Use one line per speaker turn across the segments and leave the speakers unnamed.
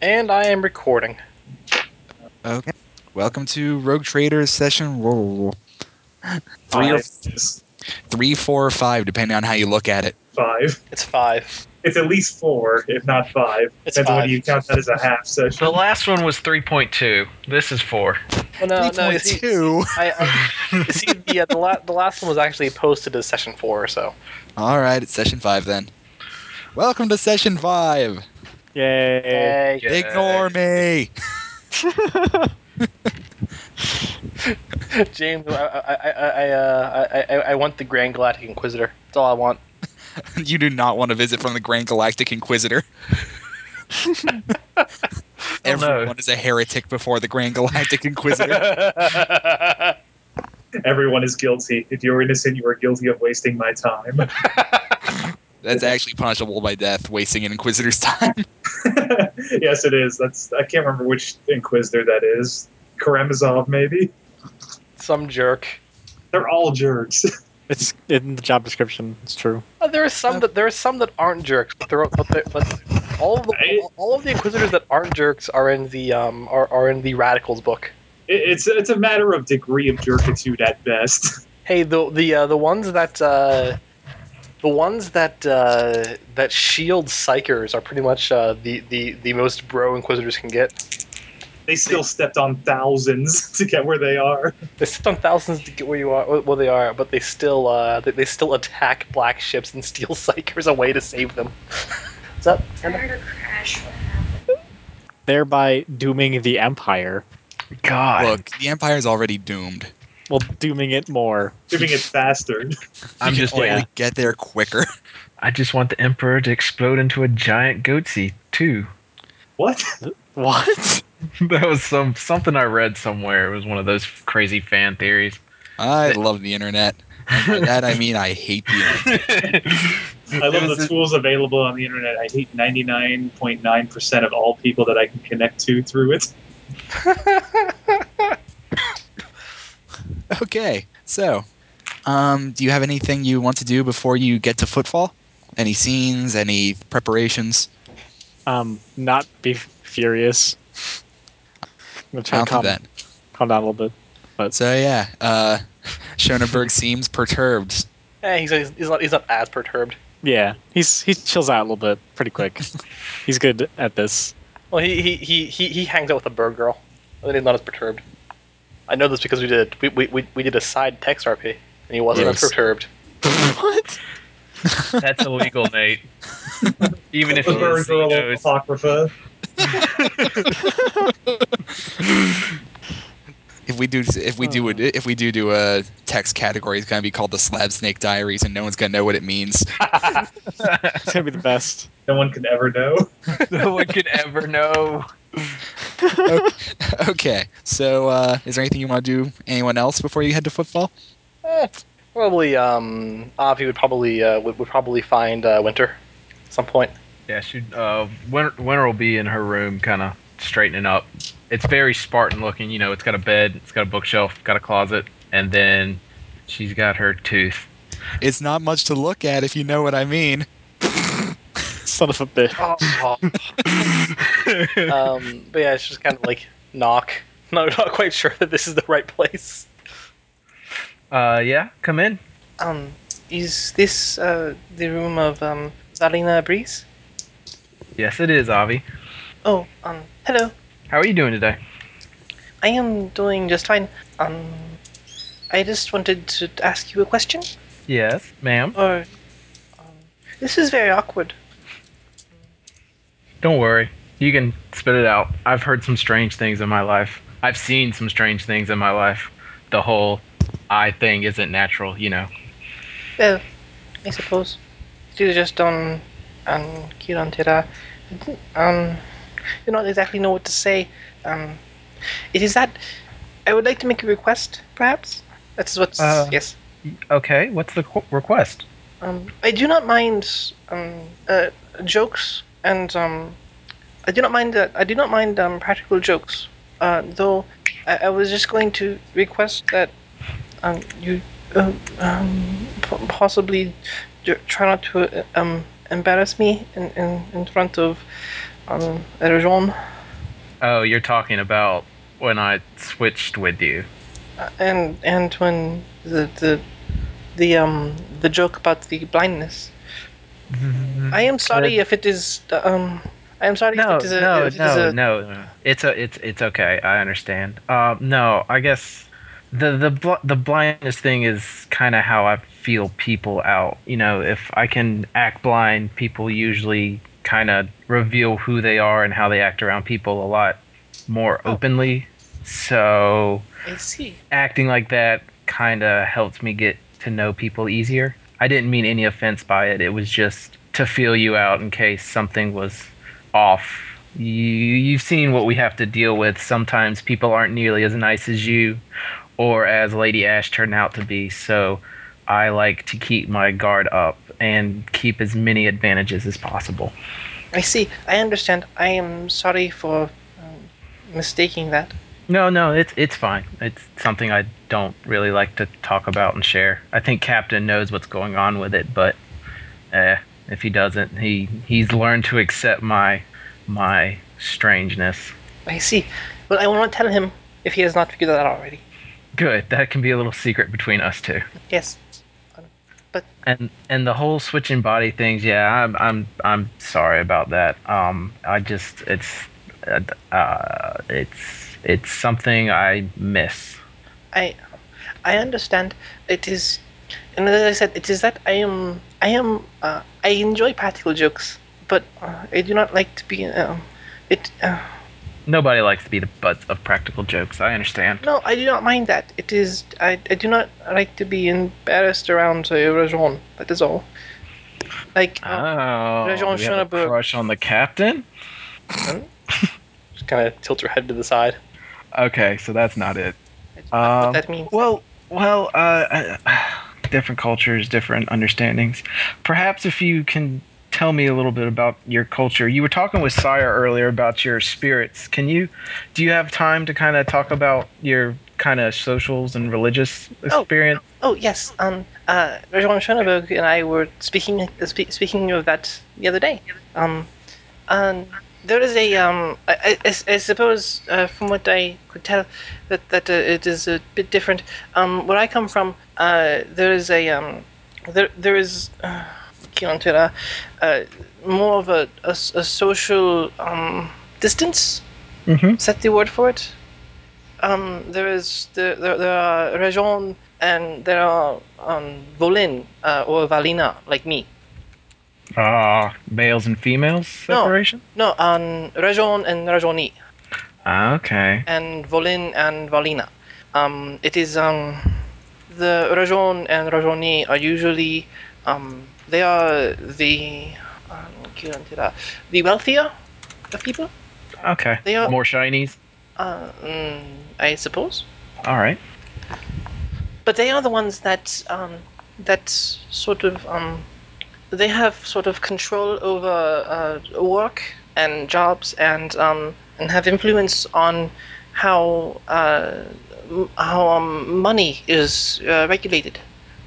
And I am recording.
Okay. Welcome to Rogue Traders session roll. Three, or,
It's
three, four, or five, depending on how you look at it.
five.
It's five.
It's at least four, if not five.
It's
Depends on
five.
whether you count that as a half
The
session.
last one was 3.2. This is 4.
Well, Oh,
Oh,
no, no, you see,
3.2.
I, I, you see, yeah, the, la- the last one was actually posted as session four, so
All right, it's session five then. Welcome to session five.
Yay.
Yay.
Yeah.
Ignore me.
James, I, I, I, I, uh, I, I, I want the Grand Galactic Inquisitor. That's all I want.
you do not want to visit from the Grand Galactic Inquisitor.
Oh,
Everyone is a heretic before the Grand Galactic Inquisitor.
Everyone is guilty. If you were innocent, you were guilty of wasting my time.
That's actually punishable by death, wasting an Inquisitor's time.
yes, it is. That's I can't remember which Inquisitor that is. Karamazov, maybe.
Some jerk.
They're all jerks.
It's in the job description. It's true.
Uh, there are some that there are some that aren't jerks, but there are, but, there, but all of the all, of the Inquisitors that aren't jerks are in the um are, are in the Radicals book.
It, it's it's a matter of degree of jerkitude at best.
Hey, the the uh, the ones that uh, the ones that uh, that shield psychers are pretty much uh, the the the most bro Inquisitors can get.
They still stepped on thousands to get where they are.
They sit on thousands to get where you are, where they are, but they still uh, they, they still attack black ships and steal psychers away to save them. What's up? Amber?
Prior to crash, what happened?
Thereby dooming the Empire.
God.
Look, the Empire's already doomed.
Well, dooming it more.
Doing it faster.
I'm
You
just
can only
yeah.
get there quicker.
I just want the Emperor to explode into a giant goatsy, too.
What?
What?
That was some something I read somewhere. It was one of those crazy fan theories.
I love the internet. And by that I mean I hate the internet.
I
It
love
was
the
a-
tools available on the internet. I hate 99.9% of all people that I can connect to through it.
Okay, so um, do you have anything you want to do before you get to footfall? Any scenes? Any preparations?
Um, not be f- furious. I'm gonna try
I'll
to
do
calm,
that.
calm down a little bit.
So yeah, uh, Schoenberg seems perturbed.
Eh, he's, he's not he's not as perturbed.
Yeah, he's he chills out a little bit pretty quick. he's good at this.
Well, he he, he, he, he hangs out with a bird girl. And he's not as perturbed. I know this because we did we, we, we, we did a side text RP, and he wasn't as
Yes.
perturbed.
what?
That's illegal, Nate. Even if
The
it
bird
is, he
girl
knows.
apocrypha.
If we do, if we do, if we do do a text category, it's gonna be called the Slab Snake Diaries, and no one's gonna know what it means.
It's gonna be the best.
No one can ever know.
no one could ever know.
okay, so uh, is there anything you want to do? Anyone else before you head to footfall?
Eh, probably um Avi would probably uh, would, would probably find uh, Winter at some point.
Yeah, she uh, Winter, Winter will be in her room, kind of straightening up. It's very Spartan looking. You know, it's got a bed, it's got a bookshelf, got a closet, and then she's got her tooth.
It's not much to look at if you know what I mean.
Son of a bitch.
Oh. um, but yeah, it's just kind of like knock. No, I'm not quite sure that this is the right place.
Uh, yeah, come in.
Um, is this uh, the room of um Zarina Breeze?
Yes, it is Avi.
Oh, um, hello.
How are you doing today?
I am doing just fine. Um, I just wanted to ask you a question.
Yes, ma'am.
Or, um, this is very awkward.
Don't worry. You can spit it out. I've heard some strange things in my life. I've seen some strange things in my life. The whole I thing isn't natural, you know.
Well, I suppose it is just on on Kiran Terra. Um, do not exactly know what to say. Um, it is that I would like to make a request, perhaps. That's what's
Uh.
yes.
Okay, what's the qu- request?
Um, I do not mind um, uh, jokes, and um, I do not mind. Uh, I do not mind um, practical jokes. Uh, though, I, I was just going to request that um, you uh, um, po- possibly j- try not to uh, um, embarrass me in, in, in front of um, Erjon.
Oh, you're talking about when I switched with you.
Uh, and and when the the the um the joke about the blindness. I am sorry if it is uh, um. I am sorry
Mm-hmm. No,
if it is a.
no,
if it is
no,
a-
no, no. It's a, it's, it's okay. I understand. Um, no, I guess the the bl- the blindness thing is kind of how I feel people out. You know, if I can act blind, people usually kind of reveal who they are and how they act around people a lot more
Oh.
openly. So
I see.
acting like that kind of helped me get to know people easier. I didn't mean any offense by it. It was just to feel you out in case something was off. You, you've seen what we have to deal with. Sometimes people aren't nearly as nice as you or as Lady Ash turned out to be. So I like to keep my guard up and keep as many advantages as possible.
I see. I understand. I am sorry for um, mistaking that.
No, no, it's it's fine. It's something I don't really like to talk about and share. I think Captain knows what's going on with it, but eh, if he doesn't, he he's learned to accept my my strangeness.
I see. Well, I will not tell him if he has not figured that out already.
Good. That can be a little secret between us two.
Yes.
And and the whole switching body things, yeah, I'm I'm I'm sorry about that. Um, I just it's uh, uh, it's it's something I miss.
I, I understand. It is, and as I said, it is that I am. I am. Uh, I enjoy practical jokes, but uh, I do not like to be. Um, it. Uh,
Nobody likes to be the butt of practical jokes. I understand.
no, I do not mind that. It is. I. I do not like to be embarrassed around uh, Rajon. That is all. Like. Uh,
Oh,
Rajon
you have a
Schoenberg.
crush on the captain?
Just kind of tilt her head to the side.
Okay, so that's not it.
what
Um,
that means.
well, well, uh, uh, different cultures, different understandings. Perhaps if you can tell me a little bit about your culture. You were talking with Sire earlier about your spirits. Can you? Do you have time to kind of talk about your kind of socials and religious experience?
Oh yes, um, uh, Rajon Schoenberg and I were speaking uh, spe- speaking of that the other day. Um, and there is a um, I, I, I suppose uh, from what I could tell that that uh, it is a bit different. Um, where I come from, uh, there is a um, there there is uh, que l'on dira, uh, more of a, a s- a social um, distance.
Mhm.
Is that the word for it? Um, there is there, there, there are Rajon and there are um, Volin uh, or Valina like me.
Ah, males and females
No.
separation.
No, um, Rajon and Rajoni
Ah, Okay.
and Volin and Valina. Um, it is um, the Rajon and Rajoni are usually um, they are the um, que l'on dira, the wealthier of people.
Okay.
They are-
More shinies.
Uh, mm, I suppose.
All right.
but they are the ones that um, that sort of um, they have sort of control over uh, work and jobs and um, and have influence on how uh, m- how um, money is uh, regulated.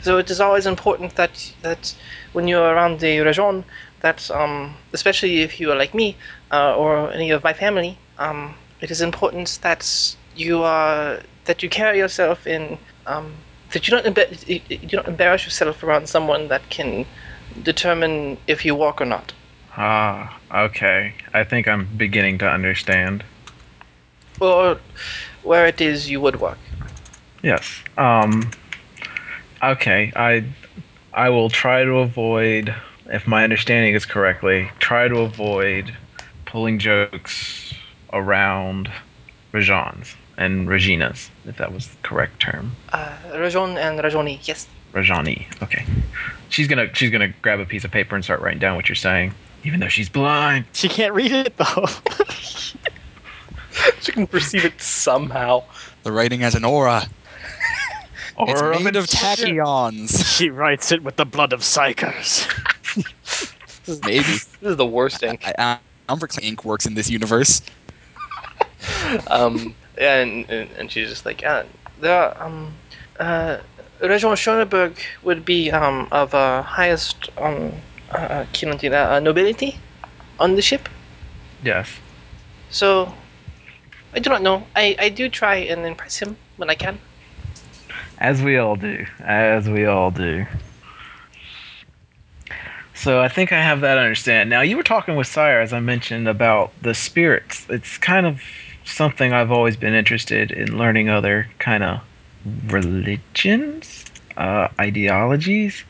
So it is always important that that when you're around the Rajon, that um, especially if you are like me uh, or any of my family, um, it is important that you are that you carry yourself in um, that you don't embar- you you don't embarrass yourself around someone that can determine if you walk or not.
Ah, okay. I think I'm beginning to understand.
or where it is you would work.
Yes. Um okay, I I will try to avoid if my understanding is correctly, try to avoid pulling jokes around Rajans and Reginas, if that was the correct term.
Uh, Rajon and Rajoni, yes.
Rajani. Okay. She's gonna she's gonna grab a piece of paper and start writing down what you're saying. Even though she's blind.
She can't read it though.
She can perceive it.
Somehow
The writing has an aura.
Aura
it's made of
intelligence.
tachyons.
she writes it with the blood of psychers.
Maybe.
This is the worst ink.
I, I, Umbric ink works in this universe.
Um, and, and and she's just like,
Uh, there are, um, uh, Rajon Schoenberg would be um, of uh, highest um, uh, uh, que l'on dira, uh, nobility on the ship.
Yes.
So I do not know. I, I do try and impress him when I can.
As we all do. As we all do. So I think I have that understand. Now you were talking with Sire as I mentioned about the spirits. It's kind of something I've always been interested in learning other kind of religions, uh, ideologies.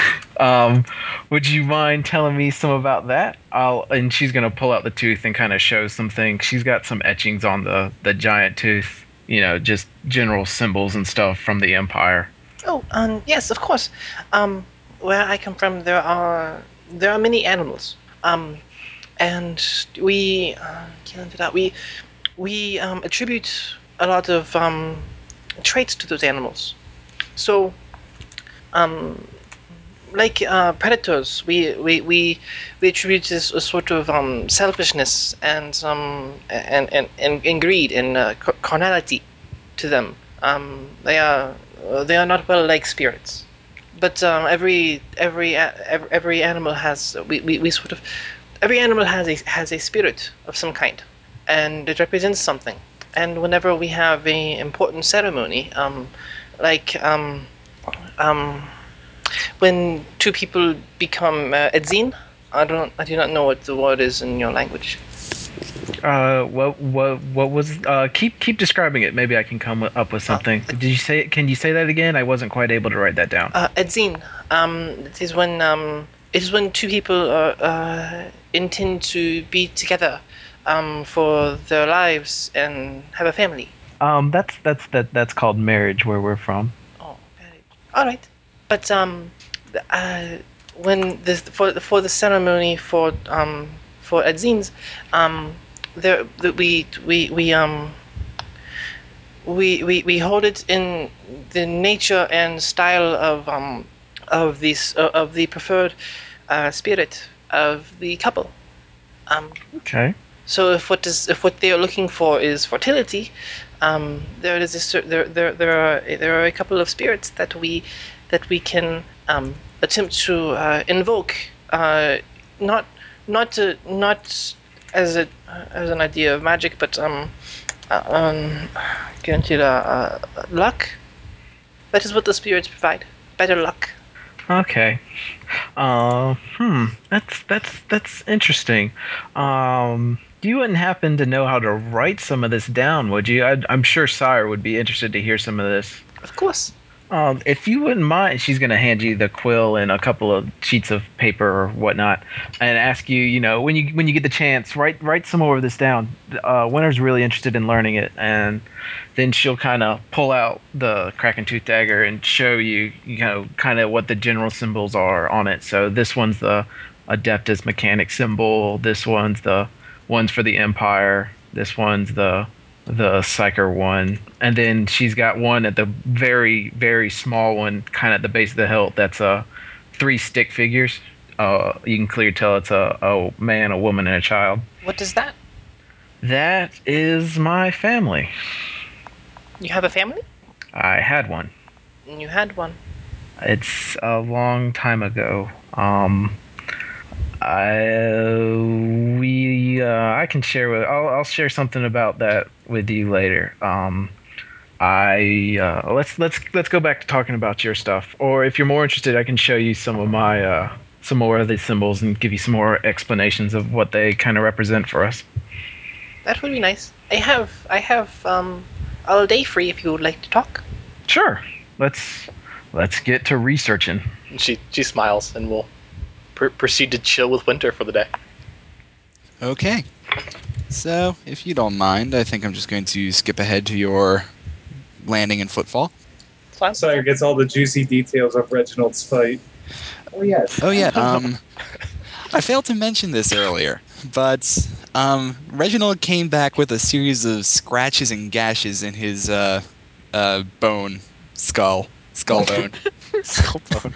um, would you mind telling me some about that? I'll and she's gonna pull out the tooth and kind of show some things. She's got some etchings on the the giant tooth. You know, just general symbols and stuff from the empire.
Oh, um, yes, of course. Um, where I come from, there are there are many animals. Um, and we uh, can't do that. We we um, attribute a lot of um, traits to those animals. So, um, like uh, predators, we we, we we attribute this a sort of um, selfishness and um, and, and, and and greed and uh, ca- carnality to them. Um, they are uh, they are not well like spirits, but um, every every a- ev- every animal has we, we, we sort of every animal has a has a spirit of some kind, and it represents something. And whenever we have a important ceremony, um, like um, um, when two people become uh, edzin, I don't I do not know what the word is in your language.
Uh, what what what was? Uh, keep keep describing it. Maybe I can come up with something. Did you say? Can you say that again? I wasn't quite able to write that down.
Uh, edzin. Um, it is when um, it is when two people uh, uh, intend to be together um, for their lives and have a family.
Um, that's that's that that's called marriage where we're from.
Oh, very. All right. But um, th- uh, when this for for the ceremony for um for edzins, um, there the, we we we um. We, we, we hold it in the nature and style of um of this uh, of the preferred uh, spirit of the couple. Um,
Okay.
so if what is if what they are looking for is fertility, um, there is a, cer- there, there there are there are a couple of spirits that we that we can um, attempt to uh, invoke, uh, not not to, not as a as an idea of magic, but um, uh, um, guaranteed uh, uh, luck. That is what the spirits provide. Better luck.
Okay. Uh, hmm. That's that's that's interesting. Um, you wouldn't happen to know how to write some of this down, would you? i I'm sure Sire would be interested to hear some of this.
Of course.
Um, if you wouldn't mind, she's going to hand you the quill and a couple of sheets of paper or whatnot, and ask you, you know, when you when you get the chance, write write some more of this down. Uh, Winter's really interested in learning it, and then she'll kind of pull out the Kraken Tooth dagger and show you, you know, kind of what the general symbols are on it. So this one's the Adeptus Mechanic symbol. This one's the one's for the Empire. This one's the the psyker one and then she's got one at the very very small one kind of at the base of the hilt that's uh three stick figures uh you can clearly tell it's a, a man a woman and a child
What is that?
that is my family
You have a family?
i had one
You had one.
it's a long time ago um I we uh, I can share with I'll I'll share something about that with you later. Um, I uh, let's let's let's go back to talking about your stuff. Or if you're more interested, I can show you some of my uh, some more of these symbols and give you some more explanations of what they kind of represent for us.
That would be nice. I have I have um all day free if you would like to talk.
Sure. Let's let's get to researching.
And she she smiles, and we'll pr- proceed to chill with Winter for the day.
Okay. So, if you don't mind, I think I'm just going to skip ahead to your landing and footfall.
Sounds
Sire gets all the juicy details of Reginald's fight. Oh yes.
Oh yeah, um, I failed to mention this earlier, but um, Reginald came back with a series of scratches and gashes in his uh, uh, bone skull, skull bone, skull bone.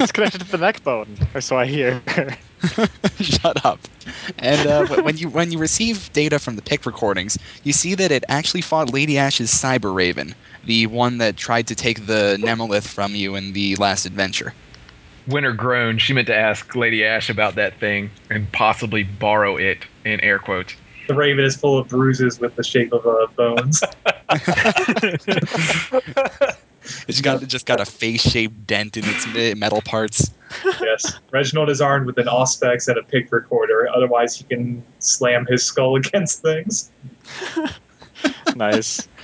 It's connected to the neck bone, or so I hear.
Shut up. And uh, wh- when you when you receive data from the pick recordings, you see that it actually fought Lady Ash's Cyber Raven, the one that tried to take the Nemolith from you in the last adventure.
Winter groaned. She meant to ask Lady Ash about that thing and possibly borrow it in air quotes.
The raven is full of bruises with the shape of uh, bones.
It's got just got a face-shaped dent in its me- metal parts.
yes. Reginald is armed with an Auspex and a pig recorder. Otherwise, he can slam his skull against things.
nice.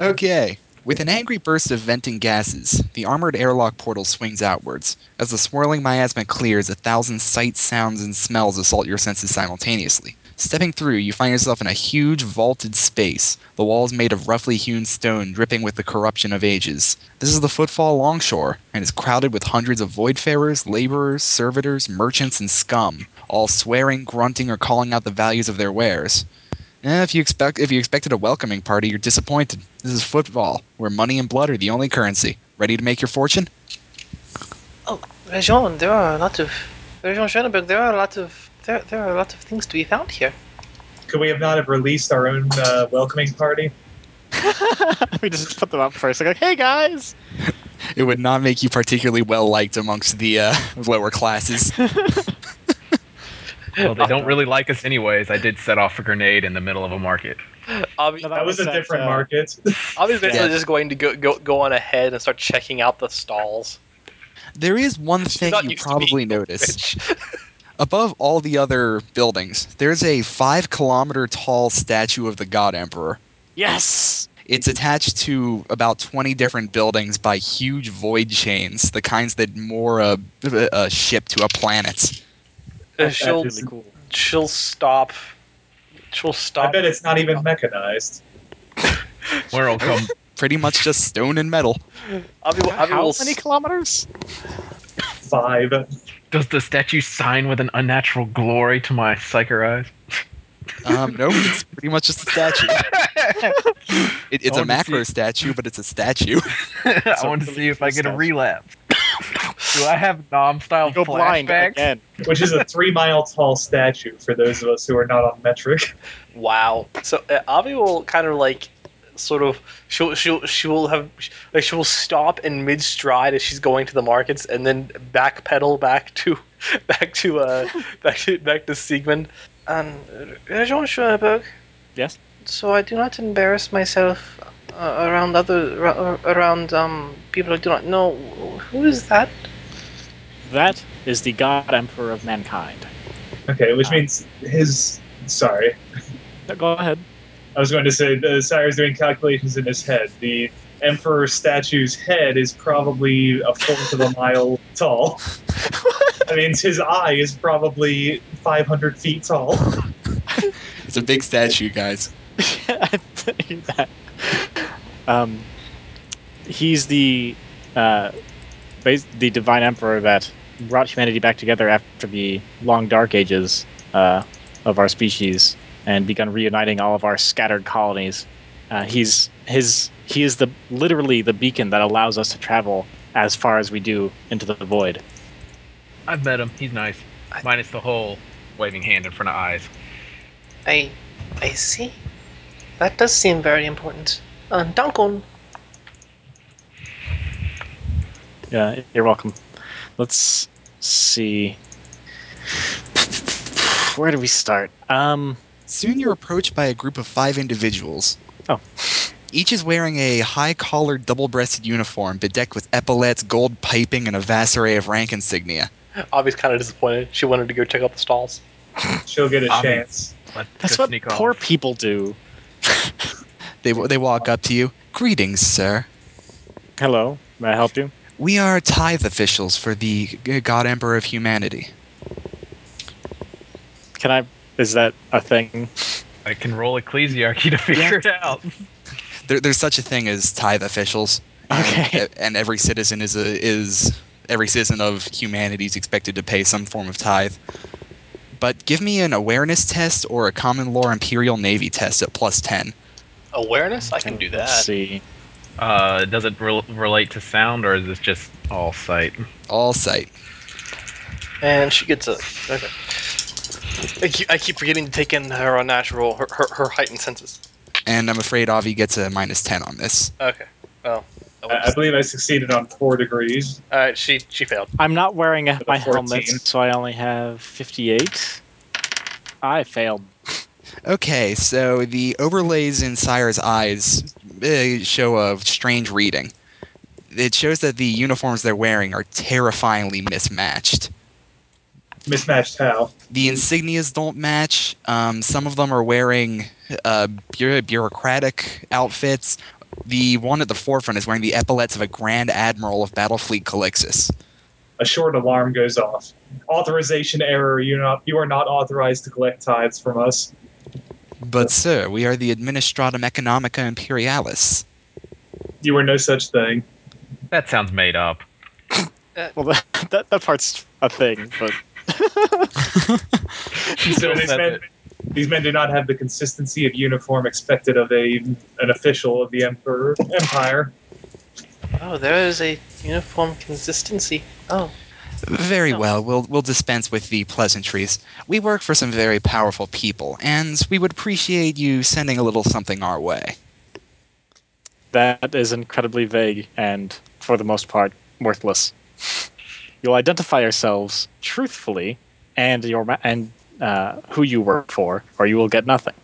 Okay. With an angry burst of venting gases, the armored airlock portal swings outwards. As the swirling miasma clears, a thousand sights, sounds, and smells assault your senses simultaneously. Stepping through, you find yourself in a huge vaulted space, the walls made of roughly hewn stone dripping with the corruption of ages. This is the footfall longshore, and is crowded with hundreds of voidfarers, laborers, servitors, merchants, and scum, all swearing, grunting, or calling out the values of their wares. Eh, if you expect if you expected a welcoming party, you're disappointed. This is football, where money and blood are the only currency. Ready to make your fortune?
Region, there are a lot of Region Schöneberg. There are a lot of there, there are a lot of things to be found here.
Could we have not have released our own uh, welcoming party?
we just put them up first. Like, hey guys.
It would not make you particularly well liked amongst the uh, lower classes.
Well, they don't really like us anyways. I did set off a grenade in the middle of a market.
Obvi-
No,
That was a
at,
different
uh,
market.
Ollie's basically
Yeah.
just going to go, go go on ahead and start checking out the stalls.
There is one thing
not
you
used to being
probably noticed.
Bitch.
Above all the other buildings, there's a five kilometer tall statue of the God Emperor.
Yes.
It's attached to about 20 different buildings by huge void chains, the kinds that moor a, a ship to a planet.
Uh,
That's
she'll
really cool.
she'll stop. She'll
I
stop.
bet it's not even mechanized.
Where will come?
Pretty much just stone and metal.
Avi, will- Avi
How
will
many
s-
kilometers?
Five.
Does the statue sign with an unnatural glory to my psycher eyes?
Um, no, it's pretty much just a statue. It, it's
Oh,
a
you
macro
see-
statue, but it's a statue.
I want to see if I get a relapse. Do I have nom style
You go blind
flashbacks?
again.
which is a three mile tall statue for those of us who are not on metric.
Wow. So uh, Avi will kind of like, sort of, she'll she'll she will have like she will stop in mid stride as she's going to the markets and then backpedal back to, back to uh back to back to Siegmund.
Um, Region Schöneberg.
Yes.
So I do not embarrass myself uh, around other ra- around um people I do not know. Who is that?
That is the God Emperor of mankind.
Okay, which means his. Sorry,
No, go ahead.
I was going to say the Sire's doing calculations in his head. The Emperor statue's head is probably a fourth of a mile tall. That means his eye is probably 500 feet tall.
It's a big statue, guys.
I tell you that. Um, he's the uh, bas- the divine emperor that brought humanity back together after the long dark ages uh, of our species and begun reuniting all of our scattered colonies. Uh, he's his he is the literally the beacon that allows us to travel as far as we do into the void.
I've met him. He's nice. Minus the whole waving hand in front of eyes.
I I see. That does seem very important. Um, Duncan.
Yeah, you're welcome. Let's see. Where do we start? Um,
Soon you're approached by a group of five individuals.
Oh.
Each is wearing a high collared, double breasted uniform bedecked with epaulets, gold piping, and a vast array of rank insignia.
Avi's kind of disappointed. She wanted to go check out the stalls.
She'll get a
Um,
chance.
Let's
that's
go
what
sneak
poor
off.
people do.
They, w- they walk up to you. Greetings, sir.
Hello, may I help you?
We are tithe officials for the G- God Emperor of Humanity.
Can I? Is that a thing?
I can roll ecclesiarchy to figure it out.
There, there's such a thing as tithe officials. and-
Okay.
a- And every citizen is a, is every citizen of humanity is expected to pay some form of tithe. But give me an awareness test or a common lore Imperial Navy test at plus ten.
Awareness? I can do that.
Let's see.
Uh, does it rel relate to sound, or is this just all sight?
All sight.
And she gets a. Okay. I keep, I keep forgetting to take in her unnatural, her, her, her heightened senses.
And I'm afraid Avi gets a minus ten on this.
Okay. Well. that
I, I
works.
believe I succeeded on four degrees.
All right. She she failed.
I'm not wearing a,
With a
my
14.
helmet, so I only have 58. I failed.
Okay, so the overlays in Sire's eyes eh, show a strange reading. It shows that the uniforms they're wearing are terrifyingly mismatched.
Mismatched how?
The insignias don't match. Um, some of them are wearing uh, bu- bureaucratic outfits. The one at the forefront is wearing the epaulets of a Grand Admiral of Battlefleet Calixus.
A short alarm goes off. Authorization error. You not. You are not authorized to collect tithes from us.
But, sir, we are the Administratum Economica Imperialis.
You are no such thing.
That sounds made up.
Well, that, that, that part's a thing, but
Still
these,
said
men,
it.
these men do not have the consistency of uniform expected of a an official of the emperor empire.
Oh, there is a uniform consistency. Oh,
Very
No.
well. We'll we'll dispense with the pleasantries. We work for some very powerful people, and we would appreciate you sending a little something our way.
that is incredibly vague and, for the most part, worthless. You'll identify yourselves truthfully and your ma- and uh, who you work for, or you will get nothing.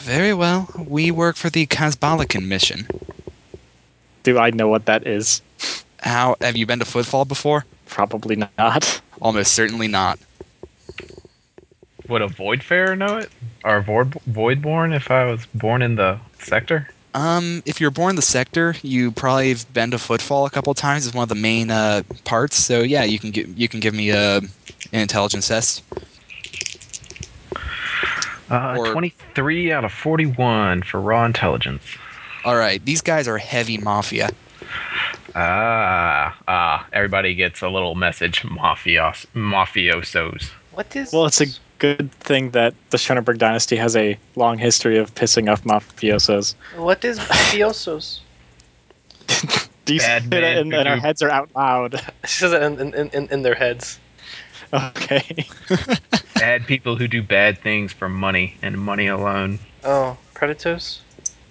Very well. We work for the Kasbalikan mission.
Do I know what that is?
How have you been to Footfall before?
Probably not.
Almost certainly not.
Would a Voidfarer know it? Or a void, Voidborn if I was born in the sector?
Um, if you're born in the sector, you probably have been to Footfall a couple times. It's one of the main uh, parts. So yeah, you can gi- you can give me a an intelligence test.
Uh,
Or-
23 out of 41 for raw intelligence.
All right, these guys are heavy mafia.
Ah, ah. Everybody gets a little message, mafios, mafiosos.
what is?
Well, it's a good thing that the Schoenberg dynasty has a long history of pissing off mafiosos.
what is mafiosos?
Do you
Bad
say
man
that? And, and our
who-
heads are out loud.
She says it in, in- in, in, in their heads.
Okay.
Bad people who do bad things for money and money alone.
Oh, predators.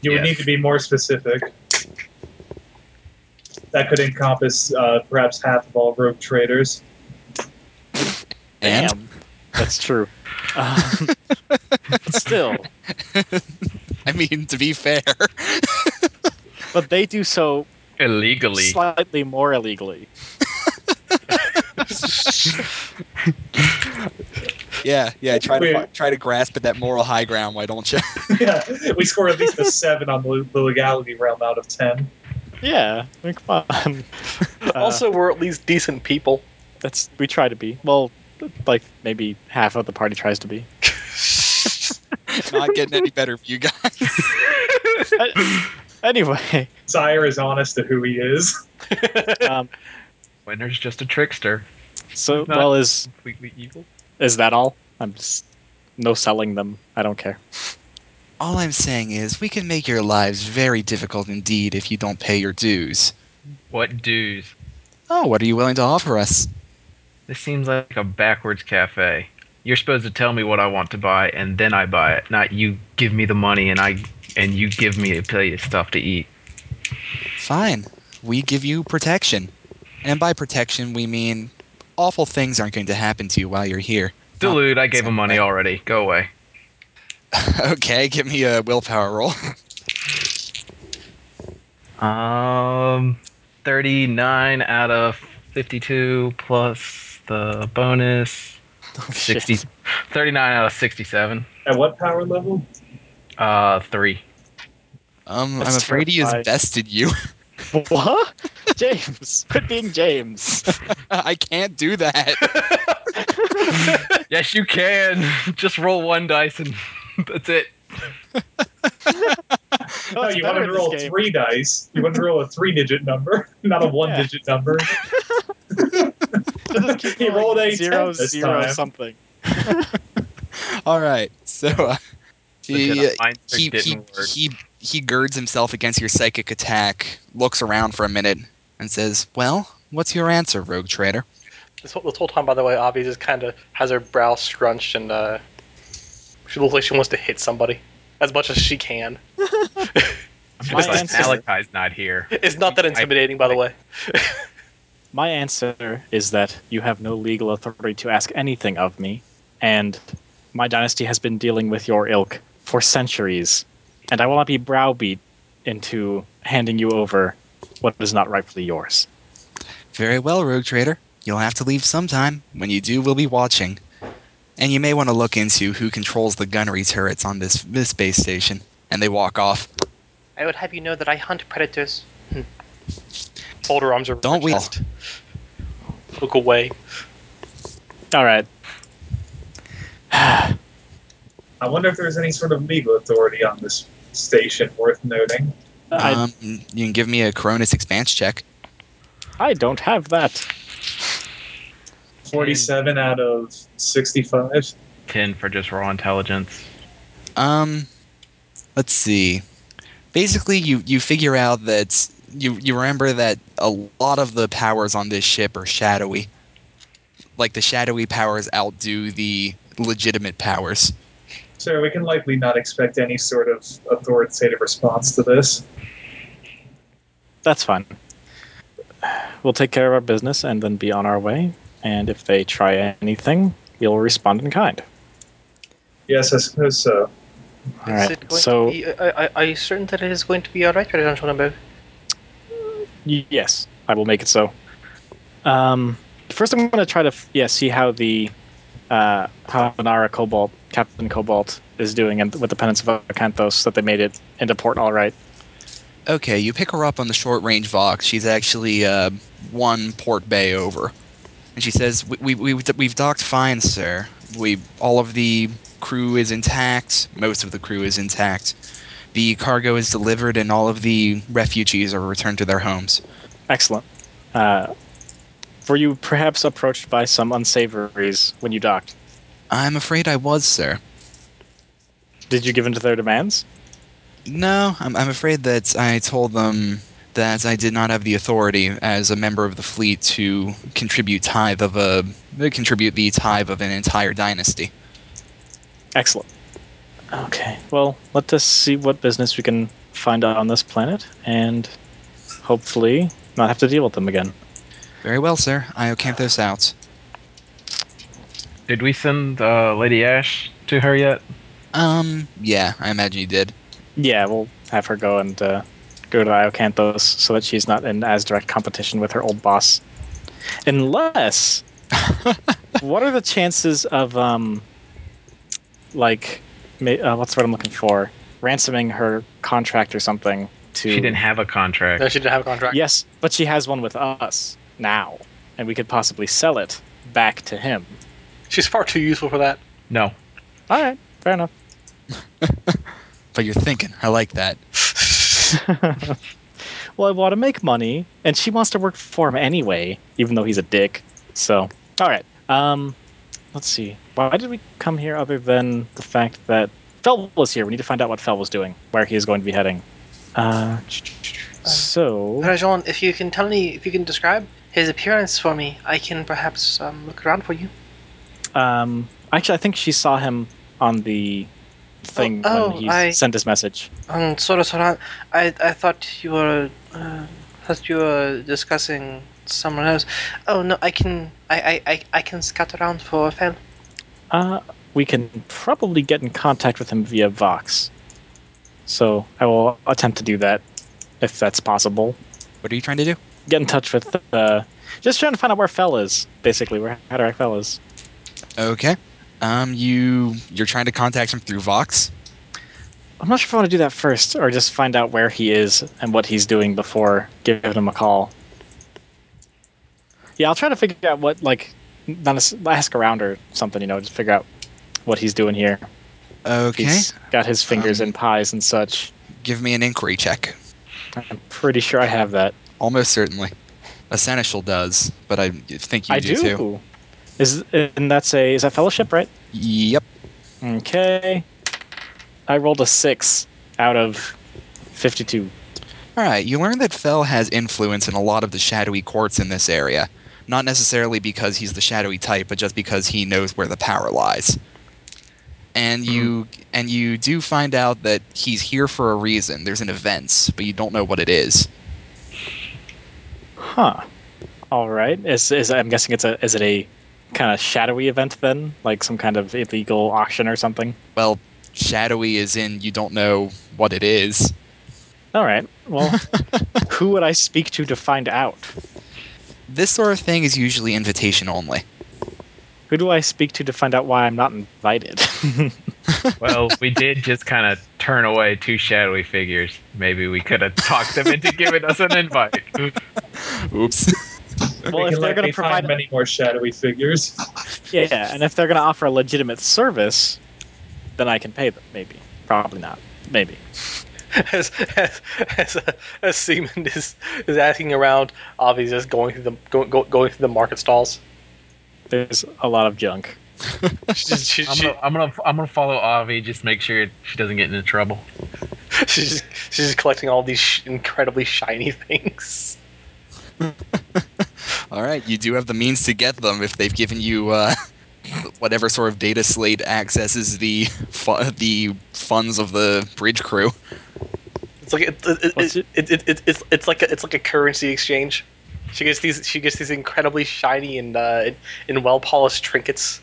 You would
Yes.
need to be more specific. That could encompass uh, perhaps half of all rogue traders.
And
Damn. That's true. Um, still,
I mean, to be fair,
but they do so
Illegally.
slightly more illegally.
yeah, yeah. Try to
Wait.
fi- try to grasp at that moral high ground. Why don't you?
yeah, we score at least a seven on the the legality realm out of ten.
Yeah, I mean, come on. Uh,
also, we're at least decent people.
that's we try to be. Well, like maybe half of the party tries to be.
Not getting any better for you guys.
Anyway,
Sire is honest to who he is.
um,
Winner's just a trickster.
so
Not-
well is
Completely evil.
is that all? I'm just no selling them. I don't care.
All I'm saying is, we can make your lives very difficult indeed if you don't pay your dues.
What dues?
Oh, what are you willing to offer us?
This seems like a backwards cafe. You're supposed to tell me what I want to buy and then I buy it, not you give me the money and I and you give me a plate of stuff to eat.
Fine, we give you protection, and by protection we mean awful things aren't going to happen to you while you're here.
Dude, I gave him money
Okay.
already. Go away.
okay, give me a willpower roll.
Um, 39 out of 52 plus the bonus.
Oh, shit.
60, 39 out of 67.
At what power level?
Uh, three.
Um,
That's
I'm afraid he has
terrifying.
bested you.
What? James, quit being James.
I can't do that.
Yes, you can. Just roll one dice and that's it.
No,
oh,
it's
you
better
wanted
in
to
this
roll
game.
three dice. You wanted to roll a three-digit number, not a one-digit number.
Just keep
He
going.
rolled a
zero,
10 this
zero
time.
something.
All right, so uh, he, uh,
Mine
he, he,
didn't work.
he, he girds himself against your psychic attack, looks around for a minute, and says, Well, what's your answer, rogue trader?
This whole, this whole time, by the way, Avi just kind of has her brow scrunched and uh, she looks like she wants to hit somebody as much as she can.
My
It's like
answer,
Malachi's not here.
It's not that
I-
intimidating, by the way.
my answer is that you have no legal authority to ask anything of me, and My dynasty has been dealing with your ilk for centuries, and I will not be browbeat into handing you over what is not rightfully yours.
Very well, Rogue Trader. You'll have to leave sometime. When you do, we'll be watching. And you may want to look into who controls the gunnery turrets on this, this base station. And they walk off.
I would have you know that I hunt predators. Folder arms are
Don't we-
chest. Look away.
All right.
I wonder if there's any sort of legal authority on this station worth noting.
I,
Um, you can give me a Cronus expanse check.
I don't have that.
47 out of 65.
Ten for just raw intelligence.
Um, let's see. Basically, you you figure out that you you remember that a lot of the powers on this ship are shadowy. Like the shadowy powers outdo the legitimate powers.
So we can likely not expect any sort of authoritative response to this.
That's fine. We'll take care of our business and then be on our way. And if they try anything, we'll respond in kind.
Yes, I suppose so.
All
Is
right.
it going
So
to be, I, I, are you certain that it is going to be alright, President Schonenberg?
Y- Yes, I will make it so. Um, first, I'm going to try to f- yeah see how the uh, how Nara Cobalt Captain Cobalt is doing and with the penance of Acanthos that they made it into port all right.
Okay, you pick her up on the short range Vox. She's actually uh, one port bay over. And she says, we, we, we, We've docked fine, sir. We All of the crew is intact. Most of the crew is intact. The cargo is delivered, and all of the refugees are returned to their homes.
Excellent. Uh, were you perhaps approached by some unsavories when you docked?
I'm afraid I was, sir.
Did you give in to their demands?
No, I'm, I'm afraid that I told them that I did not have the authority as a member of the fleet to contribute tithe of a contribute the tithe of an entire dynasty.
Excellent. Okay. Well, let us see what business we can find out on this planet, and hopefully not have to deal with them again.
Very well, sir. Iocanthos out.
Did we send uh, Lady Ash to her yet?
Um, yeah, I imagine you did.
Yeah, we'll have her go and uh, go to Iocanthos so that she's not in as direct competition with her old boss. Unless, what are the chances of um, like, ma- uh, what's what I'm looking for? Ransoming her contract or something to.
She didn't have a contract.
No, she didn't have a contract.
Yes, but she has one with us now, and we could possibly sell it back to him.
She's far too useful for that.
No.
All right, fair enough.
But you're thinking. I like that.
Well, I want to make money, and she wants to work for him anyway, even though he's a dick. So, all right. Um, let's see. Why did we come here other than the fact that Fel was here? We need to find out what Fel was doing, where he is going to be heading. Uh, so
Rajon, if you can tell me, if you can describe his appearance for me, I can perhaps um, look around for you.
um, actually, I think she saw him on the thing
Oh, oh,
when he
I-
sent his message.
Um, sorry, sorry, I, I thought you were, uh, thought you were discussing someone else. Oh no, I can, I, I, I, I can scout around for Fel.
Uh, we can probably get in contact with him via Vox. So I will attempt to do that, if that's possible.
What are you trying to do?
get in touch with uh just trying to find out where Fel is, basically, where Hatterack Fel is.
Okay. Um, you you're trying to contact him through Vox.
I'm not sure if I want to do that first or just find out where he is and what he's doing before giving him a call. Yeah, I'll try to figure out what, like, not as- ask around or something, you know, just figure out what he's doing here.
Okay.
He's got his fingers
Um,
in pies and such.
Give me an inquiry check.
I'm pretty sure I have that.
Almost certainly. A seneschal does, but I think you
I
do,
do.
too.
Is and that's a is that fellowship, right?
Yep.
Okay. I rolled a six out of fifty-two.
All right. You learn that Fel has influence in a lot of the shadowy courts in this area. Not necessarily because he's the shadowy type, but just because he knows where the power lies. And you and you do find out that he's here for a reason. There's an event, but you don't know what it is.
Huh. All right. Is, is I'm guessing it's a is it a kind of shadowy event then, like some kind of illegal auction or something?
Well, shadowy is in you don't know what it is.
All right. Well, who would I speak to to find out?
This sort of thing is usually invitation only.
Who do I speak to to find out why I'm not invited?
Well, we did just kind of turn away two shadowy figures. Maybe we could have talked them into giving us an invite.
Oops.
well, if they're
going
going to provide,
find many more shadowy figures.
yeah, yeah, and if they're going to offer a legitimate service, then I can pay them. Maybe, probably not. Maybe.
as as as, uh, as Seaman is is asking around, Avi's just going through the go, go, going through the market stalls.
There's a lot of junk.
She's just, she,
I'm
she,
gonna, I'm gonna, I'm gonna follow Avi. Just make sure she doesn't get into trouble.
she's just, she's just collecting all these sh- incredibly shiny things.
All right, you do have the means to get them if they've given you uh, whatever sort of data slate accesses the fu- the funds of the bridge crew.
It's like it, it,
What's
it, it, it, it, it's it's like a, it's like a currency exchange. She gets these she gets these incredibly shiny and uh, and, and well polished trinkets.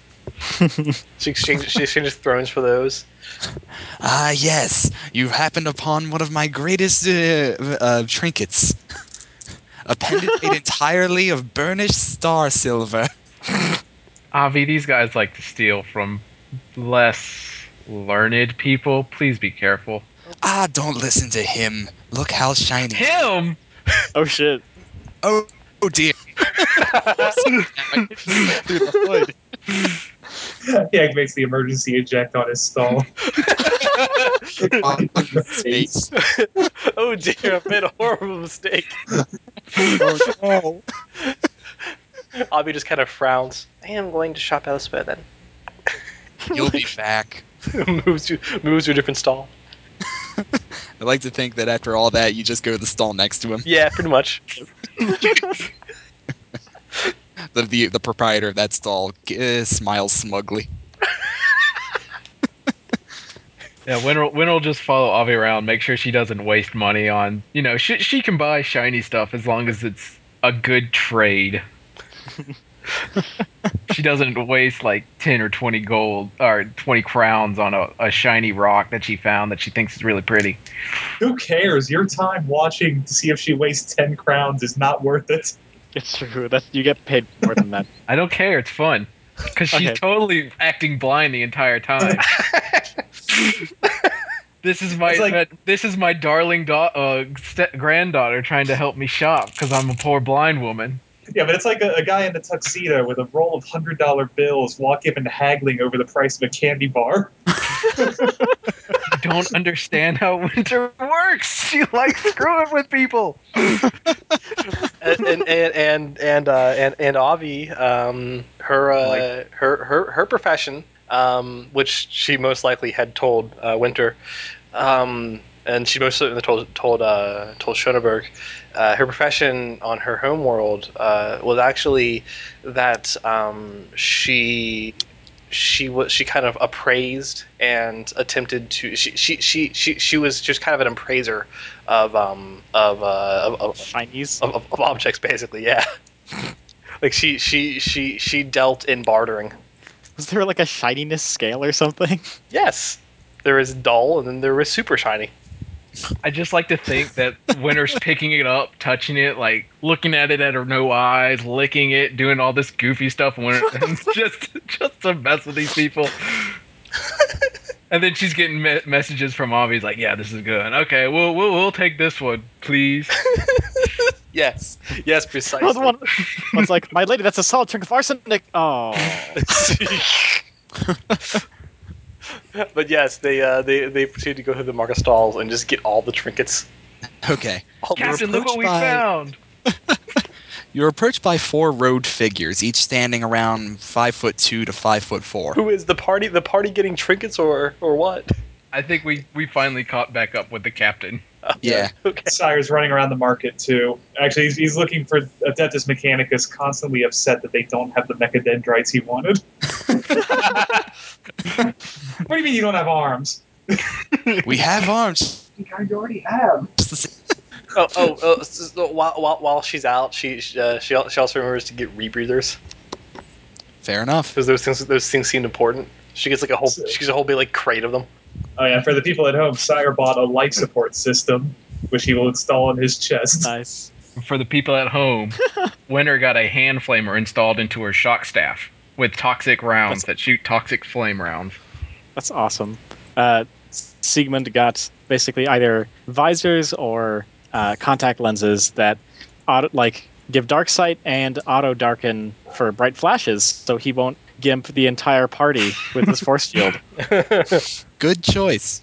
she exchanges she exchanges thrones for those.
Ah, yes, you happened upon one of my greatest uh, uh, trinkets, a pendant made entirely of burnished star silver.
Avi, these guys like to steal from less learned people. Please be careful.
Ah, don't listen to him. Look how shiny.
Him.
Oh shit!
Oh, oh dear. Through the hood.
yeah, he makes the emergency eject on his stall.
Space.
Oh dear, I made a horrible mistake.
Oh, no.
Avi just kind of frowns. I am going to shop elsewhere then.
You'll be back.
moves to moves to a different stall.
I like to think that after all that, you just go to the stall next to him.
Yeah, pretty much.
The the, the proprietor of that stall uh, smiles smugly.
Yeah, Win'll Win'll just follow Avi around. Make sure she doesn't waste money on. You know, she she can buy shiny stuff as long as it's a good trade. she doesn't waste like ten or twenty gold or twenty crowns on a, a shiny rock that she found that she thinks is really pretty.
Who cares? Your time watching to see if she wastes ten crowns is not worth it.
It's true. That you get paid more than that.
I don't care. It's fun because she's
Okay.
totally acting blind the entire time. this is my
It's like-
that- this is my darling da- uh, ste- granddaughter trying to help me shop because I'm a poor blind woman.
Yeah, but it's like a, a guy in a tuxedo with a roll of hundred dollar bills walk up and haggling over the price of a candy bar.
You don't understand how winter works. She likes screwing with people.
And and and and and, uh, and, and Avi, um, her uh,
Like-
her her her profession, um, which she most likely had told uh, Winter, um, and she most certainly told told uh, told Schoenberg, uh, her profession on her homeworld uh, was actually that um, she she was she kind of appraised and attempted to she she she she, she was just kind of an appraiser of um of uh of, of,
Chinese. Oh,
of, of, of objects basically yeah like she she she she dealt in bartering
Was there like a shininess scale or something?
yes there is dull and then there is super shiny
I just like to think that Winter's picking it up, touching it, like looking at it at her no eyes, licking it, doing all this goofy stuff. Winter just just to mess with these people. And then she's getting me- messages from Avi's like, "Yeah, this is good. Okay, we'll we'll, we'll take this one, please."
yes yes precisely
Well, the one, one's like, my lady, that's a solid chunk of arsenic. Oh,
but yes they uh they they proceed to go through the market stalls and just get all the trinkets
Okay.
all the
Captain, look what we
approached by-
found.
You're approached by four road figures, each standing around five foot two to five foot four.
Who is the party? The party getting trinkets or or what?
I think we we finally caught back up with the captain.
Yeah.
Okay.
Sire's running around the market too. Actually, he's, he's looking for Adeptus Mechanicus, constantly upset that they don't have the mechadendrites he wanted. what do you mean you don't have arms?
we have arms.
You kind of already have.
Just the same.
Oh, oh, oh s- s- while, while, while she's out, she she, uh, she al- she also remembers to get rebreathers.
Fair enough.
because those things those things seemed important. She gets like a whole
So-
she gets a whole big like crate of them.
Oh yeah, for the people at home, Sire bought a life support system, which he will install on his chest.
Nice.
For the people at home, Winter got a hand flamer installed into her shock staff with toxic rounds that shoot toxic flame rounds.
That's awesome. Uh, Sigmund got basically either visors or uh, contact lenses that auto, like give dark sight and auto darken for bright flashes, so he won't gimp the entire party with his force field.
Good choice.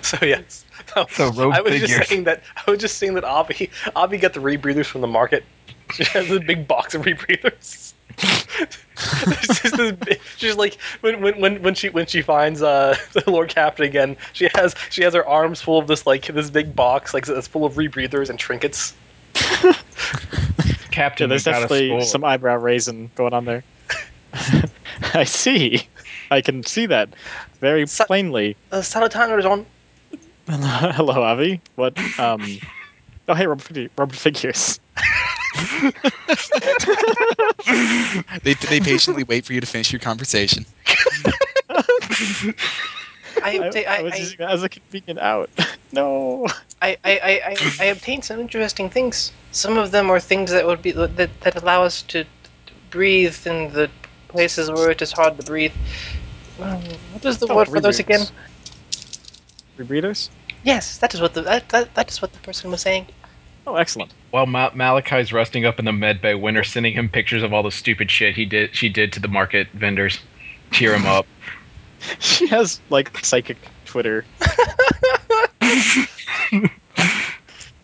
So yes. So,
So rogue
I was
figures.
just saying that I was just saying that Avi Avi got the rebreathers from the market. She has a big box of rebreathers. It's just this big, she's like when, when, when, when she when she finds uh, the Lord Captain again, she has she has her arms full of this like this big box like that's full of rebreathers and trinkets.
Yeah,
Captain,
there's
you got a
definitely
score.
some eyebrow raising going on there. I see. I can see that very
So-
plainly.
Uh, Salatana is on.
Hello, Avi. What? Um. Oh, hey, Robert, Fig- Robert Figures.
They, they patiently wait for you to finish your conversation.
I,
I,
obta-
I was
I,
using that as a convenient out. no.
I, I, I, I, I obtained some interesting things. Some of them are things that would be that, that allow us to breathe in the places where it is hard to breathe. Um, what is the
Oh,
word for those
reboots.
again?
Rebreathers?
Yes, that is what the that, that, that is what the person was saying.
Oh, excellent.
While Ma- Malachi's rusting up in the med bay, Winter's sending him pictures of all the stupid shit he did she did to the market vendors. Cheer him up.
She has, like, psychic Twitter.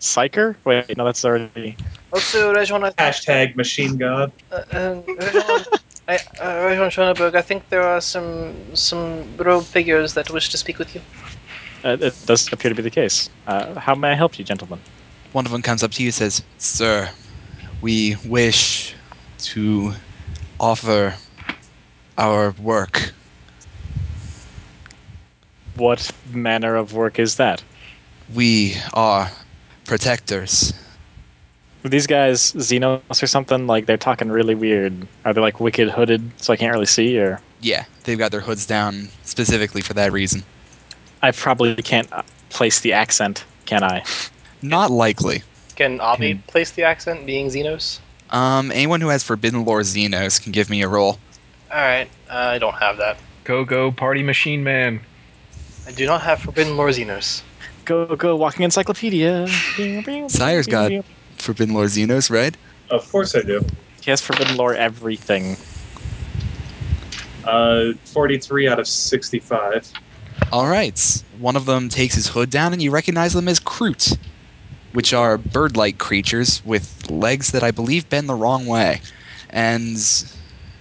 Psyker? Wait, no, that's already.
Also, Rajwan, I,
Hashtag machine god.
uh, uh, Rajwan, I, uh, Rajwan Schoenberg, I think there are some some rogue figures that wish to speak with you.
Uh, it does appear to be the case. Uh, how may I help you, gentlemen?
One of them comes up to you and says, Sir, we wish to offer our work.
What manner of work is that?
We are protectors.
Were these guys Xenos or something? Like, they're talking really weird. Are they, like, wicked hooded so I can't really see? Or.
Yeah, they've got their hoods down specifically for that reason.
I probably can't uh, place the accent, can I?
Not likely.
Can Avi place the accent being Xenos?
Um, anyone who has Forbidden Lore Xenos can give me a roll.
All right, uh, I don't have that.
Go go party machine man.
I do not have Forbidden Lore Xenos.
Go, go, walking encyclopedia.
Sire's got-
He
Forbidden Lore Xenos, right?
Of course I do.
has forbidden lore everything.
Uh, 43 out of 65.
All right. One of them takes his hood down, and you recognize them as Kroot, which are bird like creatures with legs that I believe bend the wrong way. And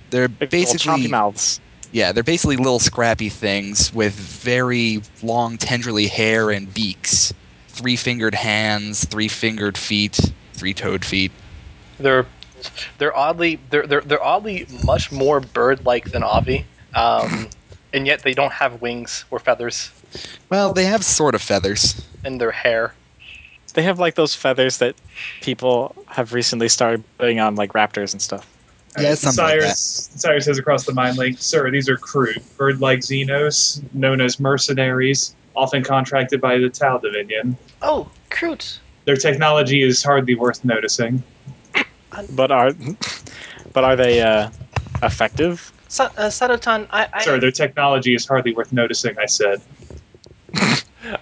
they're
Big little chompy
basically.
mouths.
Yeah, they're basically little scrappy things with very long, tendrily hair and beaks. Three fingered hands, three fingered feet, three toed feet.
They're they're oddly they're they're, they're oddly much more bird-like than Avi, um, and yet they don't have wings or feathers
Well, they have sort of feathers.
in their hair.
They have like those feathers that people have recently started putting on like raptors and stuff.
Yeah, it's something like
Uh, Cyrus,
that.
Cyrus says across the mind link, Sir, these are crew, bird like Xenos, known as mercenaries, often contracted by the Tau Dominion.
Oh, Kroot.
Their technology is hardly worth noticing.
But are but are they uh, effective?
Sa- uh, Sarutan, I, I
Sir, their technology is hardly worth noticing, I said.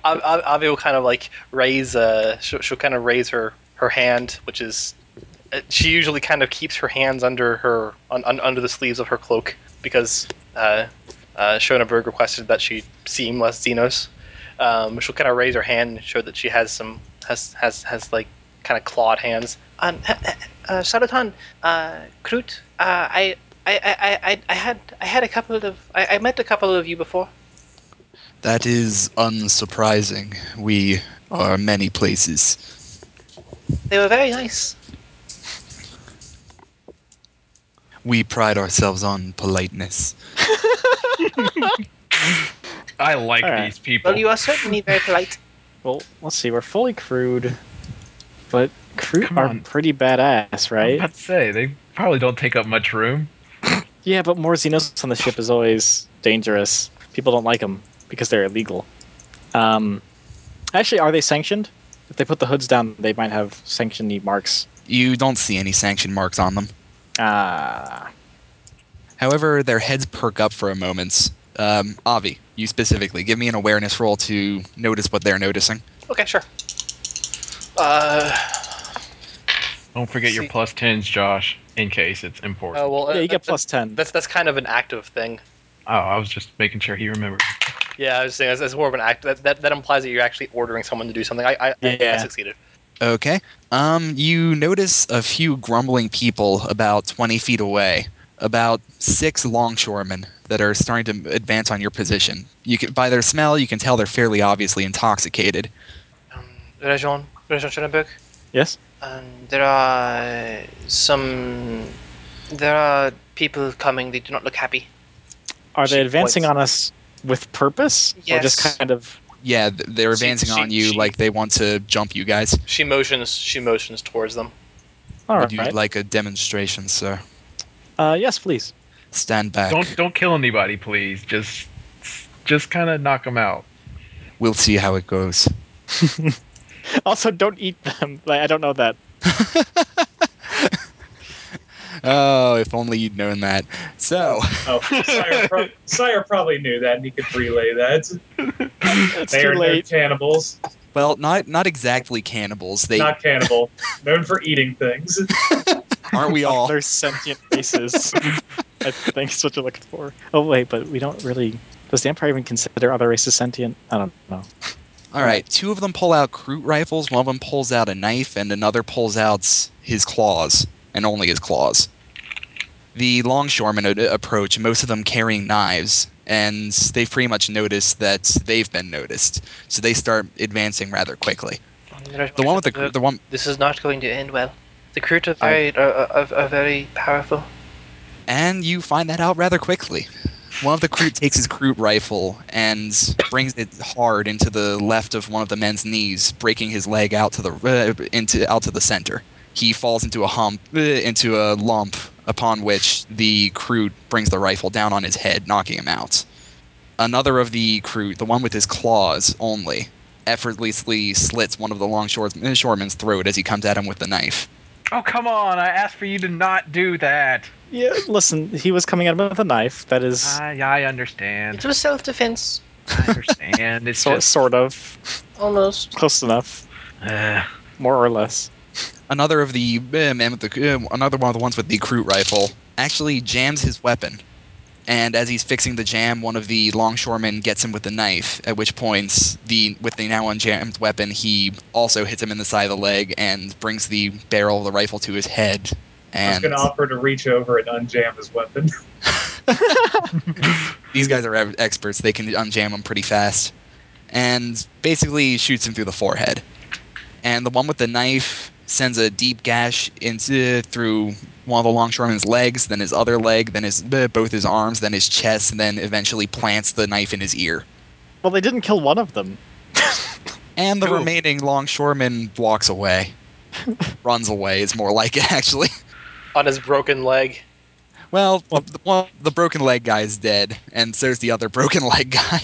Av- Av- Avi will kind of like raise uh she'll, she'll kind of raise her her hand, which is uh, she usually kind of keeps her hands under her un, un, under the sleeves of her cloak because uh, uh, Schoenberg requested that she seem less Xenos. Um, she'll kind of raise her hand and show that she has some has has has like kind of clawed hands.
Um, uh, Sarutan, uh, Kroot, uh, I, I, I, I, I had, I had a couple of, I, I met a couple of you before.
That is unsurprising. We are many places.
They were very nice.
We pride ourselves on politeness.
I like
All right.
these people.
Well, you are certainly very polite.
Well, let's see. We're fully crewed, but crew
Come
are
on.
pretty badass,
I was
right?
about to say they probably don't take up much room.
Yeah, but more Xenos on the ship is always dangerous. People don't like them because they're illegal. Um, actually, are they sanctioned? If they put the hoods down, they might have sanctiony marks.
You don't see any sanction marks on them.
Ah,
However, their heads perk up for a moment. Um, Avi, you specifically, give me an awareness roll to notice what they're noticing.
Okay, sure. Uh,
Don't forget your
See-
plus tens, Josh, in case it's important.
uh, well, uh,
yeah, you
that-
get plus ten.
That's that's kind of an active thing.
oh, I was just making sure he remembered.
Yeah, I was saying that's, that's more of an act. That, that that implies that you're actually ordering someone to do something. I I, I- I
Yeah.
succeeded.
Okay. Um, you notice a few grumbling people about 20 feet away, about six longshoremen that are starting to advance on your position. You can, by their smell, you can tell they're fairly obviously intoxicated.
Um, Rajon, Rajon Schoenberg.
Yes.
Um, there are some. There are people coming. They do not look happy.
Are they
She
advancing
points.
on us with purpose, or
Yes.
just kind of?
Yeah, th- they're
She-
advancing
she-
on you
she-
like they want to jump you guys.
She motions. She motions towards them.
All
Would you
right.
like a demonstration, sir?
uh, yes, please.
Stand back.
Don't don't kill anybody, please. Just just kind of knock them out.
We'll see how it goes.
Also, don't eat them. Like, I don't know that.
Oh, if only you'd known that. So,
Oh, Sire, pro- Sire probably knew that, and he could relay that.
It's
they
too
are no
late.
cannibals,
well, not not exactly cannibals. They
not cannibal. Known for eating things.
aren't we all?
They're sentient faces. I think that's what you're looking for. Oh wait, but we don't really. Does the Empire even consider other races sentient? I don't know.
All right, two of them pull out Kroot rifles, one of them pulls out a knife, and another pulls out s- his claws, and only his claws. The longshoremen a- approach, most of them carrying knives, and they pretty much notice that they've been noticed, so they start advancing rather quickly. The one with the, cr- the Um, one,
Um, This is not going to end well. The crew are very are, are, are very powerful.
and you find that out rather quickly. One of the crew takes his Kroot rifle and brings it hard into the left of one of the men's knees, breaking his leg out to the uh, into out to the center. He falls into a hump, uh, into a lump, upon which the crew brings the rifle down on his head, knocking him out. Another of the crew, the one with his claws only, effortlessly slits one of the longshoremen's throat as he comes at him with the knife.
Oh come on! I asked for you to not do that.
Yeah, listen, he was coming at him with a knife. That is
Ah,
I I understand.
It was self defense,
I understand. It's
sor-
just
sort of
almost.
close enough,
uh,
more or less.
another of the uh, man with the uh, another one of the ones with the Kroot rifle actually jams his weapon, and as he's fixing the jam, one of the longshoremen gets him with the knife. At which point, the with the now unjammed weapon, he also hits him in the side of the leg and brings the barrel of the rifle to his head.
I was
And
going to offer to reach over and unjam his weapon.
these guys are ev- experts; they can unjam him pretty fast. And basically shoots him through the forehead. And the one with the knife sends a deep gash into through one of the longshoreman's legs, then his other leg, then his uh, both his arms, then his chest, and then eventually plants the knife in his ear.
Well, they didn't kill one of them.
And the
Cool.
remaining longshoreman walks away. Runs away is more like it, actually.
On his broken leg.
Well, the, one- the broken leg guy is dead, and so's the other broken leg guy.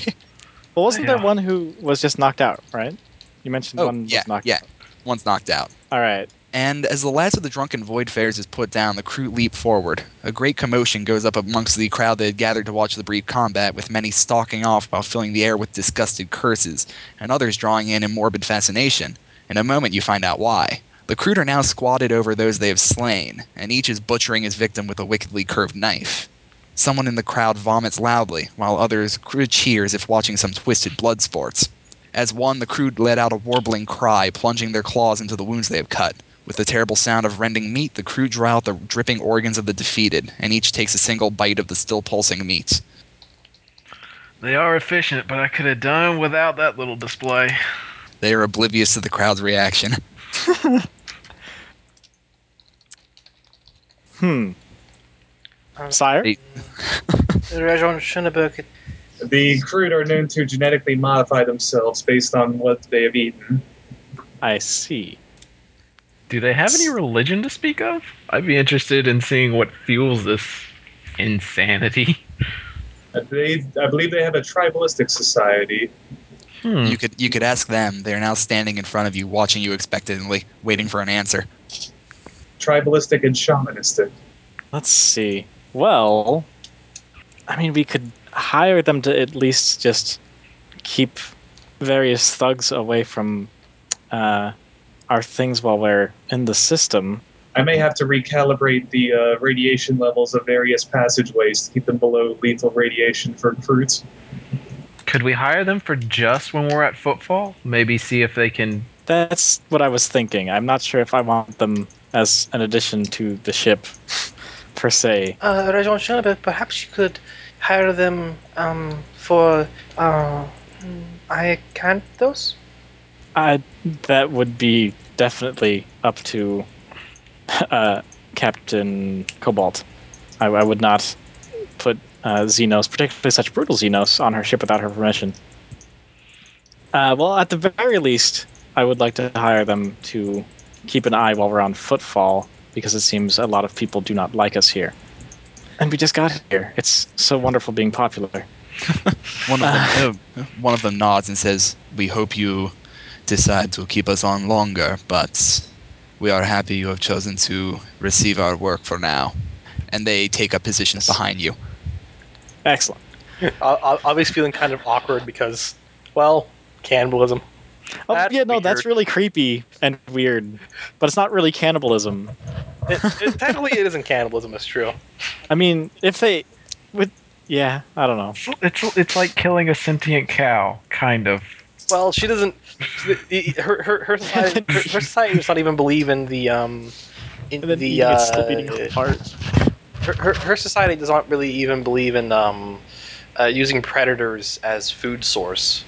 Well, wasn't there
Yeah.
one who was just knocked out? Right? You mentioned
Oh,
one
yeah,
was knocked
yeah.
out.
One's knocked out.
All right.
And as the last of the drunken void fares is put down, the crew leap forward. A great commotion goes up amongst the crowd that had gathered to watch the brief combat, with many stalking off while filling the air with disgusted curses, and others drawing in in morbid fascination. In a moment, you find out why. The crew are now squatted over those they have slain, and each is butchering his victim with a wickedly curved knife. Someone in the crowd vomits loudly, while others cr- cheer as if watching some twisted blood sports. As one, the crew let out a warbling cry, plunging their claws into the wounds they have cut. With the terrible sound of rending meat, the crew draw out the dripping organs of the defeated, and each takes a single bite of the still pulsing meat.
they are efficient, but I could have done without that little display.
They are oblivious to the crowd's reaction.
Hmm.
Um,
Sire.
Hey.
Rajon Schoenberg.
The crude are known to genetically modify themselves based on what they have eaten.
I see.
Do they have any religion to speak of? I'd be interested in seeing what fuels this insanity.
Uh, They, I believe they have a tribalistic society.
Hmm.
You could you could ask them. They're now standing in front of you, watching you expectantly, waiting for an answer.
Tribalistic and shamanistic.
Let's see. Well, I mean, we could hire them to at least just keep various thugs away from uh, our things while we're in the system.
I may have to recalibrate the uh, radiation levels of various passageways to keep them below lethal radiation for recruits.
Could we hire them for just when we're at footfall? Maybe see if they can.
That's what I was thinking. I'm not sure if I want them as an addition to the ship, per se.
Uh, Rajon Schoenberg, perhaps you could hire them um, for. Uh, mm, I can't those?
I, that would be definitely up to uh, Captain Cobalt. I, I would not put uh, Xenos, particularly such brutal Xenos, on her ship without her permission. Uh, well, at the very least, I would like to hire them to keep an eye while we're on footfall, because it seems a lot of people do not like us here. And we just got here. It's so wonderful being popular.
One of them uh, one of them nods and says, "We hope you decide to keep us on longer, but we are happy you have chosen to receive our work for now." And they take up positions behind you.
Excellent.
I, I, I was feeling kind of awkward because, well, cannibalism.
Oh,
That's
yeah, no,
weird.
that's really creepy and weird, but it's not really cannibalism.
It, it, technically, it isn't cannibalism. It's true.
I mean, if they, with, yeah, I don't know.
It's it's like killing a sentient cow, kind of.
Well, she doesn't. Her her her society, her, her society does not even believe in the um in
And then
the
eating it's still eating
uh,
her heart.
her, her, her society does not really even believe in um, uh, using predators as food source.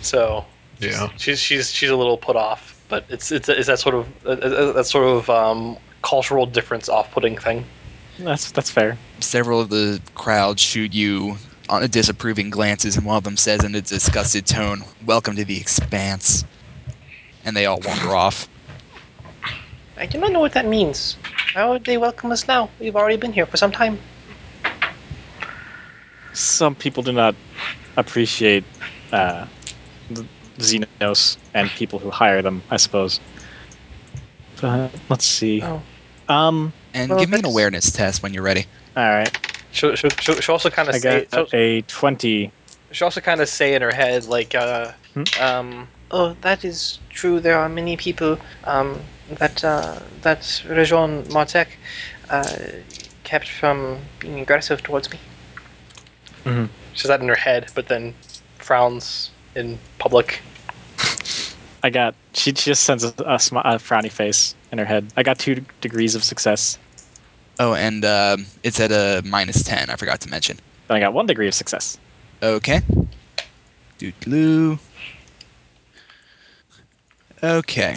So
Yeah.
she's she's she's a little put off, but it's it's, it's that sort of uh, uh, that sort of um, cultural difference off-putting thing.
That's that's fair.
Several of the crowd shoot you on a disapproving glances, and one of them says in a disgusted tone, "Welcome to the expanse." And they all wander off.
I do not know what that means. How would they welcome us now? We've already been here for some time.
Some people do not appreciate uh, the Xenos and people who hire them, I suppose. But let's see.
Oh.
Um.
And
Well,
give me an
that's-
awareness test when you're ready.
All right.
She'll, she'll, she'll, she'll also kind of
I
say she'll,
got a twenty.
she'll also kind of say in her head like uh,
Hmm?
um,
Oh, that is true. There are many people um, that uh, that Rajon Martek uh, kept from being aggressive towards me.
she says that in her head, but then frowns in public.
I got. She just sends a, a, smi- a frowny face in her head. I got two d- degrees of success.
Oh, and um, it's at a minus 10. I forgot to mention.
Then I got one degree of success.
Okay. Doodaloo. Okay.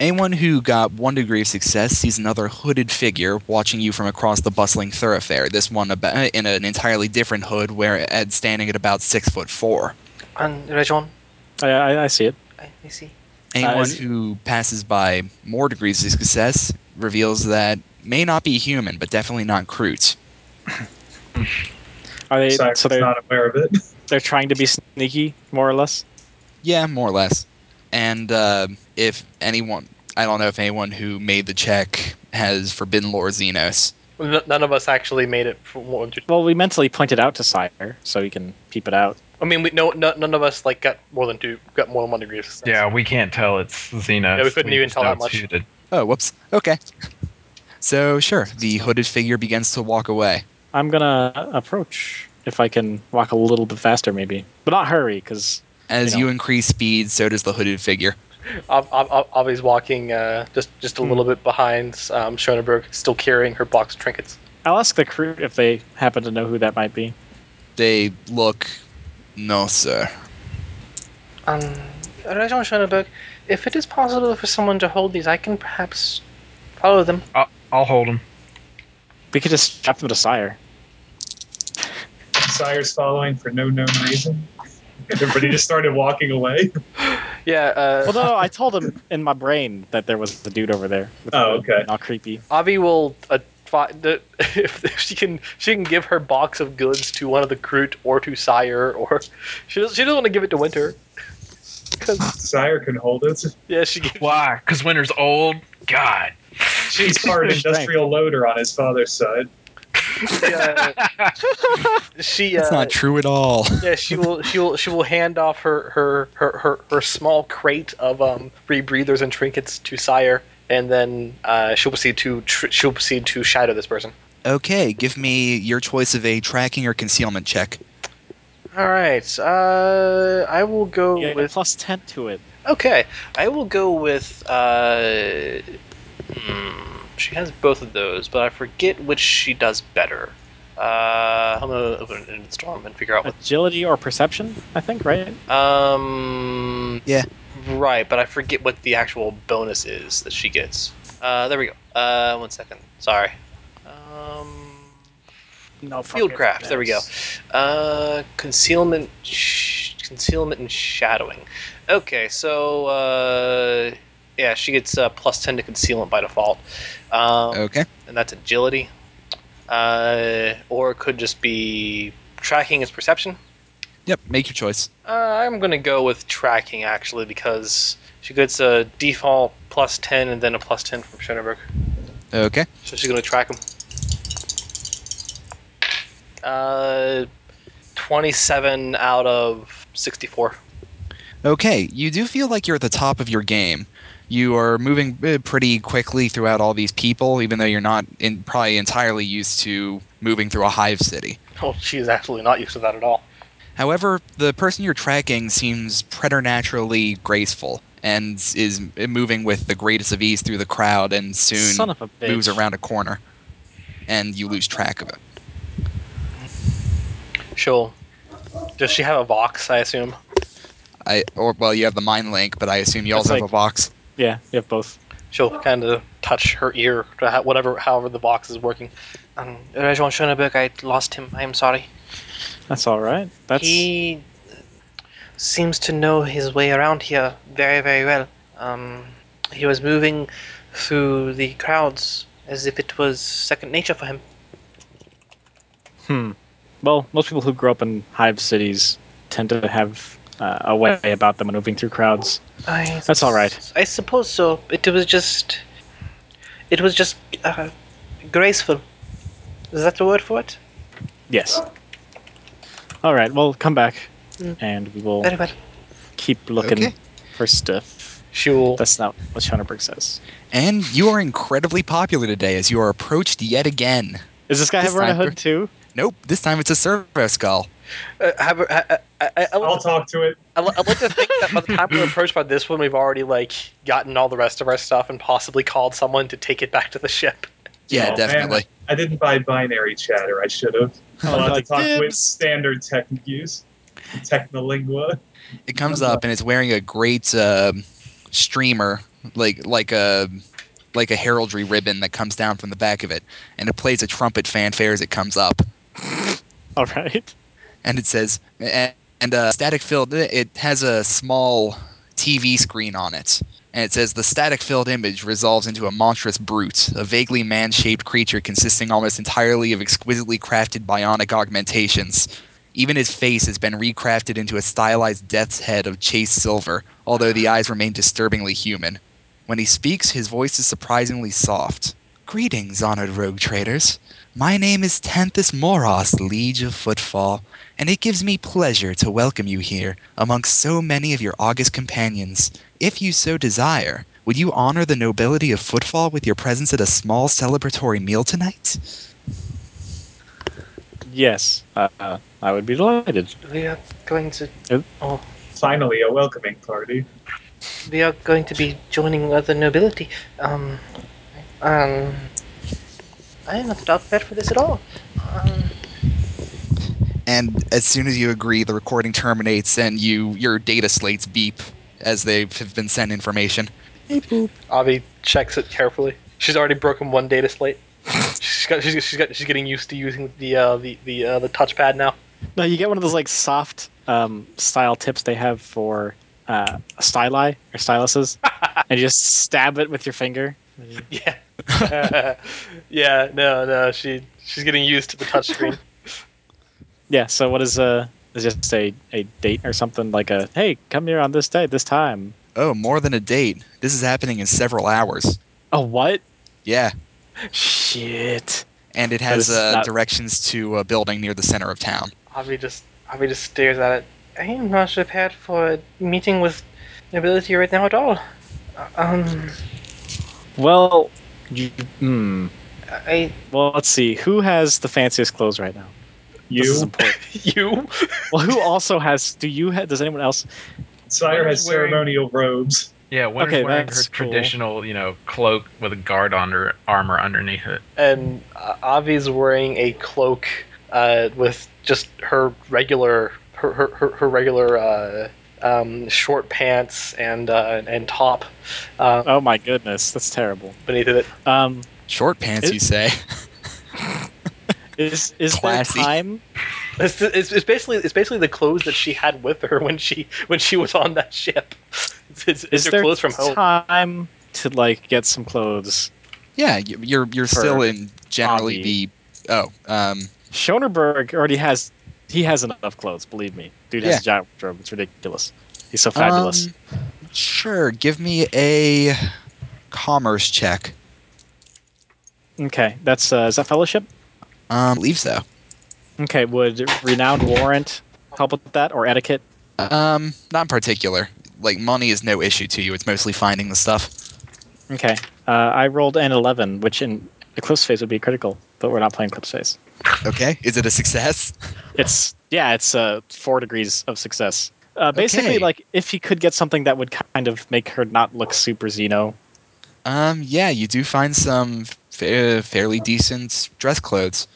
Anyone who got one degree of success sees another hooded figure watching you from across the bustling thoroughfare. This one ab- in an entirely different hood, where Ed's standing at about six foot four.
And Rajon,
I, I, I see it.
I, I see.
Anyone
is-
who passes by more degrees of success reveals that may not be human, but definitely not Crute.
Are they?
Cyrus
so they're
not aware of it.
they're trying to be sneaky, more or less.
Yeah, more or less. And uh, if anyone, I don't know if anyone who made the check has Forbidden Lore Xenos.
N- none of us actually made it. From what we-
Well, we mentally pointed out to Sire, so he can peep it out.
I mean, we no, no none of us like got more than two, got more than one degree of success.
Yeah, we can't tell it's Xenos.
Yeah, we couldn't even
just
tell that
don't
much.
shoot it.
Oh, whoops. Okay. So, sure, the hooded figure begins to walk away.
I'm gonna approach if I can walk a little bit faster, maybe, but not hurry, because
As
Yeah.
you increase speed, so does the hooded figure.
Ob- Ob- Ob- Avi's walking uh, just just a
Hmm.
little bit behind um, Schoenberg, still carrying her box of trinkets.
I'll ask the crew if they happen to know who that might be.
They look. No, sir.
Um, Rajon Schoenberg, if it is possible for someone to hold these, I can perhaps follow them.
I'll, I'll hold him.
We could just strap them to Sire.
Sire's following for no known reason. Everybody just started walking away.
Yeah, uh,
Well, no, no, I told him in my brain that there was a dude over there.
Oh, okay.
All creepy.
Avi will uh, fi- the, if, if she can she can give her box of goods to one of the crew or to Sire or she doesn't, she doesn't want to give it to Winter. 'Cause,
Sire can hold it.
yeah, she gives,
Why? Because Winter's old. God.
He's part
Strength.
industrial loader on his father's side.
she uh, she
That's
uh,
not true at all.
yeah she will she will she will hand off her her her, her, her small crate of um rebreathers and trinkets to Sire. And then uh, she'll proceed to tr- she'll proceed to shadow this person.
Okay, give me your choice of a tracking or concealment check.
All right, uh, I will go
Yeah,
with
plus 10 to it.
Okay, I will go with. Uh, hmm, she has both of those, but I forget which she does better. Uh, I'm gonna open it in Storm and figure out what.
Agility or perception, I think, right?
Um.
Yeah.
Right, but I forget what the actual bonus is that she gets. Uh, there we go. Uh, one second. Sorry. Um.
No,
Fieldcraft. There we go. Uh, concealment, sh- concealment and shadowing. Okay, so uh, yeah, she gets uh, plus ten to concealment by default, um,
Okay.
and that's agility. Uh, or it could just be tracking is perception.
Yep, make your choice.
Uh, I'm gonna go with tracking actually because she gets a default plus ten and then a plus ten from Schoenberg.
Okay.
So she's gonna track him. Uh, twenty-seven out of sixty-four.
Okay, you do feel like you're at the top of your game. You are moving uh, pretty quickly throughout all these people, even though you're not in, probably entirely used to moving through a hive city.
Oh, she is absolutely not used to that at all.
However, the person you're tracking seems preternaturally graceful and is uh, moving with the greatest of ease through the crowd and soon
Son of a bitch.
moves around a corner and you lose track of it.
She'll. Does she have a vox? I assume.
I or well, you have the mind link, but I assume you
That's
also have
like-
a box.
Yeah, you have both.
She'll kind of touch her ear to ha- whatever, however the vox is working. Um, Rajon Schoenberg, I lost him. I am sorry.
That's all right. That's
He seems to know his way around here very, very well. Um, he was moving through the crowds as if it was second nature for him.
Hmm. Well, most people who grow up in hive cities tend to have uh, a way about them moving through crowds.
I,
That's all right.
I suppose so. It was just. It was just uh, graceful. Is that the word for it?
Yes. All right. Well, come back,
Mm.
and we will
Very well.
keep looking
Hmm. Okay.
for stuff.
She will.
That's not what Schoenberg says.
And you are incredibly popular today as you are approached yet again.
Is this guy
This
have wearing a
time
hood too?
Nope, this time it's a servo skull.
Uh, oh, have her, I, I, I, I,
I'll
like,
talk to it.
I, li- I like to think that by the time we're approached by this one, we've already like gotten all the rest of our stuff and possibly called someone to take it back to the ship.
Yeah,
Oh, man.
definitely.
I didn't buy binary chatter. I should have. I'll have
like,
to talk with
dibs.
standard technic use. Technolingua.
It comes up and it's wearing a great um streamer, like like a like a heraldry ribbon that comes down from the back of it, and it plays a trumpet fanfare as it comes up,
All right.
and it says and, and uh, static filled. It has a small TV screen on it. And it says the static filled image resolves into a monstrous brute, a vaguely man shaped creature consisting almost entirely of exquisitely crafted bionic augmentations. Even his face has been recrafted into a stylized death's head of chased silver, although the eyes remain disturbingly human. When he speaks, his voice is surprisingly soft. Greetings, honored rogue traders. My name is Tanthus Moros, Liege of Footfall, and it gives me pleasure to welcome you here amongst so many of your august companions. If you so desire, would you honor the nobility of footfall with your presence at a small celebratory meal tonight?
Yes. Uh, uh, I would be delighted.
We are going to
Finally, a welcoming party.
we are going to be joining other nobility. Um, um, I am not prepared for this at all. Um,
And as soon as you agree, the recording terminates and you your data slates beep as they have been sent information.
Avi checks it carefully. She's already broken one data slate. She's got, she's, she's got, she's getting used to using the uh, the the uh, the touchpad now.
No, you get one of those like soft um, style tips they have for uh, styli or styluses and you just stab it with your finger.
Yeah. yeah, no, no, she she's getting used to the touchscreen.
Yeah. So what is uh is just a a date or something like a hey come here on this day this time.
Oh, more than a date. This is happening in several hours.
A what?
Yeah,
Shit.
and it has
this is
uh,
not-
directions to a building near the center of town.
Avi just Avi just stares at it. I am not prepared for a meeting with nobility right now at all. Uh, Um,
Well, you, hmm.
I
Well, let's see. Who has the fanciest clothes right now? This is
You,
important.
you?
well, who also has? Do you? Ha- does anyone else?
Sire has
Who's wearing-
ceremonial robes.
Yeah, Winter's
Okay,
wearing her
that's cool.
traditional, you know, cloak with a guard under armor underneath it.
And uh, Avi's wearing a cloak uh, with just her regular her her, her, her regular uh, um, short pants and uh, and top uh,
Oh my goodness, that's terrible.
beneath it.
Um,
Short pants,
It-
you say?
is is
Classy.
there time?
It's, it's, it's basically it's basically the clothes that she had with her when she when she was on that ship. It's, it's,
Is
it's her
there
clothes from home.
time to like get some clothes?
yeah, y- you're you're still in generally
Avi.
the oh um
Schoenberg already has. He has enough clothes. Believe me, dude has
Yeah.
a giant wardrobe. It's ridiculous. He's so fabulous.
um, sure, give me a commerce check.
okay, that's uh, is that fellowship?
Um, I believe so.
Okay, would renowned warrant help with that or etiquette?
Um, not in particular. Like money is no issue to you. It's mostly finding the stuff.
Okay. Uh, I rolled an 11, which in Eclipse Phase would be critical, but we're not playing Eclipse Phase.
Okay, is it a success?
It's, yeah, it's uh, four degrees of success. Uh, basically,
Okay.
like, if he could get something that would kind of make her not look super Xeno.
Um, yeah, you do find some fa- fairly decent dress clothes.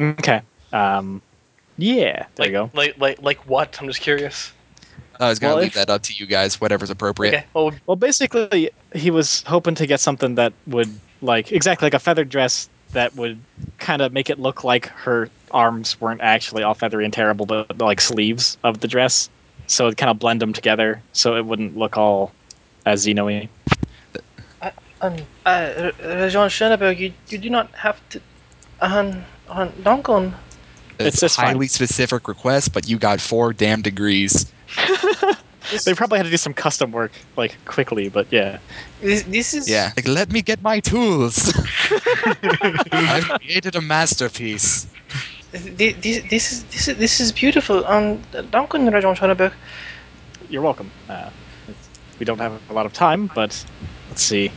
Okay. Um, yeah, there
like,
you go.
Like like like what? I'm just curious.
I was gonna
Well,
leave
if-
that up to you guys, whatever's appropriate.
Okay. Oh, Well,
Well, basically, he was hoping to get something that would, like, exactly like a feathered dress that would kind of make it look like her arms weren't actually all feathery and terrible, but like sleeves of the dress. So it kind of blend them together, so it wouldn't look all as Xeno-y.
um uh R- Jean Schoenberg, you you do not have to um on Donkon.
It's just fine.
highly specific request, but you got four damn degrees.
They probably had to do some custom work like quickly, but yeah.
This this is
Yeah, like let me get my tools. I've created a masterpiece.
thi- this this is this is this is beautiful. Um Donkon Rajon Schoenberg.
You're welcome. Uh, it's- we don't have a lot of time, but let's see.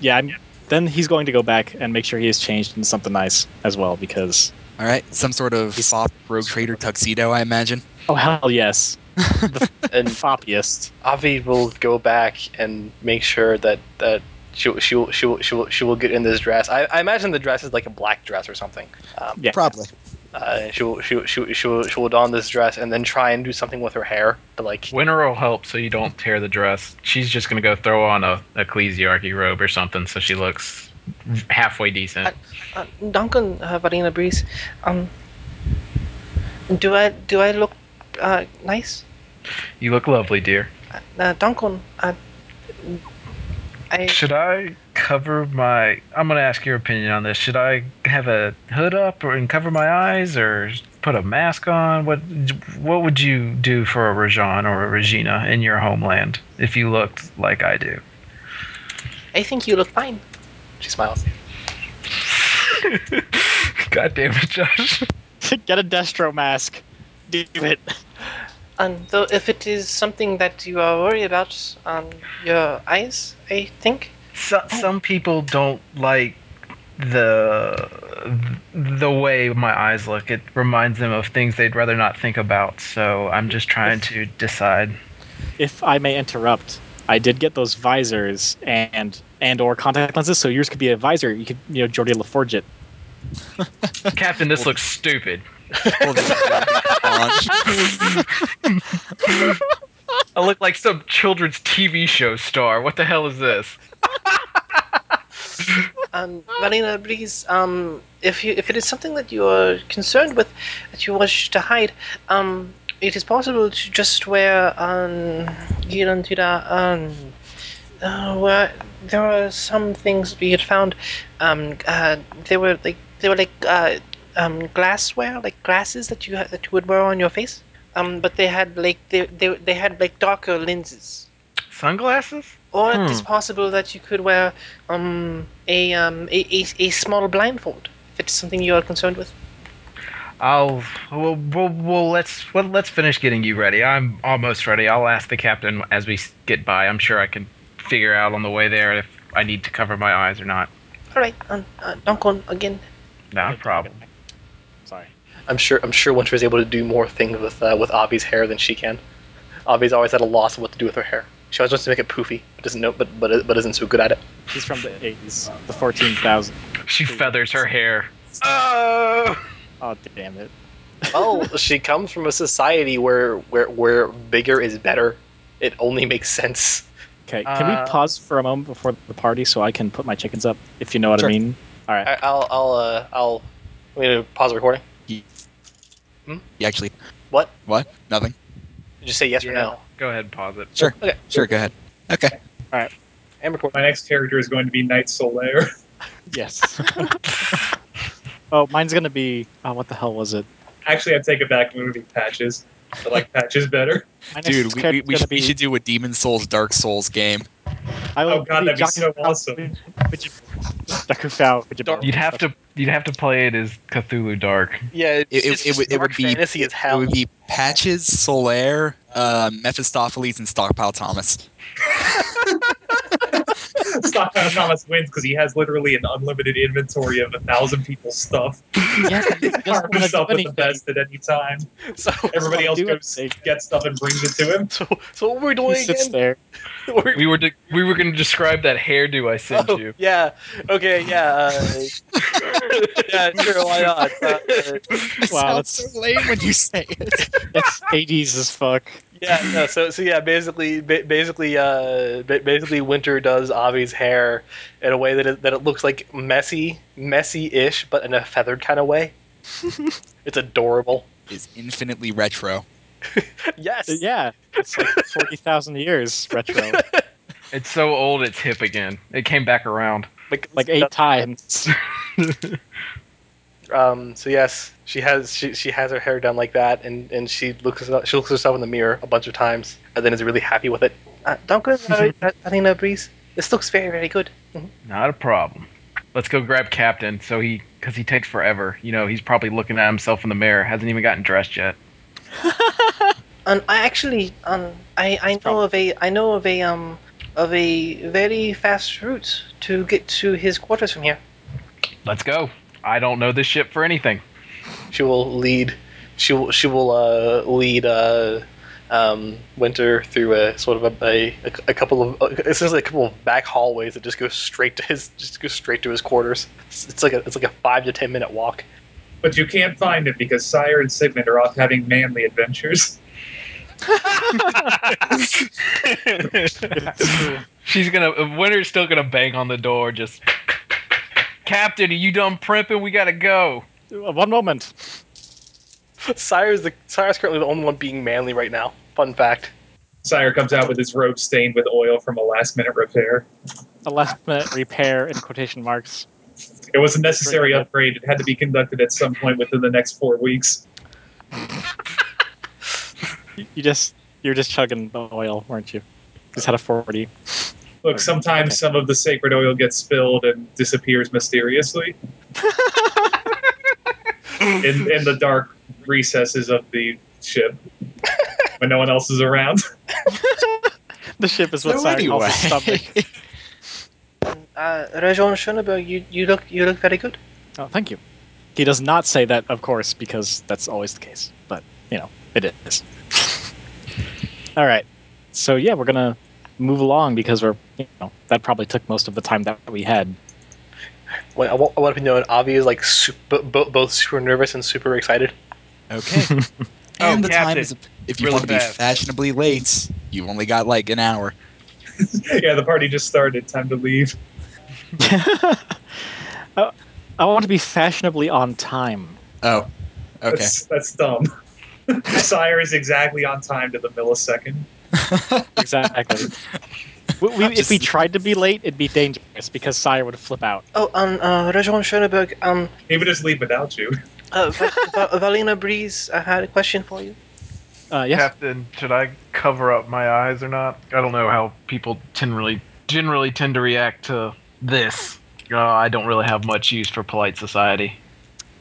Yeah, I'm, then he's going to go back and make sure he is changed into something nice as well, because
All right, some sort of
He's-
soft rogue trader tuxedo, I imagine.
Oh hell yes,
and
foppiest.
Avi will go back and make sure that that she she will she will she will, she will get in this dress. I, I imagine the dress is like a black dress or something. Um,
Yeah,
Probably.
uh, she will she will- she will- she will, she will don this dress and then try and do something with her hair to like
Winter will help so you don't tear the dress. She's just going to go throw on a ecclesiarchy robe or something so she looks halfway decent.
Uh, Duncan uh, Varina Breeze, um, do I do I look uh, nice?
You look lovely, dear.
Uh, Duncan, uh, I
Should I cover my? I'm gonna ask your opinion on this. Should I have a hood up or and cover my eyes, or put a mask on? What What would you do for a Rajan or a Regina in your homeland if you looked like I do?
I think you look fine.
she smiles.
God damn it, Josh!
Get a Destro mask. Do it.
And though if it is something that you are worried about, um, your eyes, I think.
So, some people don't like the the way my eyes look. It reminds them of things they'd rather not think about. So I'm just trying to decide.
If I may interrupt, I did get those visors and and or contact lenses, so yours could be a visor. You could you know Jordi LaForge it.
Captain, this looks stupid.
We'll just-
I look like some children's TV show star. What the hell is this?
Um, Varina Breeze, um, if you if it is something that you are concerned with, that you wish to hide, um, it is possible to just wear um, Girandira, um, uh, where there were some things we had found. Um, uh, they were like they were like uh, um, glassware, like glasses that you ha- that you would wear on your face. Um, but they had like they, they they had like darker lenses.
Sunglasses?
Or it
Hmm.
is possible that you could wear um, a, um, a, a a small blindfold. If it's something you are concerned with.
I'll well, well, well let's well, let's finish getting you ready. I'm almost ready. I'll ask the captain as we s- get by. I'm sure I can figure out on the way there if I need to cover my eyes or not.
All right, um, uh, Duncan again.
Not a problem.
Sorry.
I'm sure. I'm sure Winter's able to do more things with uh, with Avi's hair than she can. Avi's always at a loss of what to do with her hair. She always wants to make it poofy, but doesn't know, but but but isn't so good at it.
He's from the 80s. The 14,000.
She feathers her hair. Oh!
Oh, damn it.
Well, Oh, she comes from a society where where where bigger is better. It only makes sense.
Okay, can
Uh,
we pause for a moment before the party so I can put my chickens up, if you know what
Sure.
I mean? All right.
I, I'll I'll uh, I'll. I'm gonna pause the recording.
You actually
What?
what? Nothing.
Just say yes or
Yeah.
no.
Go ahead and pause it.
Sure.
Okay.
Sure. Go ahead. Okay.
And record.
My next character is going to be Knight Solaire.
Yes. oh, mine's going to be. Oh, what the hell was it?
Actually, I take it back. I'm going to be Patches. I like Patches better.
My next
Dude, we, we,
character's
we,
gonna
should, we
be-
should do a Demon Souls Dark Souls game.
I
Oh, God, that'd be so awesome.
You'd have to you'd have to play it as Cthulhu Dark.
Yeah, it's,
It, it,
it's
it, would, it
dark
would be
fantasy as
It
hell.
would be Patches, Solaire, uh, Mephistopheles, and Stockpile Thomas.
Stockman Thomas wins because he has literally an unlimited inventory of a thousand people's stuff.
Yeah, he
He arms
doesn't wanna
up
do
with the
anything.
best at any time.
so,
Everybody
Don't
else
do
goes
anything.
gets stuff and brings it to him.
so, so what were we
He
doing
sits
again?
there.
What were-
We were de- we were going to describe that hairdo I sent
oh,
you.
yeah. Okay. Yeah. Uh, yeah. Sure. Why not? Uh,
It
Wow,
sounds
that's-
so lame when you say it.
That's 80s as fuck.
yeah. No, so so yeah. Basically, ba- basically, uh, ba- basically, Winter does Avi's hair in a way that it, that it looks like messy, messy-ish, but in a feathered kind of way. it's adorable.
Is infinitely retro.
Yes.
Yeah, it's like 40,000 years retro.
It's so old it's hip again. It came back around.
Like,
Like eight times.
Um, so yes, she has she, she has her hair done like that, and, and she looks at- she looks herself in the mirror a bunch of times, and then is really happy with it.
Uh, Duncan, uh, Athena Breeze. This looks very, very good.
Not a problem. Let's go grab Captain so he cuz he takes forever. You know, he's probably looking at himself in the mirror. Hasn't even gotten dressed yet.
Um, I actually, um, I, I know of a, I know of a, um, of a very fast route to get to his quarters from here.
Let's go. I don't know this ship for anything.
She will lead she will she will uh, lead uh, um, Winter through a sort of a, a, a couple of uh, essentially a couple of back hallways that just go straight to his just go straight to his quarters. It's, it's like a it's like a five to ten minute walk.
But you can't find him because Sire and Sigmund are off having manly adventures.
She's gonna. uh, Winter's still gonna bang on the door. Just, Captain, are you done primping? We gotta go.
One moment.
Sire's the Sire's currently the only one being manly right now. Fun fact.
Sire comes out with his robe stained with oil from a last minute repair.
A last minute repair in quotation marks.
It was a necessary upgrade. It had to be conducted at some point within the next four weeks.
You you just, you're just chugging the oil, weren't you? He's had a 40.
Look, sometimes some of the sacred oil gets spilled and disappears mysteriously in, in the dark recesses of the ship when no one else is around.
The ship is what
So
Siren
anyway.
calls his stomach.
Uh, Rajon Schoenberg, you, you look, you look very good.
Oh, thank you. He does not say that, of course, because that's always the case. But you know, it is. All right. So yeah, we're gonna move along because we're you know that probably took most of the time that we had.
When, I, want, I want to know, and Avi is like su- bo- bo- both super nervous and super excited.
Okay.
Oh,
and the time
Captain.
is, if you
Really
want to be
fast.
fashionably late, you've only got like an hour.
yeah, the party just started. Time to leave.
Uh, I want to be fashionably on time.
Oh, okay.
That's, that's dumb. Sire is exactly on time to the millisecond.
exactly. We, we, if
Just-
we tried to be late, it'd be dangerous because Sire would flip out.
Oh, um, uh, Rajon Schoenberg, um,
He would just leave without you.
uh, Va- Va- Valina Breeze, I had a question for you.
Uh, yes.
Captain, should I cover up my eyes or not? I don't know how people generally generally tend to react to this. Uh, I don't really have much use for polite society.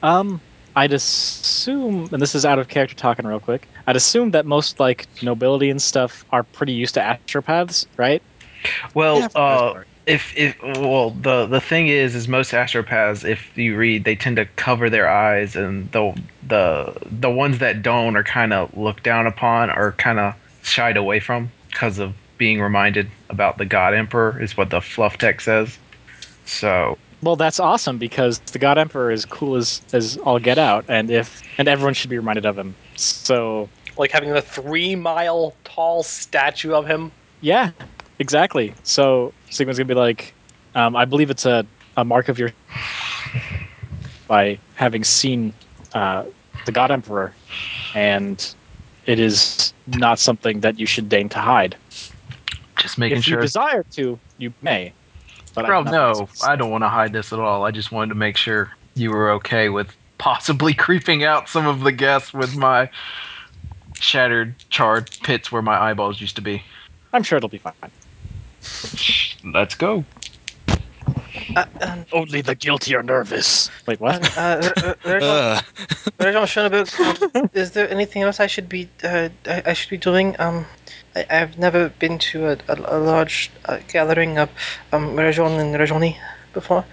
Um, I'd assume, and this is out of character talking real quick. I'd assume that most like nobility and stuff are pretty used to astropaths, right?
Yeah,
Well,
for the most
uh,
part.
if if well, the the thing is, is most astropaths, if you read, they tend to cover their eyes, and the the the ones that don't are kind of looked down upon or kind of shied away from because of being reminded about the God Emperor is what the fluff text says. So
Well, that's awesome because the God Emperor is cool as as all get out, and if and everyone should be reminded of him. So
Like having a three mile tall statue of him.
yeah, exactly. So Sigma's gonna be like, um, I believe it's a, a mark of your by having seen uh, the God Emperor, and it is not something that you should deign to hide.
Just making
if you
sure.
desire to, you may. But I
Bro,
do not
no,
think so.
I don't want to hide this at all. I just wanted to make sure you were okay with possibly creeping out some of the guests with my shattered, charred pits where my eyeballs used to be.
I'm sure it'll be fine.
Let's go.
Uh, um,
Only the guilty are nervous. Wait,
um,
what?
uh, R- R- Rajon-
Ugh.
Rajon Schoenberg, um, is there anything else I should be, uh, I, I should be doing? Um, I, I've never been to a, a, a large uh, gathering of um, Rajon and Rajoni before.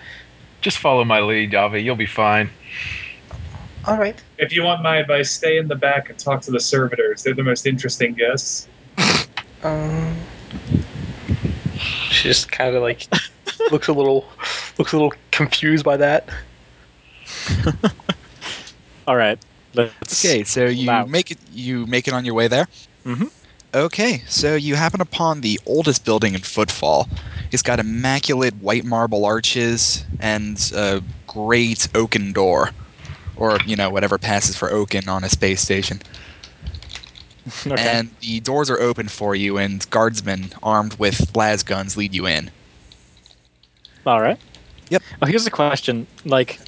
just follow my lead, Yavi. You'll be fine.
All right.
If you want my advice, stay in the back and talk to the servitors. They're the most interesting guests.
Um,
She just kind of like looks a little looks a little confused by that.
All right. Let's,
Okay, so you
Loud.
make it. You make it on your way there. Mm-hmm.
Mhm.
Okay, so you happen upon the oldest building in Footfall. It's got immaculate white marble arches and a great oaken door, or you know whatever passes for oaken on a space station.
Okay.
And the doors are open for you, and guardsmen armed with las guns lead you in.
All right.
Yep.
Oh, here's a question. Like,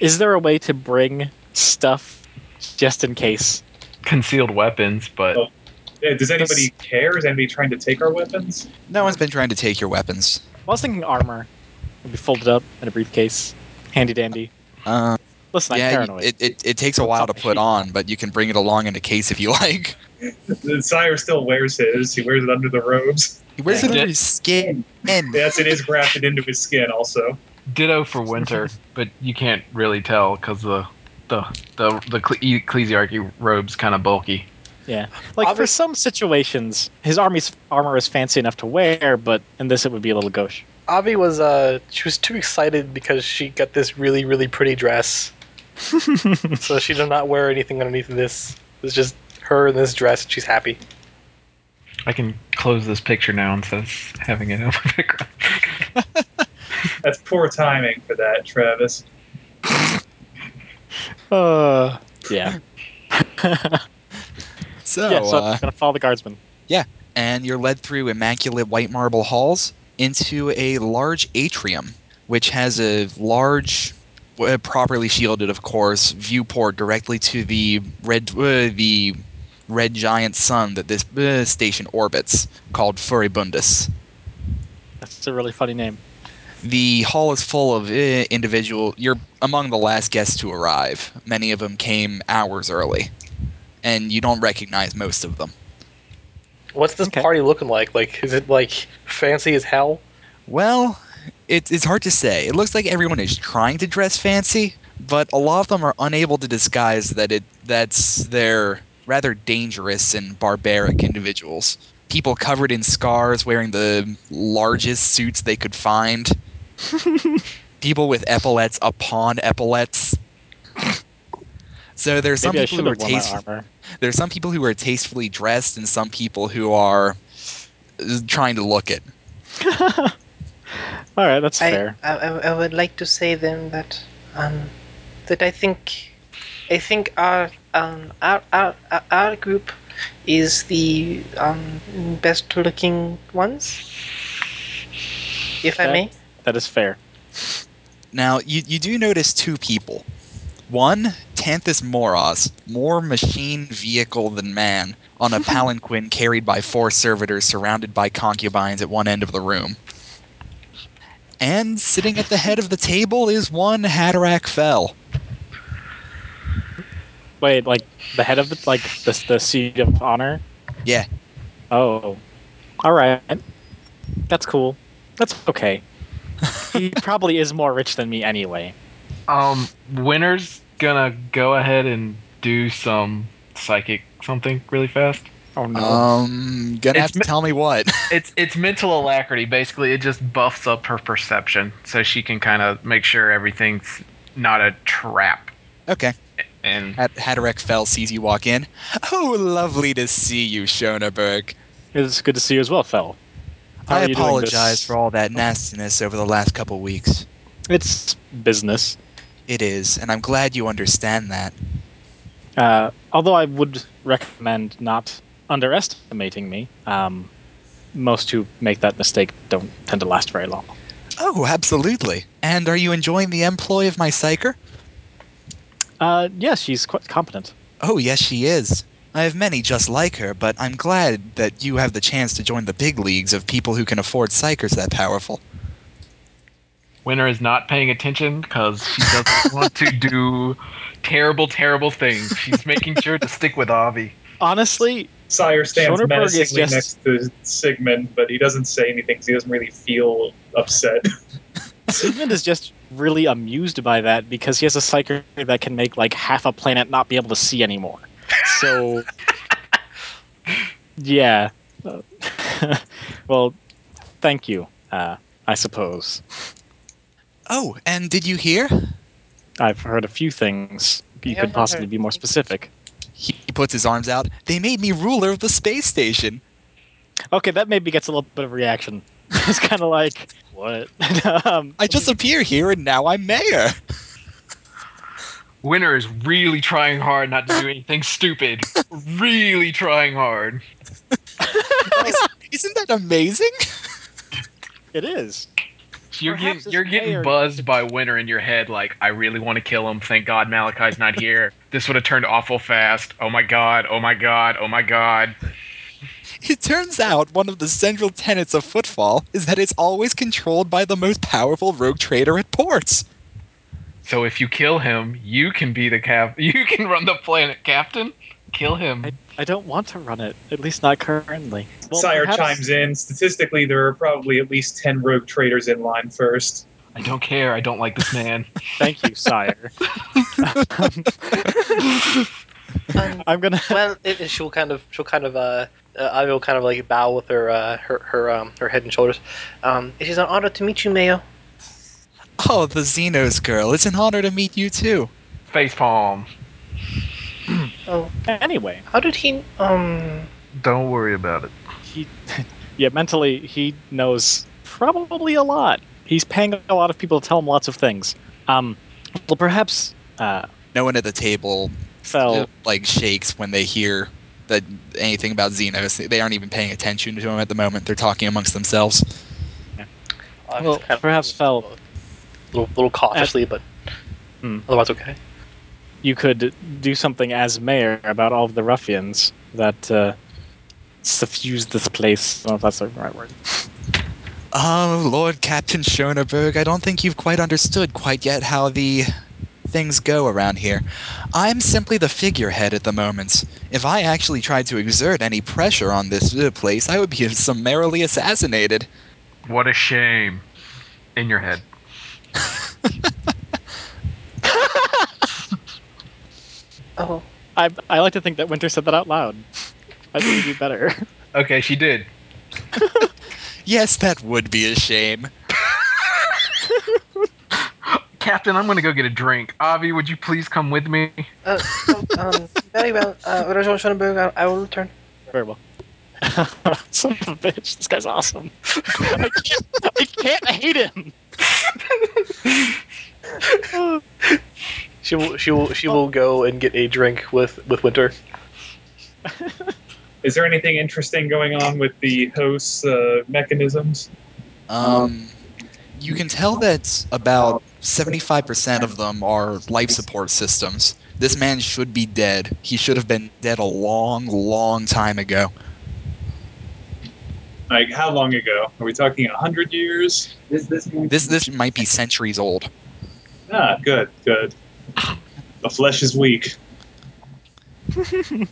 is there a way to bring stuff just in case?
Concealed weapons, but
Uh, Does anybody care? Is anybody trying to take our weapons?
No one's been trying to take your weapons.
I was thinking armor. It'd be folded up in a briefcase. Handy dandy.
Uh,
Listen, I'm
yeah, you-
paranoid.
it, it, it takes a while to put on, but you can bring it along in a case if you like.
The sire still wears his. He wears it under the robes.
He wears it
Yeah.
under his skin.
Yes, it is grafted into his skin also.
ditto for winter. but you can't really tell because the the the the cle- e-, ecclesiarchy robe's kind of bulky.
yeah. Like, for
Obvi-
some situations, his army's armor is fancy enough to wear, but in this it would be a little gauche.
Avi was uh she was too excited because she got this really really pretty dress. so she did not wear anything underneath of this. It's just her in this dress. and She's happy.
I can close this picture now instead of having it on my background.
That's poor timing for that, Travis.
Uh, yeah.
So,
yeah, so
uh,
I'm going to follow the guardsman.
and you're led through immaculate white marble halls into a large atrium, which has a large, uh, properly shielded, of course, viewport directly to the red uh, the red giant sun that this uh, station orbits, called Furibundus.
That's a really funny name.
The hall is full of uh, individual. You're among the last guests to arrive. Many of them came hours early, and you don't recognize most of them.
What's this
Okay.
party looking like? Like is it like fancy as hell?
Well, it, it's hard to say. It looks like everyone is trying to dress fancy, but a lot of them are unable to disguise that it that's their rather dangerous and barbaric individuals. People covered in scars, wearing the largest suits they could find. people with epaulets upon epaulets. So there's some
Maybe I
people
should
who are
have worn my
tasteful
armor.
there's some people who are tastefully dressed and some people who are uh, trying to look it.
All right, that's
I,
fair.
I, I I would like to say then that um, that I think I think our um, our, our, our- our group is the um, best looking ones, if I
That-
may.
That is fair.
Now, you, you do notice two people. One, Tanthus Moros, more machine vehicle than man, on a palanquin carried by four servitors surrounded by concubines at one end of the room. And sitting at the head of the table is one Hatterack Fell.
Wait, like the head of the like the the seat of honor.
Yeah.
Oh, all right. That's cool. That's okay. he probably is more rich than me anyway.
Um, winner's gonna go ahead and do some psychic something really fast.
Oh no.
Um, gonna have
It's
to
me-
tell me what.
It's it's mental alacrity. Basically, it just buffs up her perception so she can kind of make sure everything's not a trap.
okay.
And
Hat- Hatterack Fell sees you walk in. Oh, lovely to see you, Schoenberg.
it's good to see you as well, Fel. How
I
are you doing this-
apologize for all that nastiness over the last couple weeks.
It's business.
It is, and I'm glad you understand that.
Uh, although I would recommend not underestimating me. Um, most who make that mistake don't tend to last very long.
Oh, absolutely. And are you enjoying the employ of my psyker?
Uh, yeah, she's quite competent.
Oh, yes, she is. I have many just like her, but I'm glad that you have the chance to join the big leagues of people who can afford psychers that powerful.
winner is not paying attention because she doesn't want to do terrible, terrible things. She's making sure to stick with Avi.
Honestly,
Sire stands
Schoenberg is
menacingly
just-
next to Sigmund, but he doesn't say anything 'cause he doesn't really feel upset.
Sigmund is just really amused by that because he has a psyker that can make like half a planet not be able to see anymore. So, yeah. Uh, well, thank you. Uh, I suppose
Oh, and did you hear?
I've heard a few things. You
Yeah, I've
could
heard
possibly be more
things.
specific.
He puts his arms out. They made me ruler of the space station.
Okay, that maybe gets a little bit of reaction. It's kind of like what? um,
I just appear here, and now I'm mayor.
Winner is really trying hard not to do anything stupid. Really trying hard.
Isn't that amazing?
it is.
You're getting
Perhaps this
you're getting
mayor-
buzzed by winter in your head, like I really want to kill him. Thank God Malachi's not here. This would have turned awful fast. Oh my god! Oh my god! Oh my god!
It turns out one of the central tenets of footfall is that it's always controlled by the most powerful rogue trader at ports.
So if you kill him, you can be the cap. You can run the planet, Captain. Kill him.
I, I don't want to run it. At least not currently. Well,
Sire
perhaps-
chimes in. Statistically, there are probably at least 10 rogue traders in line first.
I don't care. I don't like this man.
Thank you, sire.
Um,
I'm gonna.
well, it, and she'll kind of, she'll kind of, uh, uh, I will kind of like bow with her, uh, her, her, um, her head and shoulders. Um,
it is an honor to meet you, Mayo.
Oh, the Xenos girl. It's an honor to meet you too.
Face palm.
Anyway,
Oh, How did he? Um,
Don't worry about it.
he, yeah, mentally he knows probably a lot. He's paying a lot of people to tell him lots of things. Um, well, perhaps uh,
No one at the table
Fel.
like shakes when they hear that anything about Xenos. They aren't even paying attention to him at the moment. They're talking amongst themselves.
I'm
Well,
kind of-
perhaps Fel.
little, little cautiously, but
Hmm.
otherwise okay.
You could do something as mayor about all of the ruffians that uh, suffuse this place. I don't know if that's the right word.
Oh, Lord Captain Schoenberg, I don't think you've quite understood quite yet how the things go around here. I'm simply the figurehead at the moment. If I actually tried to exert any pressure on this uh, place, I would be summarily assassinated.
What a shame. In your head.
oh,
I I like to think that Winter said that out loud. I think we do better.
Okay, she did.
Yes, that would be a shame.
Captain, I'm gonna go get a drink. Avi, would you please come with me?
uh, um, very well, uh, Rajon Schoenberg, I, I will return.
Very well. Son of a bitch, this guy's awesome. I can't, I can't hate him.
She will. She will. She will go and get a drink with with Winter.
Is there anything interesting going on with the host's uh, mechanisms?
Um, you can tell that about 75% of them are life support systems. This man should be dead. He should have been dead a long, long time ago.
Like, how long ago? Are we talking 100 years?
This this might be centuries old.
Ah, good, good. The flesh is weak.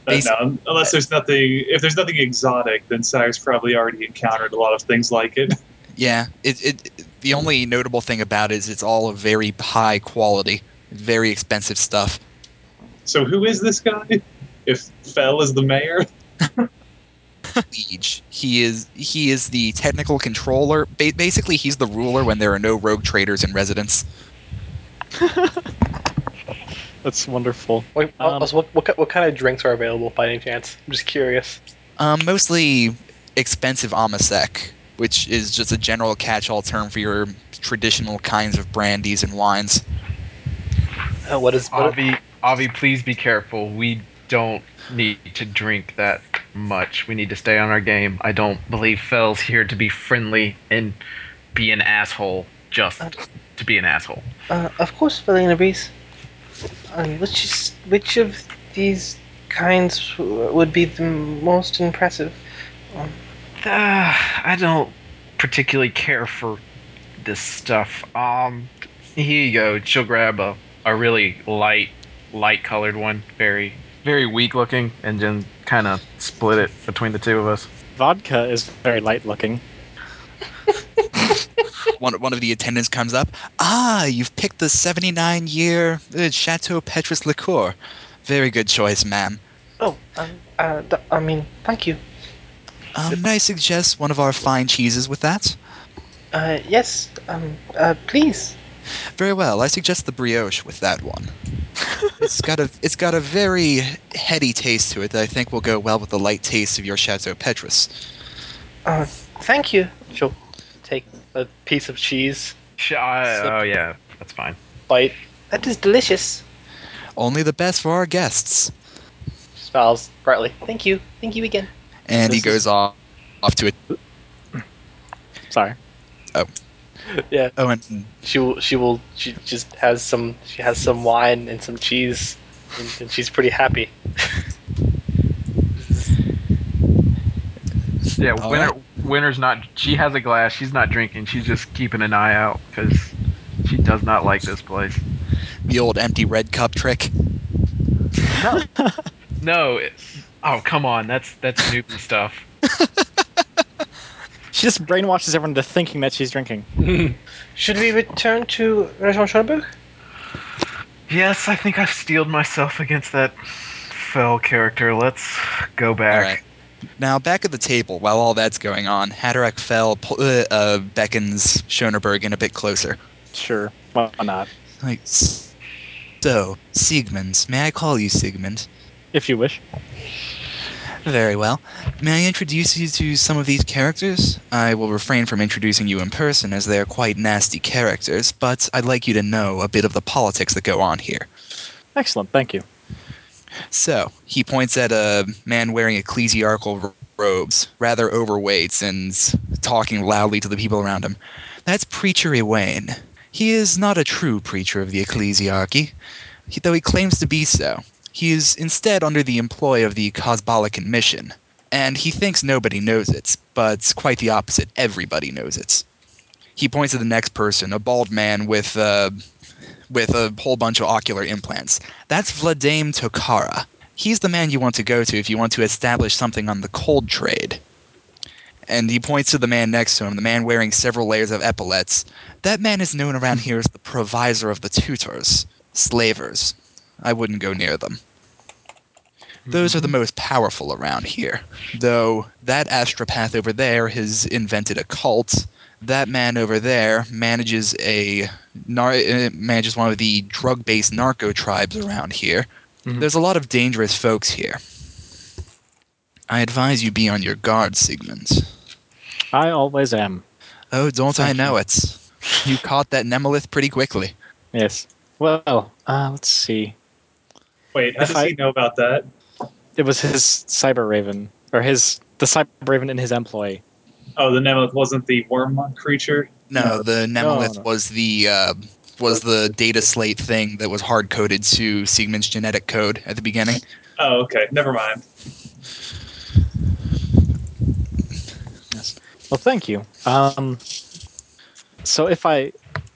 But no, unless there's nothing, if there's nothing exotic, then Sire's probably already encountered a lot of things like it.
Yeah, it, it the only notable thing about it is it's all of very high quality, very expensive stuff.
So who is this guy? If Fell is the mayor,
Liege. He is he is the technical controller. Ba- basically, he's the ruler when there are no rogue traders in residence.
That's wonderful.
What,
Um,
uh, also, what, what, ki- what kind of drinks are available by any chance? I'm just curious.
Um, mostly expensive amasek, which is just a general catch-all term for your traditional kinds of brandies and wines.
Uh, what is? What,
Avi, Avi, please be careful. We don't need to drink that much. We need to stay on our game. I don't believe Fell's here to be friendly and be an asshole just to be an asshole.
Uh, of course, Felina Reese. Um, which is which of these kinds w- would be the most impressive?
Uh, I don't particularly care for this stuff. Um, here you go. She'll grab a, a really light, light colored one, very, very weak looking, and then kind of split it between the two of us.
Vodka is very light looking.
One one of the attendants comes up. Ah, you've picked the 79-year uh, Chateau Petrus liqueur. Very good choice, ma'am.
Oh, um, uh, th- I mean, thank you.
Um, may I suggest one of our fine cheeses with that?
Uh, yes, um, uh, please.
Very well. I suggest the brioche with that one. it's got a it's got a very heady taste to it that I think will go well with the light taste of your Chateau Petrus.
Uh, thank you.
she'll take a piece of cheese,
Sh- I- oh yeah, that's fine.
bite,
That is delicious.
Only the best for our guests.
smiles brightly.
Thank you. Thank you again.
And he
This is-
goes off off to it.
Sorry.
Yeah,
Oh, and
she will. She will. She just has some. She has some wine and some cheese, and, and she's pretty happy.
Yeah,
All
winner, winner's not. She has a glass. She's not drinking. She's just keeping an eye out because she does not like this place.
the old empty red cup trick.
No. It's, oh come on, that's that's newbie stuff.
She just brainwashes everyone into thinking that she's drinking.
Should we return to Rajon Schoenberg?
Yes, I think I've steeled myself against that fell character. Let's go
All
back.
right. Now back at the table, while all that's going on, Hatterack Fell pu- uh, uh, beckons Schoenberg in a bit closer.
Sure. Why not?
Like, "S- so Siegmund, may I call you Siegmund?
If you wish.
Very well. May I introduce you to some of these characters? I will refrain from introducing you in person as they are quite nasty characters, but I'd like you to know a bit of the politics that go on here.
Excellent. Thank you.
So, he points at a man wearing ecclesiarchal r- robes, rather overweight, and talking loudly to the people around him. That's Preacher Ewain. He is not a true preacher of the ecclesiarchy, he- though he claims to be so. He is instead under the employ of the Cosbolican mission, and he thinks nobody knows it, but quite the opposite, everybody knows it. He points to the next person, a bald man with uh, with a whole bunch of ocular implants. That's Vladame Tokara. He's the man you want to go to if you want to establish something on the cold trade. And he points to the man next to him, the man wearing several layers of epaulets. That man is known around here as the provisor of the tutors, slavers. I wouldn't go near them. Those are the most powerful around here. Though that astropath over there has invented a cult. That man over there manages a nar- uh, manages one of the drug-based narco tribes around here.
Hmm.
Mhm.
There's a lot of dangerous folks here. I advise you be on your guard, Sigmund.
I always am.
Oh, don't I know it? You caught that Nemolith pretty quickly.
Yes. Well, uh, let's see.
Wait, how
If
does
I-
he know about that?
It was his Cyber Raven, or his the Cyber Raven in his employ.
Oh, the Nemeth wasn't the worm creature.
No, the Nemolith
no.
was the uh, was the data slate thing that was hard coded to Siegmund's genetic code at the beginning.
Oh, okay, never mind.
Well, thank you. Um, so if I,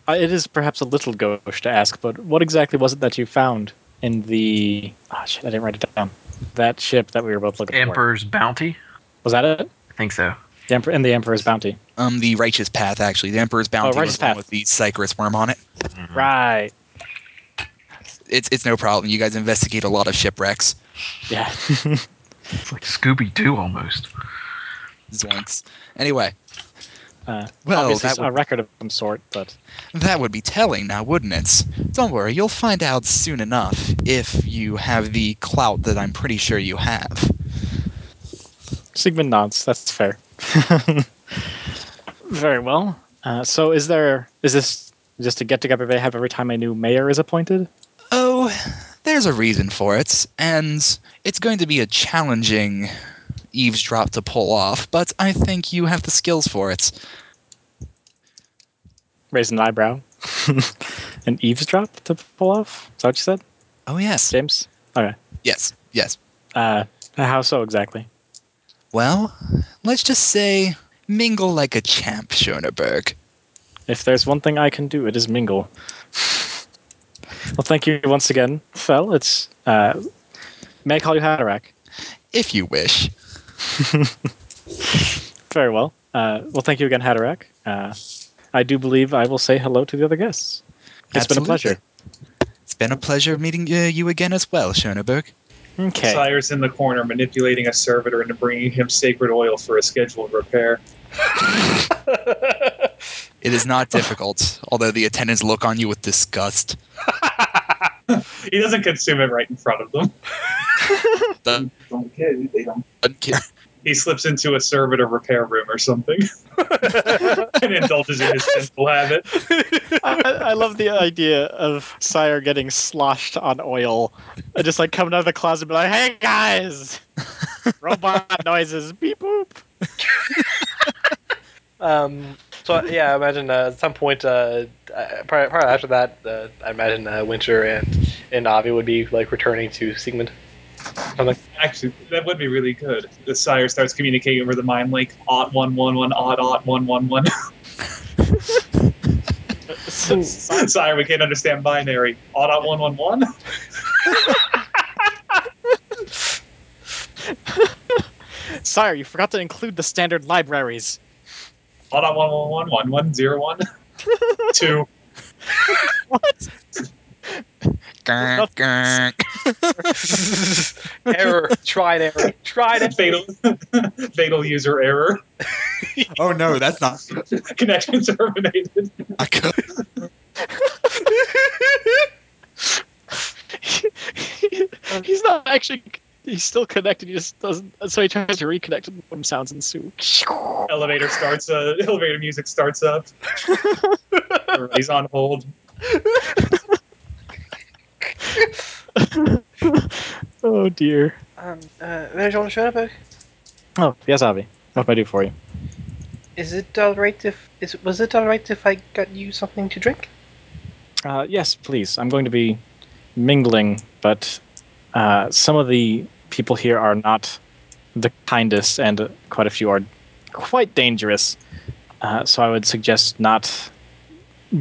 I, it is perhaps a little gauche to ask, but what exactly was it that you found in the? Ah, shit, I didn't write it down. That ship that we were both looking for.
Emperor's Bounty?
Was that it?
I think so.
The Emperor and the Emperor's Bounty.
Um, the Righteous Path actually, the Emperor's Bounty
Oh, Righteous
was the one
Path.
with the Cycrus worm on it.
Right.
It's it's no problem. You guys investigate a lot of shipwrecks.
Yeah.
It's like Scooby Doo almost.
Zoinks. Anyway,
Uh,
Well,
obviously
that
it's a
would-
record of some sort, but
that would be telling now, wouldn't it? Don't worry, you'll find out soon enough if you have the clout that I'm pretty sure you have.
Sigmund nods. That's fair. Very well. Uh, so, is there is this just a get together they have every time a new mayor is appointed?
Oh, there's a reason for it, and it's going to be a challenging eavesdrop to pull off, but I think you have the skills for it.
Raise an eyebrow. an eavesdrop to pull off. Is that what you said,
Oh, yes.
James? Okay.
Yes, yes.
Uh, how so exactly?
Well, let's just say mingle like a champ, Schoenberg.
If there's one thing I can do, it is mingle. well, thank you once again, Fel. It's uh, may I call you Hatterack?
if you wish.
Very well. Uh, well, thank you again, Hatterack. Uh, I do believe I will say hello to the other guests. It's been a
Absolutely.
pleasure.
It's been a pleasure meeting uh, you again as well, Schoenberg.
Okay.
Sire's in the corner manipulating a servitor into bringing him sacred oil for a scheduled repair.
It is not difficult, although the attendants look on you with disgust.
He doesn't consume it right in front of them.
The-
Don't care, they don't.
don't care.
He slips into a servitor repair room or something and indulges in his sinful habit.
I, I love the idea of Sire getting sloshed on oil and just like coming out of the closet and be like, hey guys! Robot noises, beep boop.
Um, so yeah, I imagine uh, at some point, uh, uh, probably, probably after that, uh, I imagine uh, Winter and and Avi would be like returning to Sigmund. Something.
Actually, that would be really good. The sire starts communicating over the mind link, odd one one one odd odd one one one. Sire, we can't understand binary. Odd odd one one one.
Sire, you forgot to include the standard libraries.
Odd odd one one one one one zero one two.
What?
Gurk, gurk.
error, tried error, tried it.
Fatal, fatal user error.
Oh no, that's not.
Connection terminated.
I could.
he's not actually. He's still connected. He just doesn't. So he tries to reconnect. And boom, sounds ensue.
Elevator starts. Uh, elevator music starts up. He's on hold.
Oh dear.
Um, uh, Major General Schoenberg,
Oh yes, Avi. What can I do for you?
is it all right if is was it all right if I got you something to drink?
Uh, yes, please. I'm going to be mingling, but uh, some of the people here are not the kindest, and quite a few are quite dangerous. Uh, so I would suggest not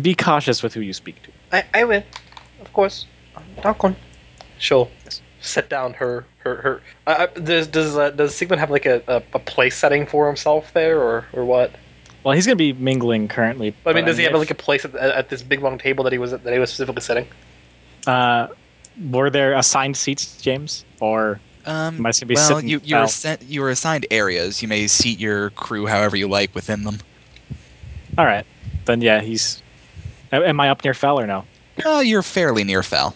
be cautious with who you speak to.
I I will, of course. Knock on.
She'll set down her her her. I, I, does does uh, does Sigmund have like a, a, a place setting for himself there or or what?
Well, he's going to be mingling currently.
But, I mean, does he have
if-
like a place at, at, at this big long table that he was that he was specifically setting?
Uh, were there assigned seats, James, or
Um,
Must be
well,
sitting
you you are
out.
sent, you are assigned areas. You may seat your crew however you like within them.
all right? Then yeah, he's. a- Am I up near Fell or no?
Uh, you're fairly near Fel.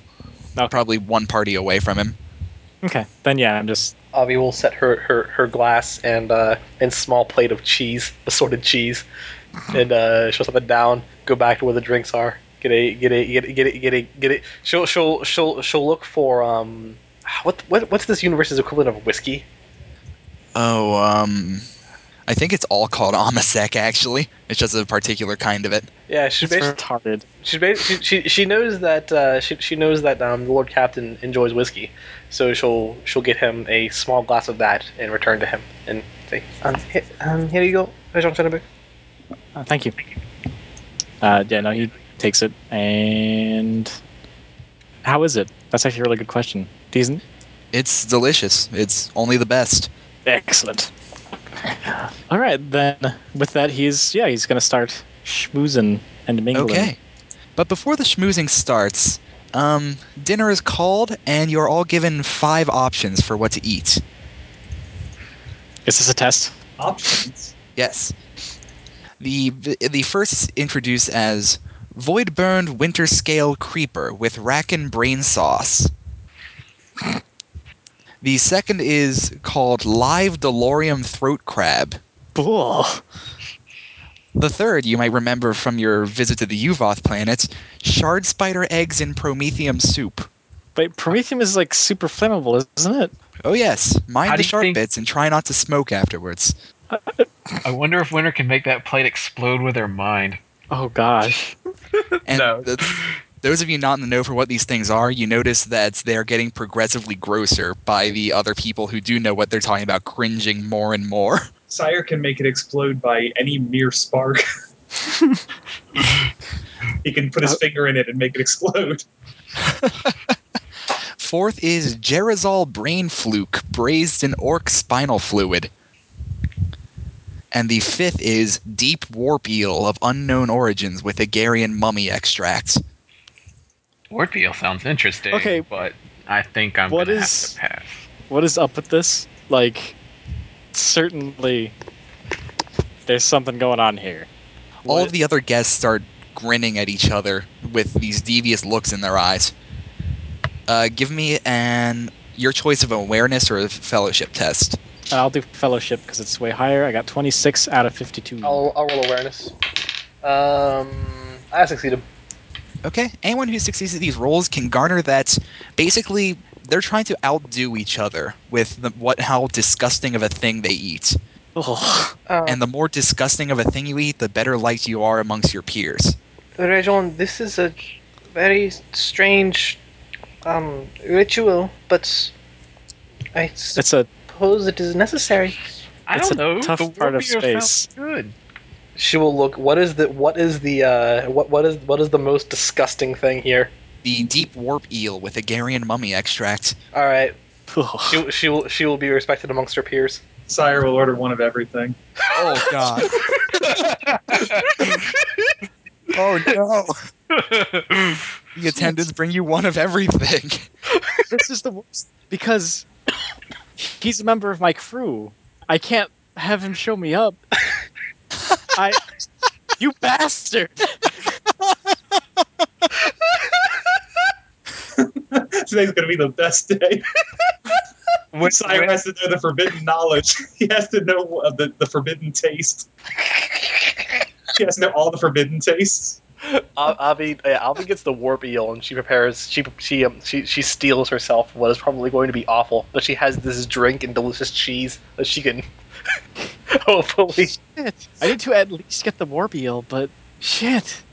Okay.
Probably one party away from him.
Okay, then yeah, I'm just.
Avi will set her her, her glass and uh, and small plate of cheese, assorted cheese, and uh, she'll set it down. Go back to where the drinks are. Get a get a get a, get a, get a, get a she'll she'll she'll she'll look for um what what what's this universe's equivalent of whiskey?
Oh, um, I think it's all called Amasek. Actually, it's just a particular kind of it.
Yeah, she
It's
basically
retarded.
she, ba- she she she knows that uh, she she knows that um, the Lord Captain enjoys whiskey, so she'll she'll get him a small glass of that and return to him and say, um, here, um, here you go, Jean Fennebeck.
Oh, thank you. Uh, yeah, no, he takes it. And how is it? That's actually a really good question. Decent.
It's delicious. It's only the best.
Excellent. All right, then. With that, he's yeah, he's gonna start schmoozing and mingling.
Okay. But before the schmoozing starts, um, dinner is called, and you're all given five options for what to eat.
Is this a test?
Options.
Yes. The the first is introduced as void burned winter scale creeper with rack and brain sauce. The second is called live delorium throat crab.
Bull.
The third, you might remember from your visit to the Uvoth planet, shard spider eggs in promethium soup.
But Promethium is like super flammable, isn't it?
Oh yes, mind
How
the
do you
sharp
think-
bits and try not to smoke afterwards.
I wonder if Winter can make that plate explode with her mind.
Oh gosh.
And
No.
th- those of you not in the know for what these things are, you notice that they're getting progressively grosser by the other people who do know what they're talking about, cringing more and more.
Sire can make it explode by any mere spark. he can put his finger in it and make it explode.
Fourth is Gerizol brain fluke, braised in orc spinal fluid. And the fifth is deep warp eel of unknown origins with Agarian mummy extract.
Word peel sounds interesting.
Okay.
but I think I'm
What
gonna
is-
have to pass.
What is up with this? Like, certainly, there's something going on here.
All
What-
of the other guests start grinning at each other with these devious looks in their eyes. Uh, give me an your choice of awareness or a fellowship test.
Uh, I'll do fellowship because it's way higher. I got 26 out of 52.
I'll I'll roll awareness. Um, I succeeded.
Okay, anyone who succeeds at these roles can garner that. Basically, they're trying to outdo each other with the, what how disgusting of a thing they eat.
Ugh.
Um,
And the more disgusting of a thing you eat, the better liked you are amongst your peers.
Rajon, this is a very strange um, ritual, but I
It's a
suppose it is necessary.
I
It's
don't
a
know.
tough
the
part of
Warbeer sounds
space.
Good.
She will look. What is the what is the uh, what what is what is the most disgusting thing here?
The deep warp eel with Agarian mummy extract.
All right,
ugh.
she she will she will be respected amongst her peers.
Sire will order one of everything.
Oh god. oh no. The attendants bring you one of everything.
this is the worst because he's a member of my crew. I can't have him show me up. I, you bastard!
Today's going to be the best day.
When,
Sire has to know the forbidden knowledge. He has to know uh, the, the forbidden taste. He has to know all the forbidden tastes.
Al- Avi, yeah, Avi gets the warp eel, and she prepares. She she um, she she steals herself what is probably going to be awful, but she has this drink and delicious cheese that she can hopefully.
I need to at least get the Warbeal, but shit.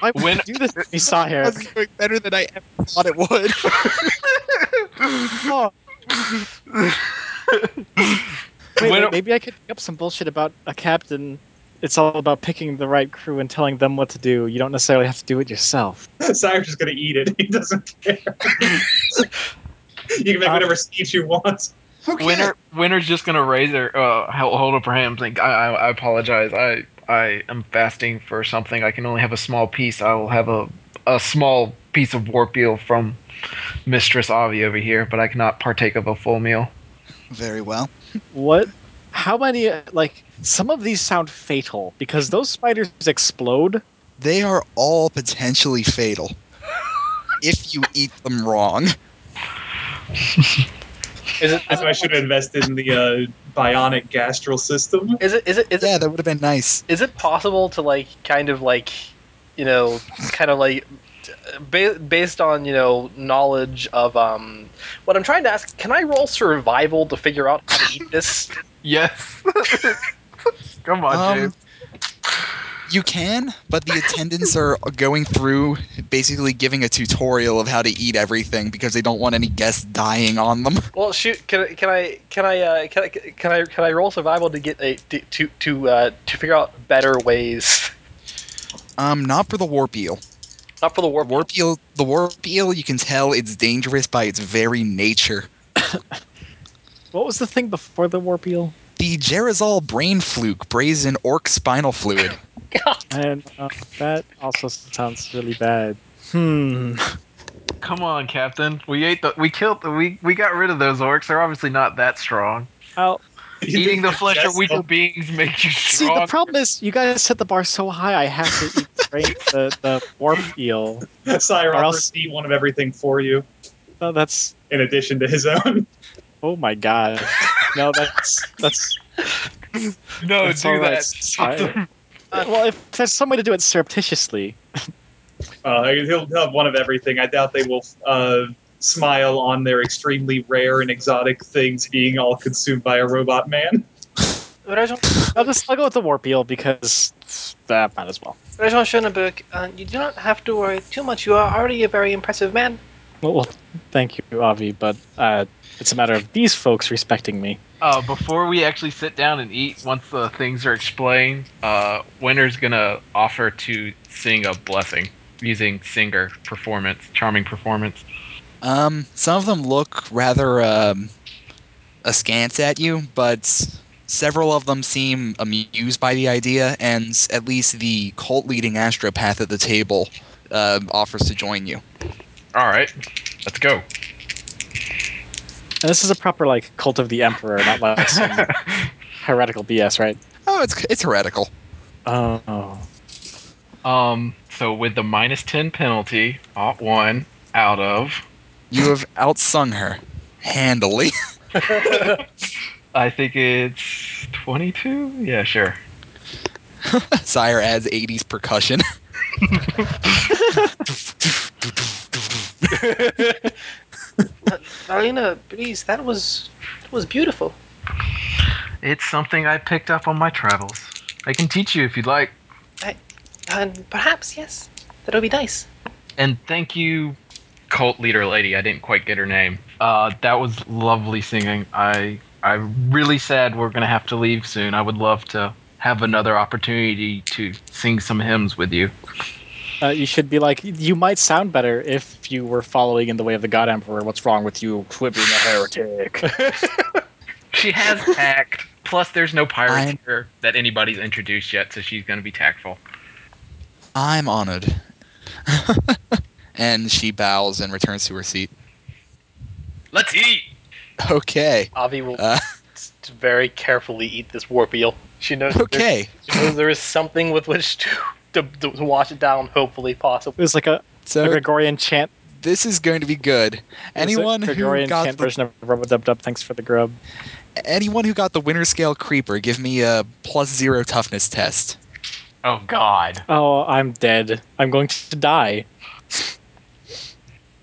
Why would
When-
you do this to me, Sire?
doing better than I ever thought it would.
Oh. Wait,
When-
wait, maybe I could pick up some bullshit about a captain. It's all about picking the right crew and telling them what to do. You don't necessarily have to do it yourself.
Sire's just going to eat it. He doesn't care. you can make whatever speech you want.
Winter, Winter's just gonna raise her, uh, hel- hold up her hand, and think, I, I, I apologize. I, I am fasting for something. I can only have a small piece. I will have a, a small piece of warp eel from Mistress Avi over here, but I cannot partake of a full meal.
Very well.
What? How many? uh, Like some of these sound fatal because those spiders explode.
They are all potentially fatal if you eat them wrong.
Is it
That's why I should have invested in the uh, bionic gastral system.
is it is it is it,
Yeah, that would have been nice.
is it possible to like kind of like you know, kind of like ba- based on you know knowledge of um. What I'm trying to ask: Can I roll survival to figure out how to eat this?
Yes. Come on,
Um,
James.
you can, but the attendants are going through basically giving a tutorial of how to eat everything because they don't want any guests dying on them.
Well, shoot. Can, I- can I can I uh, can I can I can I roll survival to get a to to to, uh, to figure out better ways?
Um, not for the warp eel.
Not for the warp.
Warp eel, the warp eel, you can tell it's dangerous by its very nature.
What was the thing before the warp eel?
The Gerizol brain fluke brazen orc spinal fluid.
And uh, that also sounds really bad. Hmm.
Come on, Captain. We ate the. We killed. The, we we got rid of those orcs. They're obviously not that strong.
Oh,
Eating the flesh of
people.
weaker beings makes you
see,
strong.
the problem is you guys set the bar so high. I have to eat the, brain- the the warp eel.
Sire
Or
offers
else-
to eat one of everything for you,
No, that's
in addition to his own.
oh my god. No, that's that's
no,
that's
Oh, do
all right,
that.
Sire.
Uh,
well, if there's some way to do it surreptitiously,
Uh, he'll have one of everything. I doubt they will uh, smile on their extremely rare and exotic things being all consumed by a robot man.
But I don't-
I'll just I'll go with the warp eel because that might as well.
Rajon Schoenberg, uh, you do not have to worry too much. You are already a very impressive man.
Well, well thank you, Avi, but uh, it's a matter of these folks respecting me.
Uh, before we actually sit down and eat, once the things are explained, uh, Winter's gonna offer to sing a blessing using singer performance, charming performance.
um, some of them look rather um, askance at you, but several of them seem amused by the idea, and at least the cult leading astropath at the table uh, offers to join you.
All right, let's go.
And this is a proper like cult of the emperor, not like some heretical BS, right?
Oh, it's it's heretical.
Oh,
um, so with the minus ten penalty, op one out of,
You have outsung her handily.
I think it's twenty-two. Yeah, sure.
Sire adds 80s percussion.
Valina, please, that was that was beautiful.
It's something I picked up on my travels. I can teach you if you'd like.
And perhaps, yes, that would be nice.
And thank you, cult leader lady. I didn't quite get her name. Uh, that was lovely singing. I I'm really sad we're gonna have to leave soon. I would love to have another opportunity to sing some hymns with you.
uh, you should be like you might sound better if you were following in the way of the god emperor. What's wrong with you, quit being a heretic?
She has tact. Plus, there's no pirates
I'm-
here that anybody's introduced yet, so she's gonna be tactful.
I'm honored. and she bows and returns to her seat.
Let's eat.
Okay.
Avi will
Uh.
s- very carefully eat this warp eel. She knows. that there-
Okay.
she knows there is something with which to, to, to, wash it down. Hopefully,
It
possible.
was like a, a
So
Gregorian chant.
this is going to be good.
it was a
Anyone who
Gregorian
got
chant
the,
version of Rub Dub Dub. Thanks for the grub.
anyone who got the winner scale creeper, give me a plus 0 toughness test.
Oh God.
Oh, I'm dead. I'm going to die.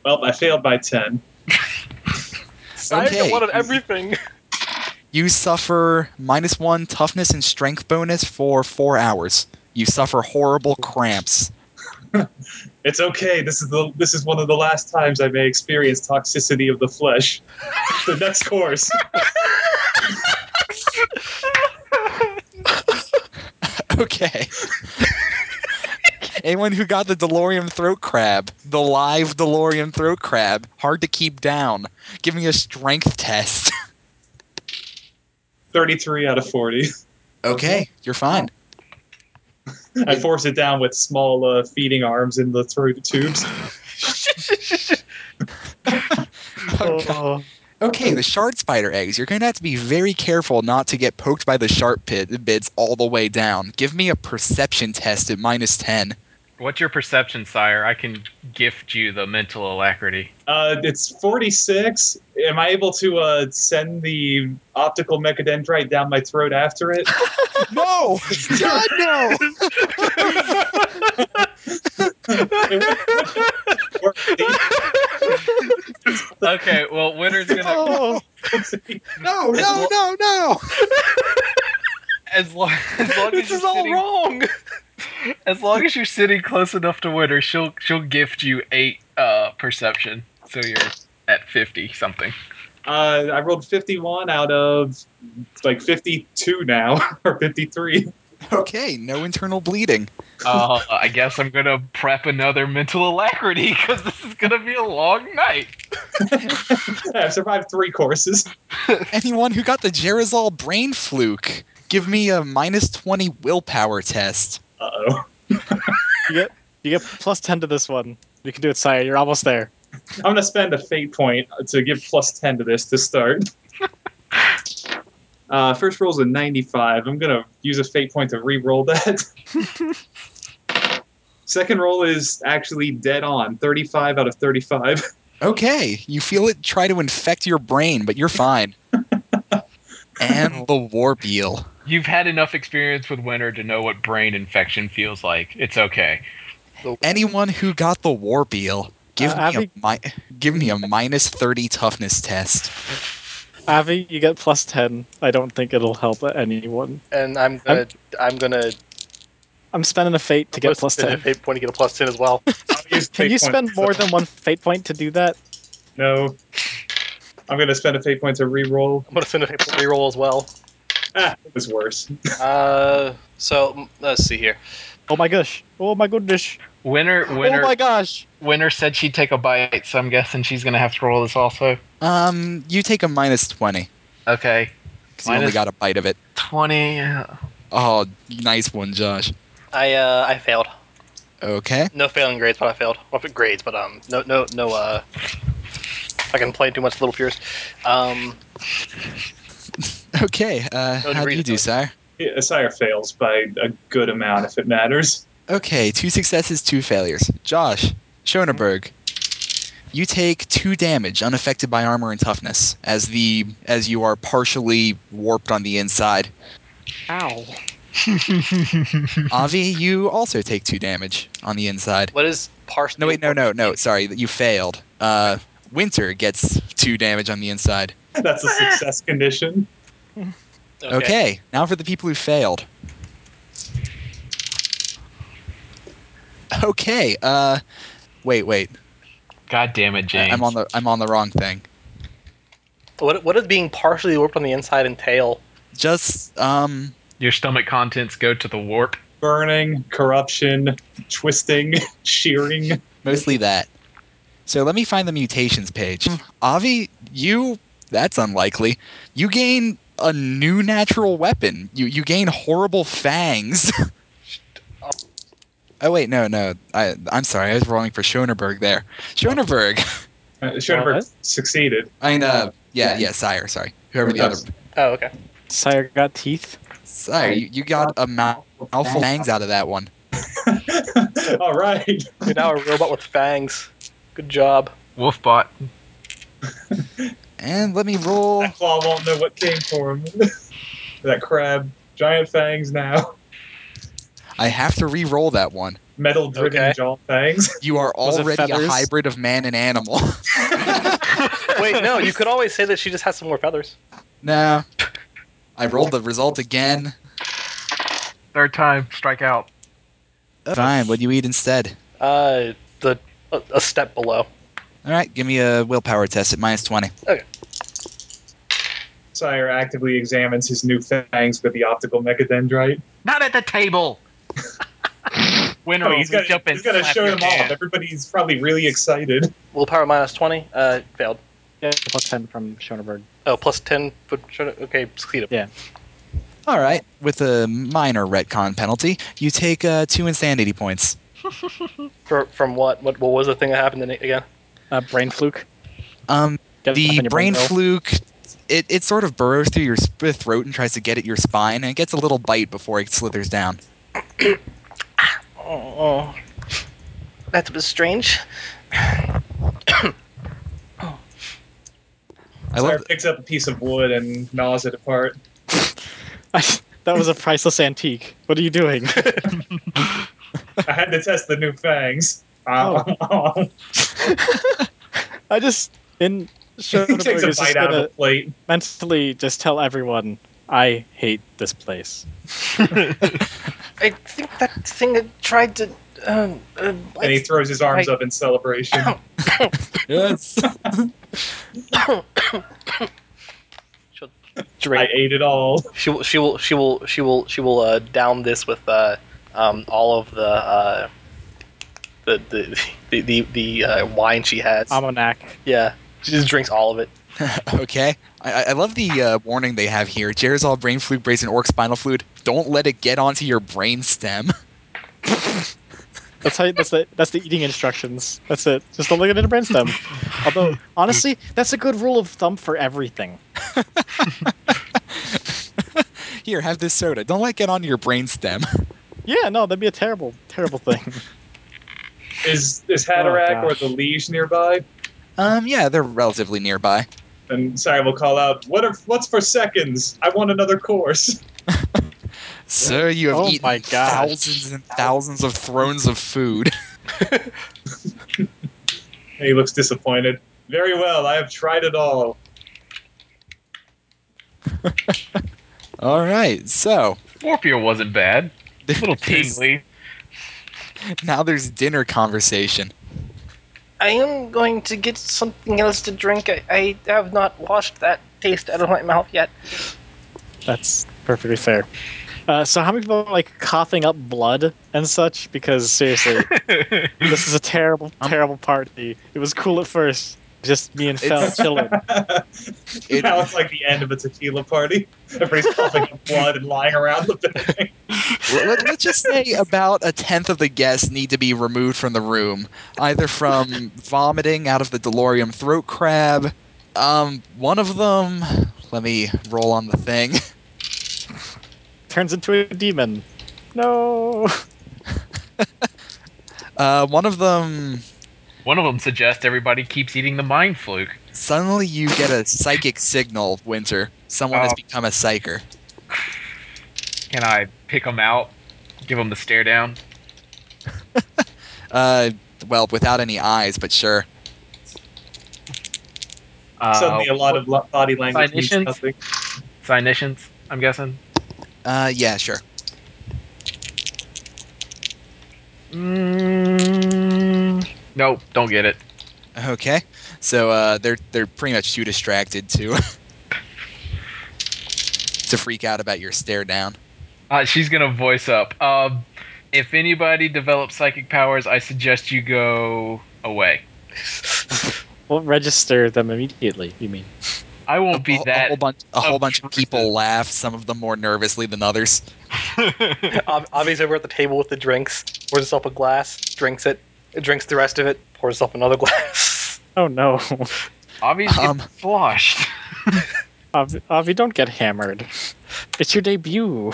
Well, I failed by 10.
Sire got
okay.
one of everything.
You suffer minus 1 toughness and strength bonus for 4 hours. You suffer horrible cramps.
It's okay. This is the this is one of the last times I may experience toxicity of the flesh. the next course.
Okay. Anyone who got the DeLorean throat crab, the live DeLorean throat crab, hard to keep down. Give me a strength test.
33 out of 40.
Okay, you're fine.
I force it down with small uh, feeding arms in the throat tubes.
Oh,
Okay, the shard spider eggs. You're going to have to be very careful not to get poked by the sharp pit bits all the way down. Give me a perception test at minus 10.
What's your perception, sire? I can gift you the mental alacrity.
Uh, it's 46. Am I able to uh, send the optical mechadendrite down my throat after it?
No! God, no!
mean, what, what should
Okay, well, winner's gonna
Oh,
the-
no, no, no, no.
as long as long as
this
you're
is all
sitting,
wrong.
as long as you're sitting close enough to winner, she'll she'll gift you eight uh perception, so you're at fifty something.
Uh, I rolled 51 out of like 52 now, or 53.
Okay, no internal bleeding. Uh-huh.
Uh, I guess I'm gonna prep another mental alacrity because this is gonna be a long night.
I've survived three courses.
Anyone who got the Jerizol brain fluke, give me a minus 20 willpower test.
Uh oh.
You get you get plus ten to this one. You can do it, Sire. You're almost there.
I'm going to spend a fate point to give plus 10 to this to start. Uh, first roll's a 95. I'm going to use a fate point to re roll that. Second roll is actually dead on 35 out of 35.
Okay, you feel it try to infect your brain, but you're fine. and the warp eel.
You've had enough experience with winter to know what brain infection feels like. It's okay.
Anyone who got the warp eel, give
Uh,
me a mi- give me a minus 30 toughness test.
Avi, you get plus ten. I don't think it'll help anyone.
And I'm gonna I'm gonna
I'm spending a fate to get plus
spend a
ten.
fate point to get a plus ten as well.
I'll use
Can
fate
you
point
spend
to-
more than one fate point to do that?
No. I'm going to spend a fate point to re roll.
I'm gonna spend a fate point reroll as well.
Ah, it was worse.
Uh, so mm, let's see here.
Oh my gosh! Oh my goodness!
Winter,
Oh
winter,
my gosh!
winter said she'd take a bite, so I'm guessing she's gonna have to roll this also.
Um, you take a minus 20
Okay,
cuz you only
Minus-
got a bite of it.
twenty. uh,
Oh, nice one, Josh.
I uh I failed.
Okay.
No failing grades, but I failed. Well, I put grades, but um no no no uh. I can play too much Little Fears. Um,
Okay. Uh,
No
how do
degrees,
you do,
though.
sire?
Yeah, Sire fails by a good amount if it matters.
Okay, two successes, two failures. Josh, Schoenberg, you take two damage, unaffected by armor and toughness, as the as you are partially warped on the inside.
Ow!
Avi, you also take two damage on the inside.
what is parse?
No, wait, no, no, no. Sorry, you failed. Uh, Winter gets two damage on the inside.
That's a success condition.
Okay. now for the people who failed. Okay. Uh, wait, wait.
God damn it,
I-
James!
I'm on the I'm on the wrong thing.
What what does being partially warped on the inside entail?
Just um
Your stomach contents go to the warp.
Burning, corruption, twisting, shearing.
mostly that. So let me find the mutations page. Avi, you that's unlikely. You gain a new natural weapon. You you gain horrible fangs. oh wait, no, no. I I'm sorry. I was rolling for Schoenberg there. Schoenberg.
Uh, Schoenberg
What?
succeeded.
I mean uh yeah,
Yeah.
yeah, sire, sorry. Whoever the other
Oh, okay.
Sire got teeth.
Sire, you, you got a mouth mouthful of fangs out of that one.
All right.
You're now a robot with fangs. Good job.
Wolfbot.
And let me roll
That claw won't know what came for him. that crab. Giant fangs now.
I have to re-roll that one.
Metal driven
Okay.
jaw fangs.
You are
Was it
already a
feathers?
hybrid of man and animal.
Wait, no, you could always say that she just has some more feathers.
No. I rolled the result again.
Third time, strike out.
Fine, what do you eat instead?
Uh, the a, a step below.
All right, give me a willpower test at minus 20.
Sire actively examines his new fangs with the optical mechadendrite.
Not at the table. Winner,
Oh, he's
will
got
reach up and
to
slap
show
your
them
hand.
off. Everybody's probably really excited.
Willpower minus 20. Uh, failed.
Yeah, plus ten from Schoenberg.
Oh, plus 10. But okay, succeeded.
Yeah.
All right, with a minor retcon penalty, you take uh, two insanity points.
For, from what? What What was the thing that happened in it again?
Uh, brain fluke.
Um,
Get up in
the
your
brain
barrel.
fluke, it, it sort of burrows through your sp- throat and tries to get at your spine, and it gets a little bite before it slithers down.
Oh, that's a bit strange.
I
Sire
love
picks up a piece of wood and gnaws it apart.
that was a priceless antique. What are you doing?
I had to test the new fangs. Uh,
I just in
he takes
Schoenberg
a
is just
bite out of
gonna
the plate.
mentally just tell everyone I hate this place.
I think that thing that tried to. Um, uh,
and he
bite-
throws his arms
Right.
up in celebration.
Yes.
I
Drink.
ate it all.
she will. She will. She will. She will. She will uh, down this with uh, um, all of the uh, the the the the, the uh, wine she has.
Um, Almanac.
yeah, she just drinks all of it.
okay. I, I- I love the uh, warning they have here. Jarizol, brain flute, brazen orc, spinal fluid. Don't let it get onto your brain stem.
That's how. That's the. That's the eating instructions. That's it. Just don't look at it in a brainstem. Although honestly, that's a good rule of thumb for everything.
Here, have this soda. Don't let it get onto your brain stem.
Yeah, no, that'd be a terrible, terrible thing.
Is is Hatterack
Oh,
or
gosh.
the Liege nearby?
Um, yeah, they're relatively nearby.
And Sire will call out, "What are what's for seconds? I want another course."
Sir, you have
Oh
eaten
my gosh.
thousands and thousands of thrones of food.
And he looks disappointed. Very well, I have tried it all.
All right, so
Warpier wasn't bad. A little
there's-
tingly.
now there's dinner conversation.
I am going to get something else to drink. I, I have not washed that taste out of my mouth yet.
That's perfectly fair. Uh, so how many people are like coughing up blood and such? Because seriously, this is a terrible, terrible party. It was cool at first, just me and Fel
It's-
chilling.
It-
now it's like the end of a tequila party. Everybody's coughing up blood and lying around the building.
Let, us just say about a tenth of the guests need to be removed from the room, either from vomiting out of the Delorium throat crab. Um, one of them. Let me roll on the thing.
Turns into a demon. No.
Uh, one of them.
One of them suggests everybody keeps eating the mind fluke.
Suddenly, you get a psychic signal, Winter. Someone has
Oh.
become a psyker.
Can I pick them out? Give them the stare down?
Uh, well, without any eyes, but sure.
Uh,
Suddenly, a lot of lo- body language means
Clinicians?
nothing.
Sinitians, I'm guessing.
Uh, yeah, sure.
Mm, nope, don't get it.
Okay. So uh, they're they're pretty much too distracted to to freak out about your stare down.
Uh, she's gonna voice up. Um, if anybody develops psychic powers, I suggest you go away.
Well, register them immediately. You mean?
I won't
a,
be
whole- a
that.
whole bunch a whole bunch of
obtrusive.
people laugh, some of them more nervously than others.
oh.
Ob- Obviously, we're at the table with the drinks. Pours himself a glass, drinks it, drinks the rest of it, pours himself another glass.
Oh no,
Obviously,
Um,
sloshed.
Avi, Avi, don't get hammered. It's your debut.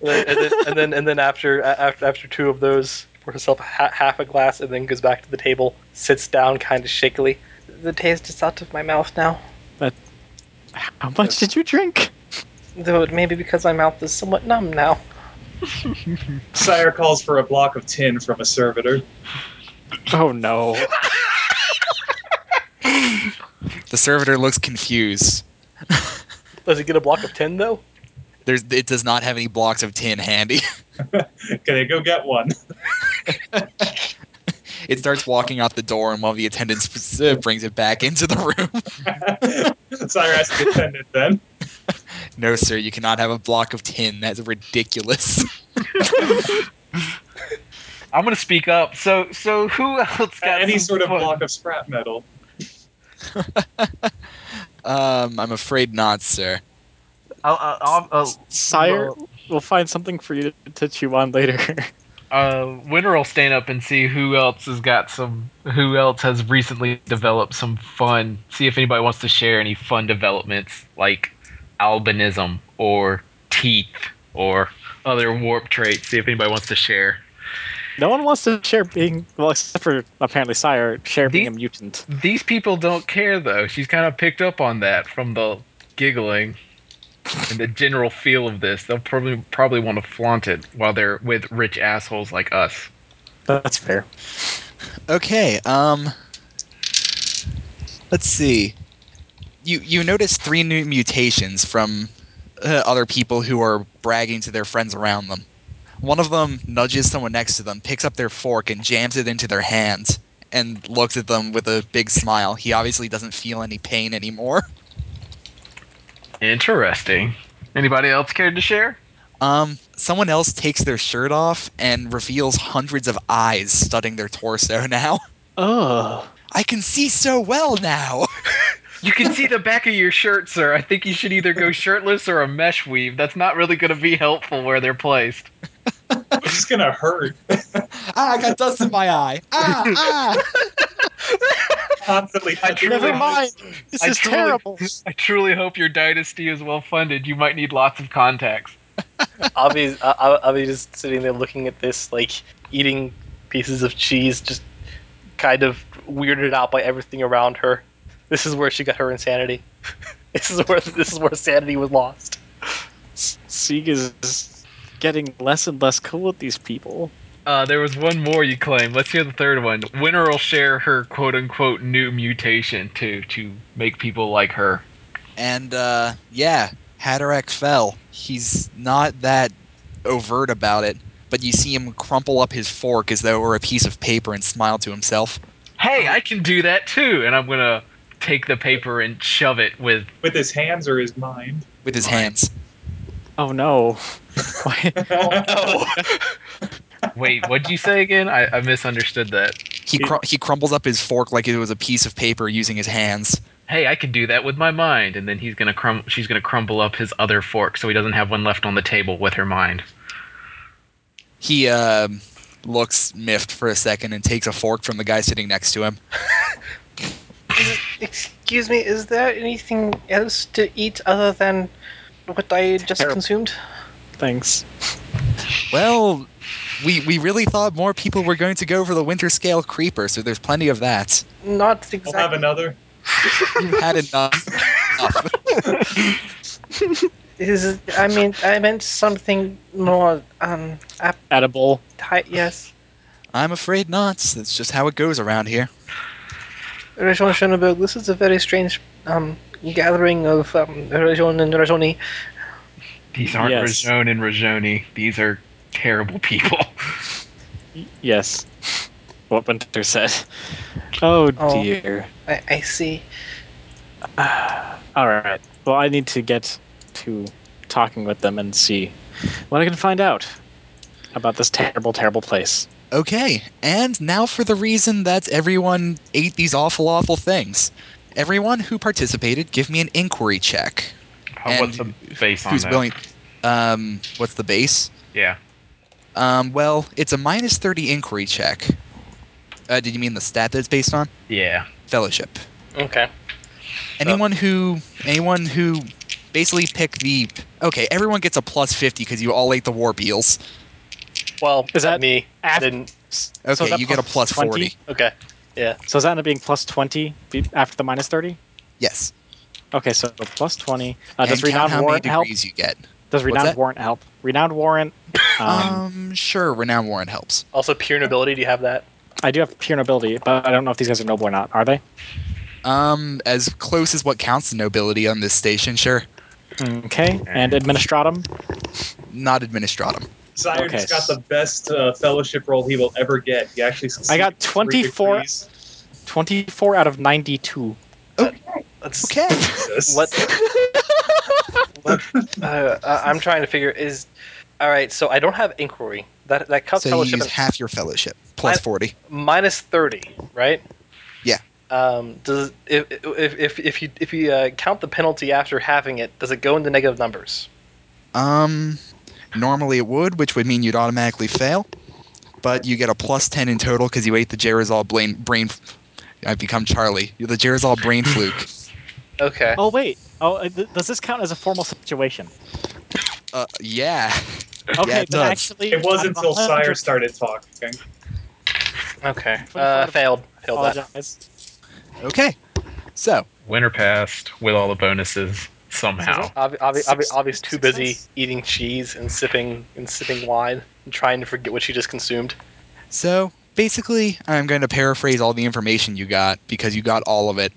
And then, and then, and then, and then after, a- after after two of those, pours himself ha- half a glass, and then goes back to the table, sits down kind of shakily.
The taste is out of my mouth now,
How much did you drink?
though it may be because my mouth is somewhat numb now.
Sire calls for a block of tin from a servitor.
Oh no.
The servitor looks confused.
Does he get a block of tin though?
There's it does not have any blocks of tin handy.
Can I go get one?
It starts walking out the door, and one of the attendants uh, brings it back into the room.
Sire asks the attendant then.
No, sir, you cannot have a block of tin. That's ridiculous.
I'm gonna speak up. So, so who else got
Any
some
sort of
fun?
block of scrap metal.
Um, I'm afraid not, sir.
I'll, I'll, I'll, I'll-
Sire, we'll find something for you to, to chew on later.
uh, Winter will stand up and see who else has got some, who else has recently developed some fun. See if anybody wants to share any fun developments like albinism or teeth or other warp traits. See if anybody wants to share.
no one wants to share being well, except for apparently Sire share being
The-
a mutant.
These people don't care though. She's kind of picked up on that from the giggling and the general feel of this. They'll probably probably want to flaunt it while they're with rich assholes like us.
That's fair.
Okay. Um. Let's see. You you notice three new mutations from uh, other people who are bragging to their friends around them. One of them nudges someone next to them, picks up their fork and jams it into their hand, and looks at them with a big smile. He obviously doesn't feel any pain anymore.
Interesting. Anybody else cared to share?
Um, someone else takes their shirt off and reveals hundreds of eyes studding their torso now.
Oh.
I can see so well now.
You can see the back of your shirt, sir. I think you should either go shirtless or a mesh weave. That's not really going to be helpful where they're placed.
It's just gonna hurt
ah, I got dust in my eye. Ah, ah.
constantly.
I truly
Never
hope-
mind. This
I
is
truly-
terrible.
I truly hope your dynasty is well funded. You might need lots of contacts.
Avi's uh, uh, Avi just sitting there looking at this, like eating pieces of cheese, just kind of weirded out by everything around her. This is where she got her insanity. this is where this is where sanity was lost.
Sieg is getting less and less cool with these people.
Uh, there was one more you claimed. Let's hear the third one. Winner will share her quote unquote new mutation to to make people like her.
And uh, yeah, Haderach fell. He's not that overt about it, but you see him crumple up his fork as though it were a piece of paper and smile to himself.
Hey, I can do that too, and I'm gonna take the paper and shove it with
with his hands or his mind.
With his hands.
Oh no. Why-
Oh, Wait, what'd you say again? I, I misunderstood that.
He, cru- he crumbles up his fork like it was a piece of paper using his hands.
Hey, I can do that with my mind, and then he's gonna crum- she's gonna crumble up his other fork so he doesn't have one left on the table with her mind.
He um looks miffed for a second and takes a fork from the guy sitting next to him.
Excuse me, is there anything else to eat other than what I just
Terrible.
consumed?
Thanks.
Well, we, we really thought more people were going to go for the winter scale creeper, so there's plenty of that.
Not
We'll have
exactly.
another.
You've had enough. enough.
Is I mean, I meant something more. Um,
Edible.
appetite. Yes,
I'm afraid not. That's just how it goes around here.
Rajon Schoenberg. This is a very strange um, gathering of um, Rajon and Rajoni.
These aren't
Yes.
Rajon and Rajoni. These are terrible people.
Y- Yes. What Winter said. Oh
Oh.
dear.
I, I see.
All right. Well, I need to get to talking with them and see what I can find out about this terrible, terrible place.
Okay, and now for the reason that everyone ate these awful, awful things. Everyone who participated, give me an inquiry check.
How, what's the
And
base on
Who's
that?
willing? Um, what's the base?
Yeah.
Um, well, it's a minus thirty inquiry check. Uh, did you mean the stat that it's based on?
Yeah.
Fellowship.
Okay.
Anyone who, anyone who, basically pick the. Okay, everyone gets a plus fifty because you all ate the war eels.
Well,
Is that
me? I
af-
didn't.
Okay,
is that
you get a plus
20?
40.
Okay.
So does that end up being plus 20 be- after the minus 30?
Yes.
Okay, so plus 20. Uh,
and
does
count
Renowned
how many
Warrant help?
degrees you get.
Does Renowned
that?
Warrant help? Renowned Warrant. Um,
Um, sure. Renown warrant helps.
Also, pure nobility. Do you have that?
I do have pure nobility, but I don't know if these guys are noble or not. Are they?
Um, as close as what counts to nobility on this station, sure.
Okay. And Administratum?
Not administratum.
Sire
Okay.
just got the best uh, fellowship role he will ever get. He actually.
I got
succeeded three
24
degrees.
24 out of 92.
Let's
Okay.
Jesus.
What? what uh, I- I'm trying to figure is. All right, so I don't have inquiry. That that cup
so you
fellowship
use
and
half your fellowship plus
I-
forty.
minus thirty, right?
Yeah.
Um, does if if if, if you if you uh, count the penalty after having it, does it go into negative numbers?
Um, normally it would, which would mean you'd automatically fail, but you get a plus ten in total because you ate the Jerizol brain. brain I've become Charlie. The Jerizol brain fluke.
Okay.
Oh, wait. Oh, uh, th- does this count as a formal situation?
Uh, yeah.
Okay,
yeah, it
then
does.
actually.
It was
out of
until
100
Sire started talking.
Okay. Uh, failed. Failed that.
Apologize.
Okay. So
Winter passed with all the bonuses somehow.
Avi, Avi, Avi,
Six-
Avi's too busy
success?
eating cheese and sipping and sipping wine and trying to forget what she just consumed.
So basically, I'm going to paraphrase all the information you got because you got all of it.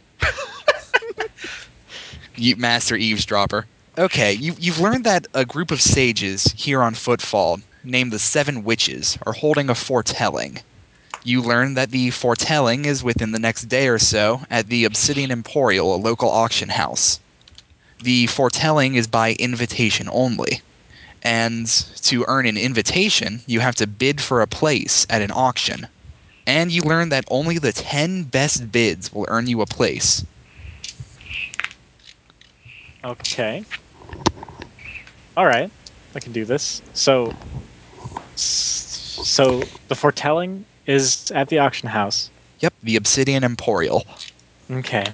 you master eavesdropper. Okay, you, you've learned that a group of sages here on Footfall, named the Seven Witches, are holding a foretelling. You learn that the foretelling is within the next day or so at the Obsidian Emporial, a local auction house. The foretelling is by invitation only. And to earn an invitation, you have to bid for a place at an auction. And you learn that only the 10 best bids will earn you a place.
Okay. All right, I can do this. So, s- so the foretelling is at the auction house.
Yep, the Obsidian Emporial.
Okay.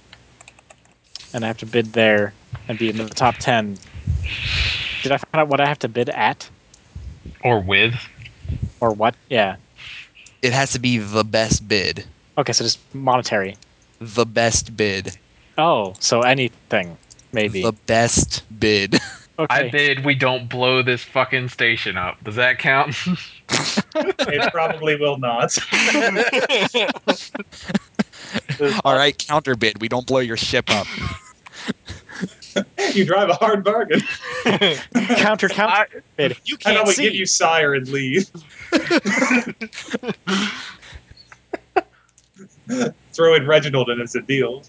And I have to bid there and be in the top ten. Did I find out what I have to bid at
Or with.
or what? Yeah.
It has to be the best bid.
Okay, so just monetary.
The best bid.
Oh, so anything maybe.
The best bid.
okay.
I bid we don't blow this fucking station up. Does that count?
It probably will not.
All right, counter bid. We don't blow your ship up.
You drive a hard bargain.
counter counter.
You
I know
can't
we
see.
give you sire and leave. Throw in Reginald and it's a deal.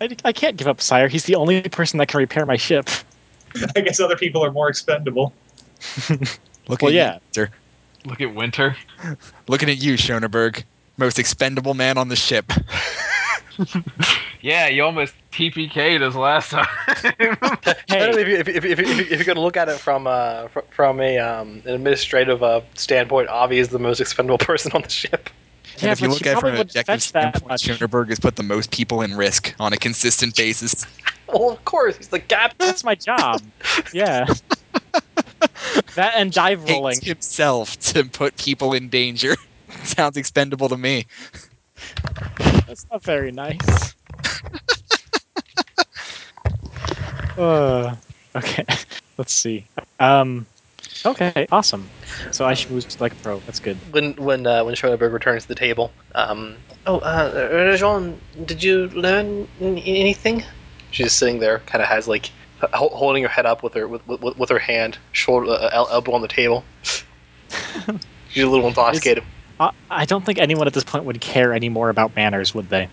I, I can't give up Sire. He's the only person that can repair my ship.
I guess other people are more expendable.
Look
Well,
at
yeah.
you, sir.
Look at Winter.
Looking at you, Schoenberg. Most expendable man on the ship.
Yeah, you almost TPK'd us last time.
Hey.
If, you, if, you- if, you- if, you- if you're going to look at it from uh, fr- from a um, an administrative uh, standpoint, Avi is the most expendable person on the ship.
and
Yeah,
if you
but
look
she
at it from
probably
an
wouldn't
objective
fetch that
standpoint,
much.
Schoenberg has put the most people in risk on a consistent basis.
Well, of course, he's the captain.
That's my job. Yeah. that and dive
Hates
rolling.
himself to put people in danger. Sounds expendable to me.
That's not very nice. uh, okay. Let's see. Um, okay. Awesome. So I should move to like a pro. That's good.
When when uh, when Schoenberg returns to the table, um, oh, uh, Rajon, did you learn n- anything? She's just sitting there, kind of has like h- holding her head up with her with, with, with her hand, shoulder, uh, el- elbow on the table. She's a little intoxicated.
I, I don't think anyone at this point would care anymore about manners, would they?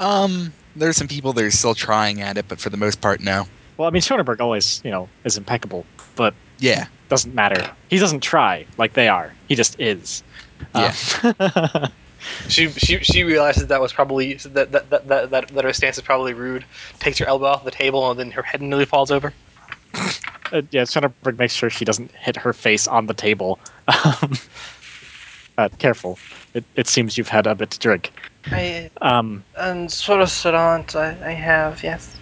Um, there's some people that are still trying at it, but for the most part, no.
Well, I mean, Schoenberg always, you know, is impeccable, but
Yeah.
doesn't matter. He doesn't try like they are. He just is. Uh,
She, she she realizes that was probably that that, that, that, that that her stance is probably rude. Takes her elbow off the table and then her head nearly falls over.
uh, yeah, Schoenberg makes sure she doesn't hit her face on the table. Um, uh, careful. It, it seems you've had a bit to drink.
I,
Um,
and sort of sedant, I, I have, yes.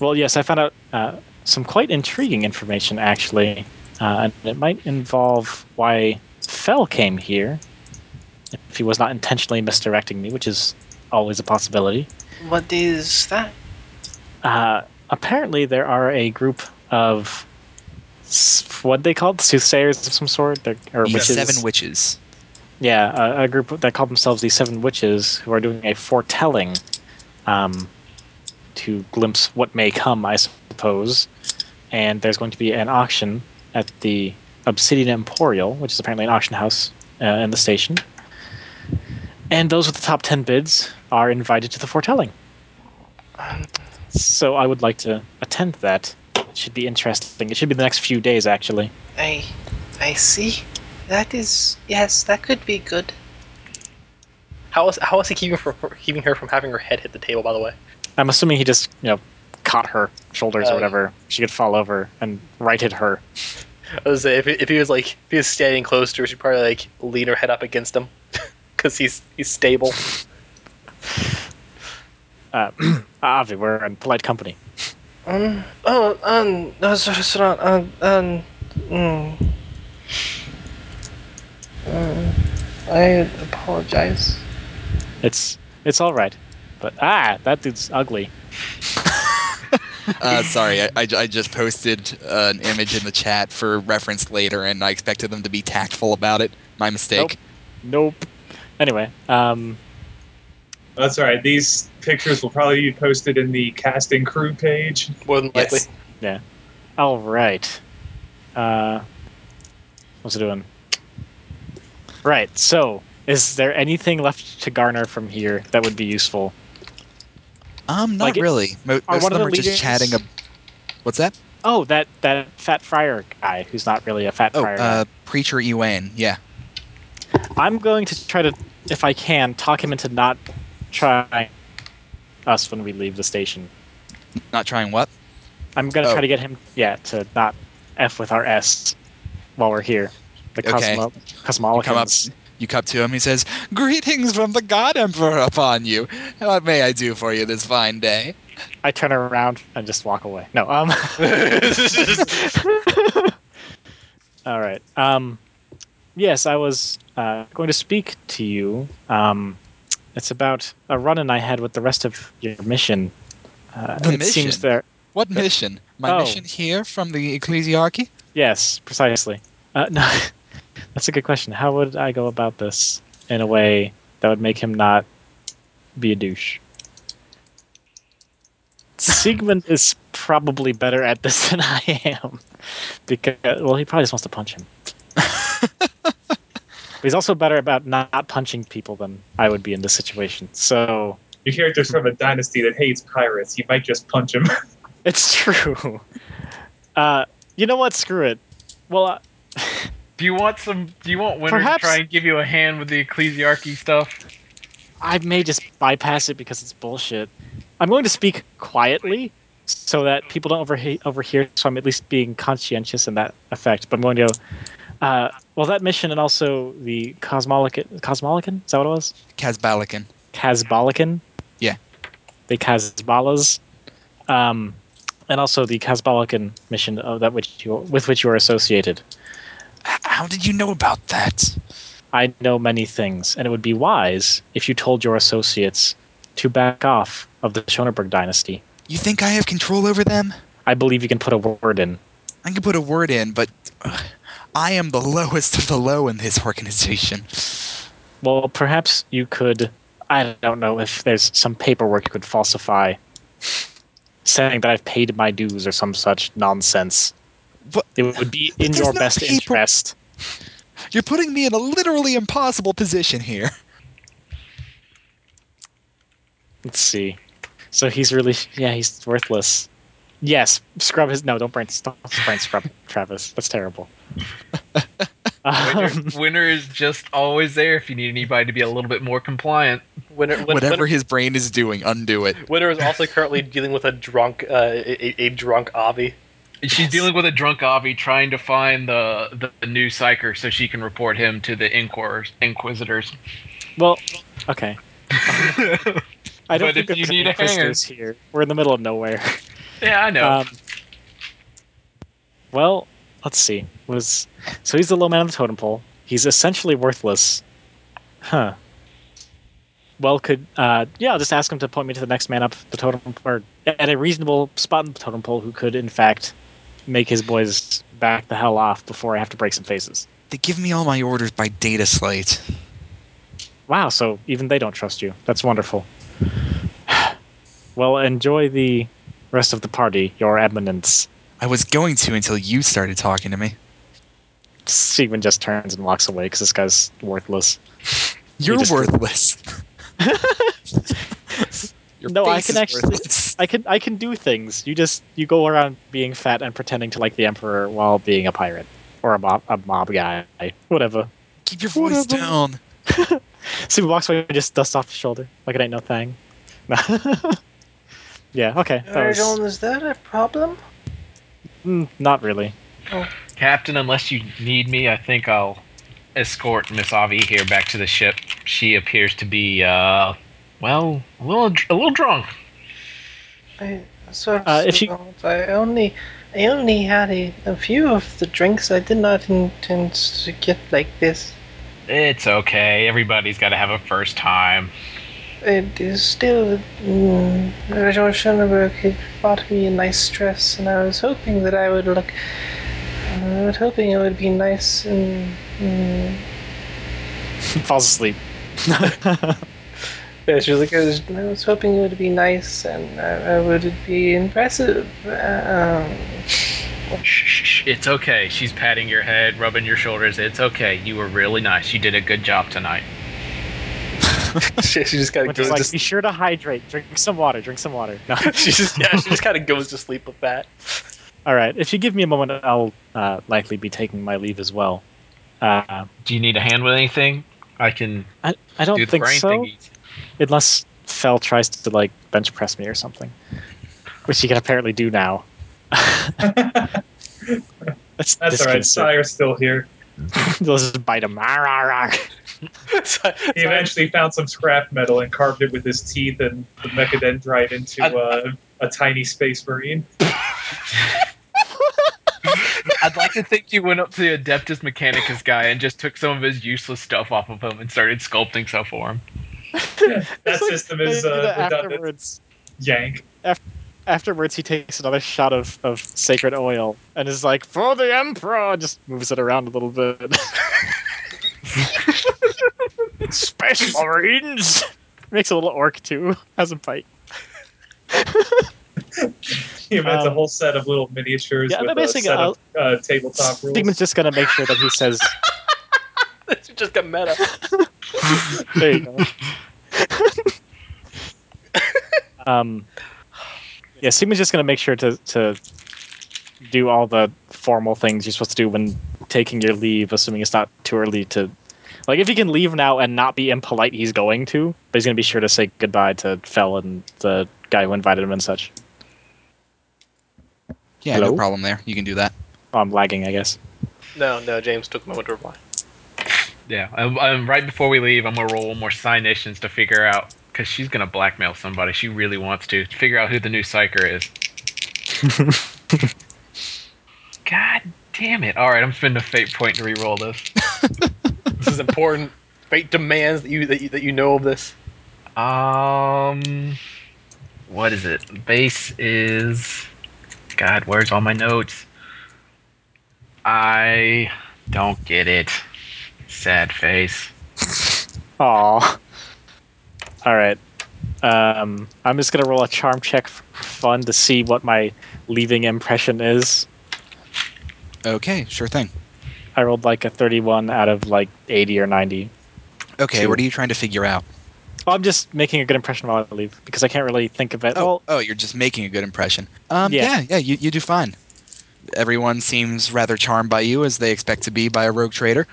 well, yes, I found out uh, some quite intriguing information, actually. Uh, and it might involve why Fell came here, if he was not intentionally misdirecting me, which is always a possibility.
What is that?
uh, apparently there are a group of s- what they called soothsayers of some sort They're, or
The
witches.
seven witches.
yeah, a, a group that call themselves the Seven Witches, who are doing a foretelling, um, to glimpse what may come, I suppose. And there's going to be an auction at the Obsidian Emporial, which is apparently an auction house uh, in the station. And those with the top ten bids are invited to the foretelling. So I would like to attend that. It should be interesting. It should be the next few days, actually.
I, I see. That is, yes, that could be good.
How is how is he keeping from keeping her from having her head hit the table? By the way,
I'm assuming he just, you know, caught her shoulders
Oh,
or whatever. She could fall over and righted her.
I was say if, if he was like if he was standing close to her, she'd probably like lean her head up against him because he's he's stable.
Uh, Avi, we're in polite company.
Um, oh, um, no, sort of sedant, um, um, mm. Um, I apologize.
It's it's all right, but ah, that dude's ugly.
Uh, sorry, I, I, I just posted uh, an image in the chat for reference later, and I expected them to be tactful about it. My mistake.
Nope. Anyway, um,
That's all right. These pictures will probably be posted in the cast and crew page.
More than likely.
Yes.
all right. Uh, what's it doing? Right. So, is there anything left to garner from here that would be useful?
Um, not
Like it-
really. Mo-
are
most
one
of
of
them
the
are just
leaders-
chatting. Ab- What's that?
Oh, that that fat friar guy who's not really a fat
Oh,
friar.
uh, preacher Ewan. Yeah.
I'm going to try to, if I can, talk him into not trying us when we leave the station.
Not trying what?
I'm gonna
Oh.
try to get him, yeah, to not f with our s while we're here. The
Okay.
Cosmo-
Come up.
Cosmolicans.
You come to him. He says, "Greetings from the God Emperor upon you. What may I do for you this fine day?"
I turn around and just walk away. No. Um. All right. Um. Yes, I was uh, going to speak to you. Um, it's about a run-in I had with the rest of your mission. Uh,
The
it seems
mission?
there
What mission? My
Oh.
mission here from the ecclesiarchy.
Yes, precisely. Uh, no, that's a good question. How would I go about this in a way that would make him not be a douche? Sigmund is probably better at this than I am because well, he probably just wants to punch him. but he's also better about not punching people than I would be in this situation. So
Your character's from a dynasty that hates pirates. You might just punch him.
it's true. Uh, you know what? Screw it. Well, uh,
Do you want some? Do you want Winter
Perhaps-
to try and give you a hand with the ecclesiarchy stuff?
I may just bypass it because it's bullshit. I'm going to speak quietly so that people don't overhe overhear, so I'm at least being conscientious in that effect. But I'm going to, uh, well, that mission and also the Cosmolican, Cosmolican? Is that what it was?
Kazbalikan.
Kazbalican?
Yeah.
The Kazbalas. Um, and also the Kazbalican mission of that which you, with which you are associated.
H- How did you know about that?
I know many things, and it would be wise if you told your associates to back off of the Schoenberg dynasty.
You think I have control over them?
I believe you can put a word in.
I can put a word in, but ugh, I am the lowest of the low in this organization.
Well, perhaps you could. I don't know if there's some paperwork you could falsify saying that I've paid my dues or some such nonsense.
What?
It would be in
There's
your
no
best
paper-
interest.
You're putting me in a literally impossible position here.
Let's see. So he's really. Yeah, he's worthless. Yes, scrub his. No, don't brain, don't brain scrub Travis. That's terrible. Um,
Winter, Winter is just always there if you need anybody to be a little bit more compliant.
Winner, win,
Whatever
Winner,
his brain is doing, undo it.
Winner is also currently dealing with a drunk, uh, a, a- a drunk Avi.
She's dealing with a drunk Avi trying to find the, the, the new psyker so she can report him to the inquirers, inquisitors.
Well, okay. I don't
But if
think
you
there's
need
any
a hanger-
prisoners here. We're in the middle of nowhere.
yeah, I know.
Um, well, let's see. Was so he's the low man on the totem pole. He's essentially worthless. Huh. Well, could uh, yeah, I'll just ask him to point me to the next man up the totem or at a reasonable spot in the totem pole who could, in fact, make his boys back the hell off before I have to break some faces.
They give me all my orders by data slate.
Wow, so even they don't trust you. That's wonderful. well, enjoy the rest of the party, your eminence.
I was going to until you started talking to me.
Sigmund just turns and walks away because this guy's worthless.
You're
just-
worthless. Your
No, I
face is
can actually-
worthless.
I can I can do things. You just you go around being fat and pretending to like the emperor while being a pirate or a mob a mob guy, whatever.
Keep your voice
Whatever.
down.
Sigmund walks away and just dusts off his shoulder like it ain't no thing. yeah. Okay. That was,
Arizona, is that a problem?
mm, not really.
Captain, unless you need me, I think I'll escort Miss Avi here back to the ship. She appears to be, uh, well, a little, a little drunk.
I, sorry,
Uh, if
so
you-
long. I only, I only had a, a few of the drinks. I did not intend to get like this.
It's okay. Everybody's got to have a first time.
It is still. Mm, General Schoenberg had bought me a nice dress, and I was hoping that I would look. I was hoping it would be nice and. Mm,
Falls asleep.
Yeah, she was like, I was, I was hoping it would be nice and uh, uh, would it be impressive? Um,
It's okay. She's patting your head, rubbing your shoulders. It's okay. You were really nice. You did a good job tonight.
she, she just kind of
Which is
goes.
like,
to
be
s-
sure to hydrate. Drink some water. Drink some water. No.
she just yeah, she just kind of goes to sleep with that.
All right. If you give me a moment, I'll uh, likely be taking my leave as well. Uh,
Do you need a hand with anything? I can
I, I don't
do the
think
brain
so,
thingies.
unless Fel tries to like bench press me or something, which he can apparently do now. That's,
That's all right. Sire's still here.
They'll just bite him. Arr, arr, arr.
So-
He
so-
eventually found some scrap metal and carved it with his teeth, and the mechadendrite into
I-
uh, a tiny space marine.
I'd like to think you went up to the Adeptus Mechanicus guy and just took some of his useless stuff off of him and started sculpting stuff for him.
That
It's like
system
they
is
do
uh,
that
redundant.
afterwards.
Yank.
Afterwards, he takes another shot of, of sacred oil and is like, "For the emperor!" and Just moves it around a little bit. Space marines makes a little orc too. Has a bite.
He made a
Um,
whole set of little miniatures
yeah,
with a
basically,
set of uh, tabletop rules.
Stigma's just gonna make sure that he says,
she just got meta.
"There you go." um, yeah, Stigma's just gonna make sure to to do all the formal things you're supposed to do when taking your leave, assuming it's not too early to. Like, if he can leave now and not be impolite, he's going to. But he's gonna be sure to say goodbye to Fell and the guy who invited him and such.
Yeah, no
Hello?
problem there. You can do that.
Oh, I'm lagging, I guess.
No, no, James took a moment to reply.
Yeah. Um, um, right before we leave, I'm gonna roll one more signations to figure out because she's gonna blackmail somebody. She really wants to to figure out who the new psyker is. God damn it! All right, I'm spending a fate point to re-roll this.
This is important. Fate demands that you that you, that you know of this.
Um, what is it? Base is. God, where's all my notes? I don't get it. Sad face.
Aw. All right. Um, I'm just gonna roll a charm check for fun to see what my leaving impression is.
Okay, sure thing.
I rolled like a 31 out of like 80 or 90.
Okay,
Two.
what are you trying to figure out?
Well, I'm just making a good impression while I leave because I can't really think of it.
Oh,
well,
oh, you're just making a good impression. Um,
Yeah.
yeah, yeah, you, you do fine. Everyone seems rather charmed by you, as they expect to be by a rogue trader.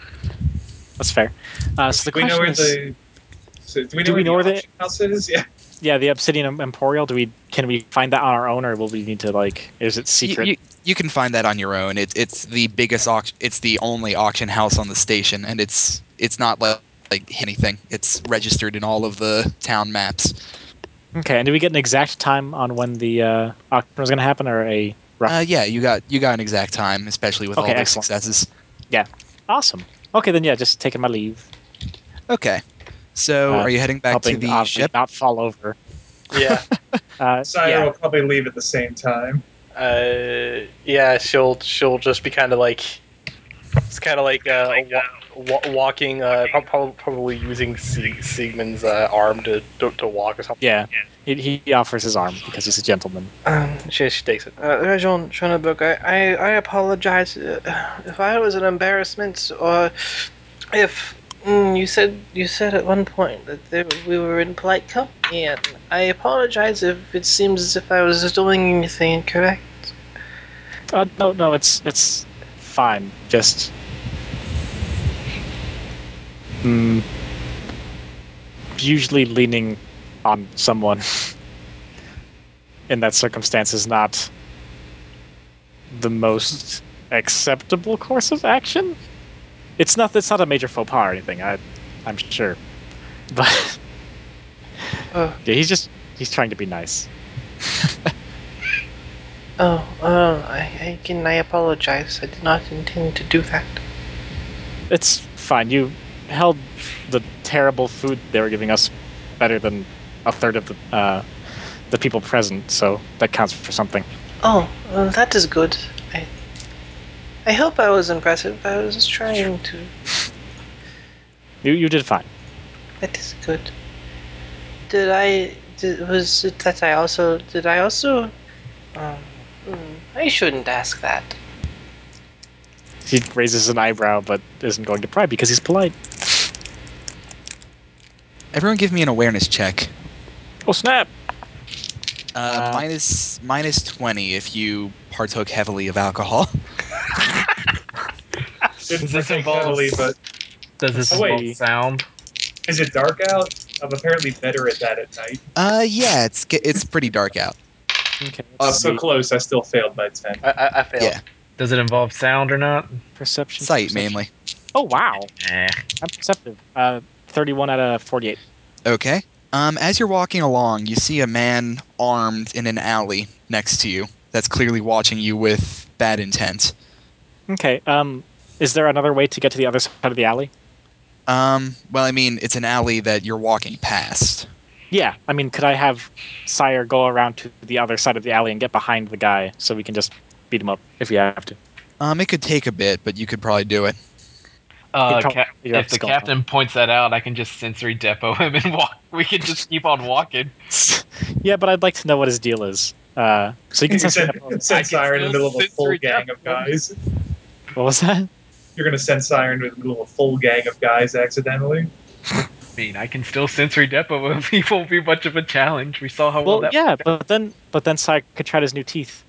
that's fair. Uh, so the
Do we know
question
where
is,
the so do we know
Do
where
we
the
know where
auction house is? Yeah.
yeah, the Obsidian Emporial. Do we can we find that on our own, or will we need to like? Is it
You,
secret?
you, you can find that on your own. It, it's the biggest auction. It's the only auction house on the station, and it's it's not like, like anything. It's registered in all of the town maps.
okay, and do we get an exact time on when the uh, auction was going to happen, or a rough
Uh, yeah, you got you got an exact time, especially with
Okay,
all the
excellent.
successes.
awesome? Okay, then yeah, just taking my leave.
Okay, so
Uh,
are you heading back to
helping
the
obviously
ship?
not fall over.
Yeah.
Uh,
Sire
yeah.
will probably leave at the same time.
uh, yeah, she'll she'll just be kind of like it's kind of like uh, wa- wa- walking, uh, prob- prob- probably using Sig- Sigmund's uh, arm to, to to walk or something.
Yeah. He, he offers his arm because he's a gentleman.
Um,
She, she takes it.
uh, Rajon Schoenberg, I, I, I apologize uh, if I was an embarrassment or if mm, you said you said at one point that there, we were in polite company, and I apologize if it seems as if I was doing anything incorrect.
Uh, no, no, it's it's fine. Just. Mm, usually leaning on someone in that circumstance is not the most acceptable course of action. It's not. It's not a major faux pas or anything. I, I'm sure, but
Uh.
yeah, he's just he's trying to be nice.
Oh, oh, I, I can. I apologize. I did not intend to do that.
It's fine. You held the terrible food they were giving us better than a third of the uh, the people present, so that counts for something.
Oh, well, that is good. I, I hope I was impressive. I was trying to.
You you did fine.
That is good. Did I? Did, was it that I also? Did I also? Um, hmm, I shouldn't ask that.
He raises an eyebrow, but isn't going to pry because he's polite.
Everyone, give me an awareness check.
Oh snap!
Uh, minus minus twenty if you partook heavily of alcohol.
Didn't
This
partake
involves-
heavily, but
Does this
Oh, wait.
involve sound?
is it dark out? I'm apparently better at that at night.
Uh, yeah, it's ge- it's pretty dark out.
Okay.
Oh,
Uh,
let's
so
see.
close, I still failed by 10.
I, I, I failed.
Yeah.
Does it involve sound or not?
perception.
Sight
perception.
mainly.
Oh wow,
Eh.
I'm perceptive. Uh, thirty-one out of forty-eight.
Okay. Um, as you're walking along, you see a man armed in an alley next to you. That's clearly watching you with bad intent.
Okay. Um, is there another way to get to the other side of the alley?
Um, well, I mean, it's an alley that you're walking past.
Yeah, I mean, could I have Sire go around to the other side of the alley and get behind the guy so we can just beat him up if we have to?
Um, it could take a bit, but you could probably do it.
Uh,
He'd
ca-
probably figure out
if
what's
the
going on.
captain points that out, I can just sensory depot him and walk. We can just keep on walking.
yeah, but I'd like to know what his deal is. Uh, so you can
You
sense.
sent,
I
sent
can
Siren in the
still
middle of a
sense
full
your
gang of
depth.
guys.
What was that?
You're gonna send Siren in the middle of a full gang of guys accidentally.
I mean, I can still sensory depot him. He won't be much of a challenge. We saw how well,
Well,
that.
yeah, but then but then Sire could try out his new teeth.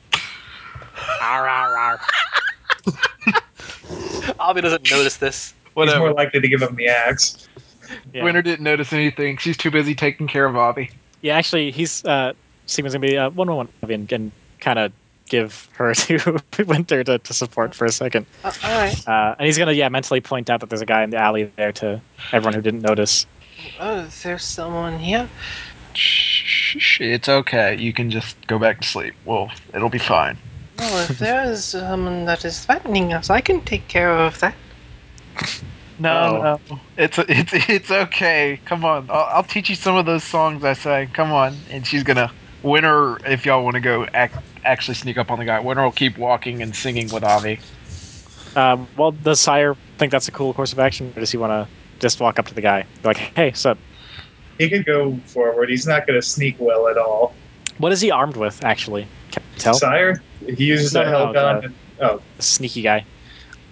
Arr, arr, arr.
Avi doesn't notice this.
He's
Whatever.
more likely to give him the axe.
Yeah.
Winter didn't notice anything. She's too busy taking care of Avi.
Yeah, actually, he's uh, Sigma's gonna be uh, one one one and, and kind of give her to Winter to, to support for a second.
Uh, all right.
Uh, and he's gonna yeah mentally point out that there's a guy in the alley there to everyone who didn't notice.
Oh, there's someone here.
Shh, shh, It's okay. You can just go back to sleep. Well, it'll be fine.
No, if there is someone that is threatening us, I can take care of that.
No, no, it's it's it's okay. Come on, I'll, I'll teach you some of those songs I sang. Come on, and she's gonna Winter. If y'all want to go act, actually sneak up on the guy, Winter will keep walking and singing with Avi.
Um, well, does Sire think that's a cool course of action, or does he want to just walk up to the guy, be like, "Hey, sup?
He could go forward. He's not gonna sneak well at all.
What is he armed with? Actually, can you tell
Sire, he uses
No,
a
no, no,
hell gun.
the-
and- oh,
sneaky guy.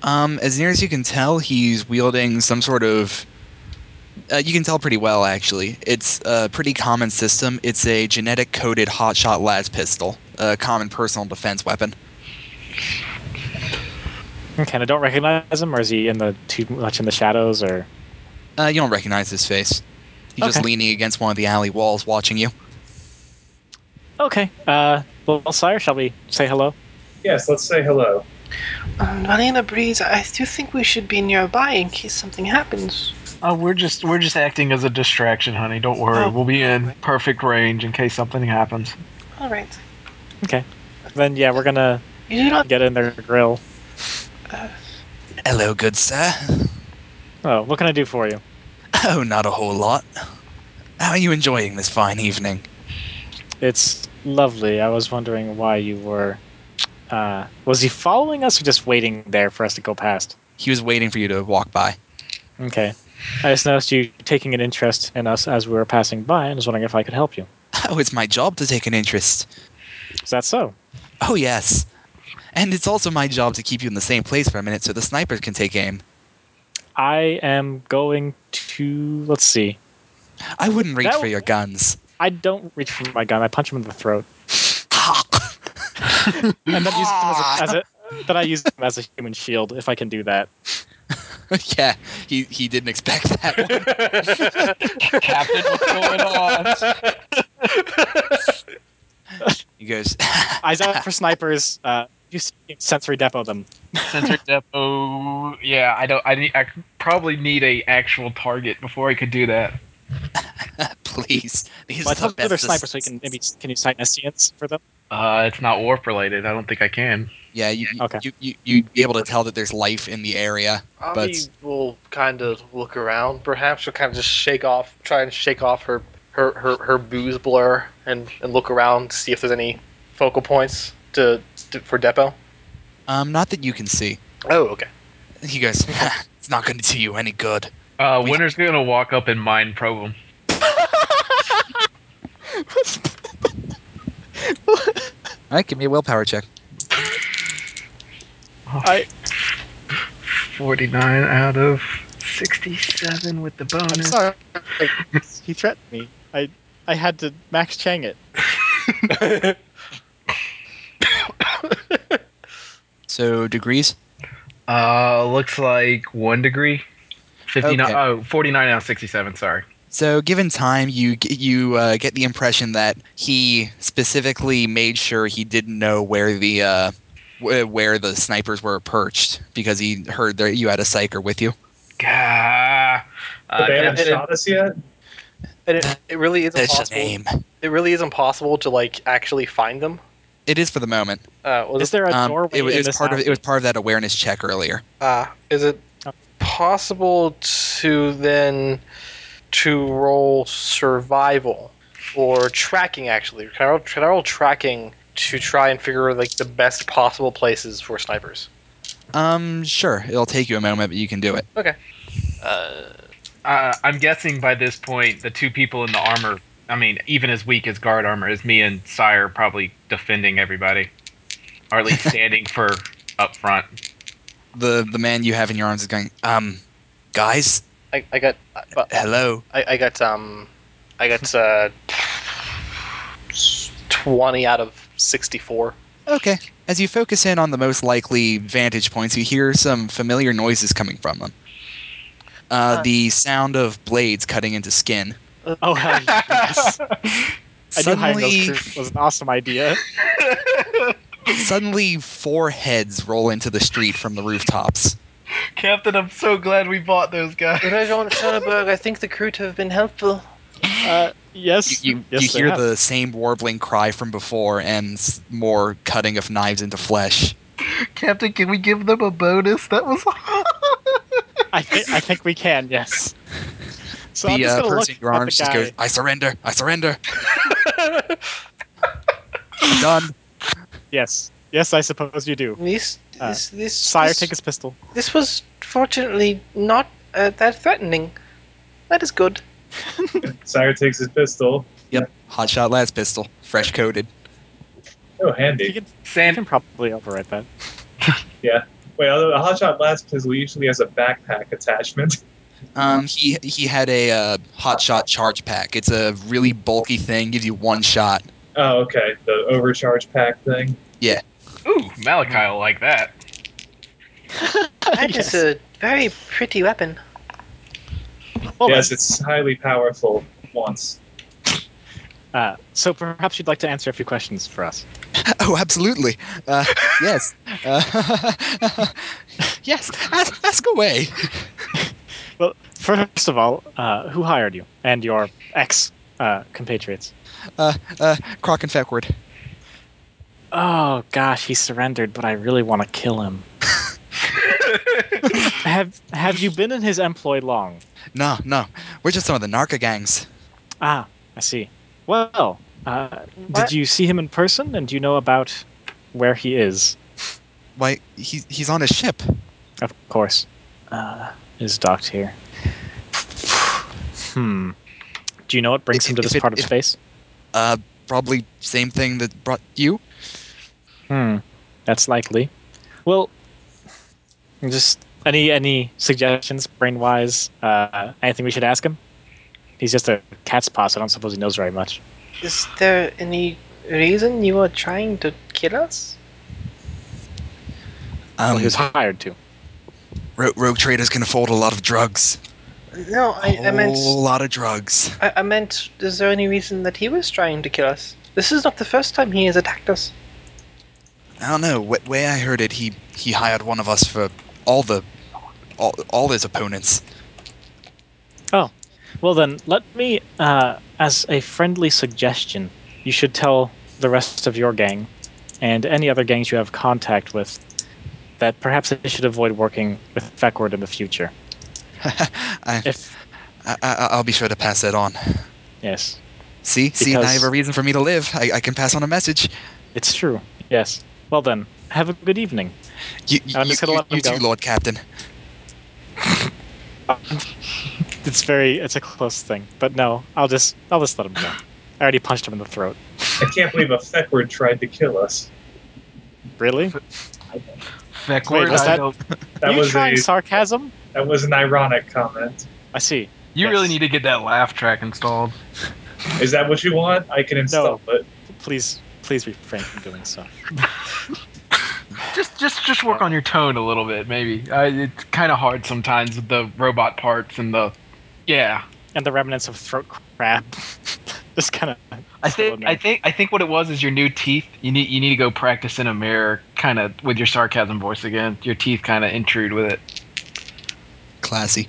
Um, as near as you can tell, he's wielding some sort of. Uh, you can tell pretty well, actually. It's a pretty common system. It's a genetic coded hotshot las pistol, a common personal defense weapon.
Kind of don't recognize him, or is he in the too much in the shadows, or
Uh, you don't recognize his face. He's just
Okay.
leaning against one of the alley walls, watching you.
okay? Uh, well, Sire, shall we say hello?
yes, let's say hello.
Um, Valina Breeze, I do think we should be nearby in case something happens.
Oh, we're just we're just acting as a distraction, honey. Don't worry,
Oh.
we'll be in perfect range in case something happens.
All right.
Then yeah, we're gonna
You do not.
get in their grill.
Hello, good sir.
Oh, what can I do for you?
Oh, not a whole lot. How are you enjoying this fine evening?
It's lovely. I was wondering why you were. Uh, was he following us or just waiting there for us to go past?
He was waiting for you to walk by.
Okay. I just noticed you taking an interest in us as we were passing by and was wondering if I could help you.
Oh, it's my job to take an interest.
Is that so?
Oh, yes. And it's also my job to keep you in the same place for a minute so the sniper can take aim.
I am going to. Let's see.
I wouldn't reach
That
for
w-
your guns.
I don't reach for my gun. I punch him in the throat. And then use them as a. As a then I use them as a human shield if I can do that.
yeah, he, he didn't expect that one.
Captain, what's going on?
He goes,
Eyes out for snipers. Uh, you s- sensory depot them.
Sensor depot. Yeah, I don't. I need. I probably need a actual target before I could do that.
please. These
Well, I
are the
told you they're
best
snipers, so you can maybe can you sign science for them?
Uh, it's not warp related. I don't think I can.
Yeah, you, you,
Okay.
you, you, you'd be able to tell that there's life in the area.
Avi will kind of look around, perhaps, or kind of just shake off, try and shake off her her her, her booze blur and, and look around to see if there's any focal points to, to for Depot?
Um, not that you can see.
Oh, okay.
He goes, "Ha, it's not going to do you any good.
Uh,
We-
Winter's gonna walk up and mind probe him.
All right, give me a willpower check.
Forty nine out of sixty seven with the bonus.
Mm-hmm.
I'm sorry. he threatened me. I I had to Max Chang it.
So degrees.
Uh, looks like one degree. 59,
Okay.
oh, 49 out of 67, sorry.
So given time, you g- you uh, get the impression that he specifically made sure he didn't know where the uh, wh- where the snipers were perched because he heard that you had a psyker with you.
Gah.
The
Uh,
band
and-
haven't shot us yet.
And it, it really is
That's just
impossible.
name.
It really is impossible to like actually find them.
It is for the moment.
Uh, was
Is there a
Um,
doorway
it, wa- it
in
was
this
part of
house?
it was part of that awareness check earlier.
Uh, is it possible to then to roll survival or tracking? Actually, can I roll, can I roll tracking to try and figure like the best possible places for snipers?
Um, sure, it'll take you a moment, but you can do it.
uh, I'm guessing by this point, the two people in the armor, I mean, even as weak as guard armor, is me and Sire probably defending everybody. Or at least standing for up front.
The the man you have in your arms is going. Um, guys,
I, I got uh,
hello.
I, I got um I got uh twenty out of sixty four.
Okay. As you focus in on the most likely vantage points, you hear some familiar noises coming from them. Uh, the sound of blades cutting into skin.
Oh hell yes! I knew hiding those
Suddenly-
creeps was an awesome idea.
Suddenly, four heads roll into the street from the rooftops.
Captain, I'm so glad we bought those guys.
Regent Schoenberg, I think the crew to have been helpful.
Uh, yes,
You, you,
yes,
you
they
hear
have.
the same warbling cry from before and s- more cutting of knives into flesh.
Captain, can we give them a bonus? That was.
I think I think we can. Yes. So I'm
the
just
uh,
gonna look
person in your
at
arms
the
just
guy.
goes, I surrender, I surrender. Done.
Yes, yes, I suppose you do.
This,
Ah.
Uh,
this, this,
Sire,
this,
take his pistol.
this was fortunately not uh, that threatening. That is good.
Sire takes his pistol.
Yep. Hotshot las pistol, fresh coated.
Oh,
He
handy.
can, he
Sand,
can probably overwrite that.
Wait, although a hotshot last pistol usually has a backpack attachment.
Um, he he had a uh, hot shot charge pack. It's a really bulky thing. Gives you one shot.
Oh, okay. The overcharge pack thing.
Ooh, Malachi will like that.
That is
Yes.
a very pretty weapon.
Well,
yes, it's highly powerful. Once.
uh, so perhaps you'd like to answer a few questions for us.
Oh, absolutely. Uh, yes. Uh, yes. Ask, ask away.
Well, first of all, uh, who hired you and your ex uh, compatriots?
Uh, uh, Croc and Feckward.
Oh gosh, he surrendered, but I really want to kill him. have Have you been in his employ long?
No, no. We're just some of the narca gangs.
Ah, I see. Well, uh,
What?
did you see him in person, and do you know about where he is?
Why? He, he's on a ship.
Of course, uh, is docked here. Hmm. Do you know what brings
If-
him to
if
this
it-
part of
if-
space?
Uh, probably same thing that brought you.
Hmm. That's likely. Well, just any any suggestions, brain wise? Uh, anything we should ask him? He's just a cat's paw, so I don't suppose he knows very much.
Is there any reason you are trying to kill us?
Well,
Um,
he was hired to.
ro- rogue traders can afford a lot of drugs.
No, I, I meant.
whole lot of drugs.
I, I meant, is there any reason that he was trying to kill us? This is not the first time he has attacked us.
I don't know. What way I heard it, he he hired one of us for all the all, all his opponents.
Well, then, let me, uh, as a friendly suggestion, you should tell the rest of your gang and any other gangs you have contact with that perhaps they should avoid working with Feckward in the future.
I,
If
I, I I'll be sure to pass that on.
Yes,
See, see, now I
Because-
have a reason for me to live. I, I can pass on a message.
it's true. Yes. Well then, have a good evening.
You, you,
I'm just
you,
gonna let
you
them
too,
go.
Lord Captain.
It's very, it's a close thing, but no, I'll just, I'll just let him go. I already punched him in the throat.
I can't believe a feckward tried to kill us.
Really?
Feck
Wait,
word,
what's
I
that?
don't-
That
you
was
trying
a,
sarcasm?
that was an ironic comment.
I see.
You
Yes.
really need to get that laugh track installed.
Is that what you want? I can install it.
Please, please refrain from doing so.
Just, just, just work on your tone a little bit, maybe. I, it's kind of hard sometimes with the robot parts and the, yeah.
And the remnants of throat crap. just kind of.
I think, I think, I think what it was is your new teeth. You need, you need to go practice in a mirror, kind of with your sarcasm voice again. Your teeth kind of intrude with it.
Classy.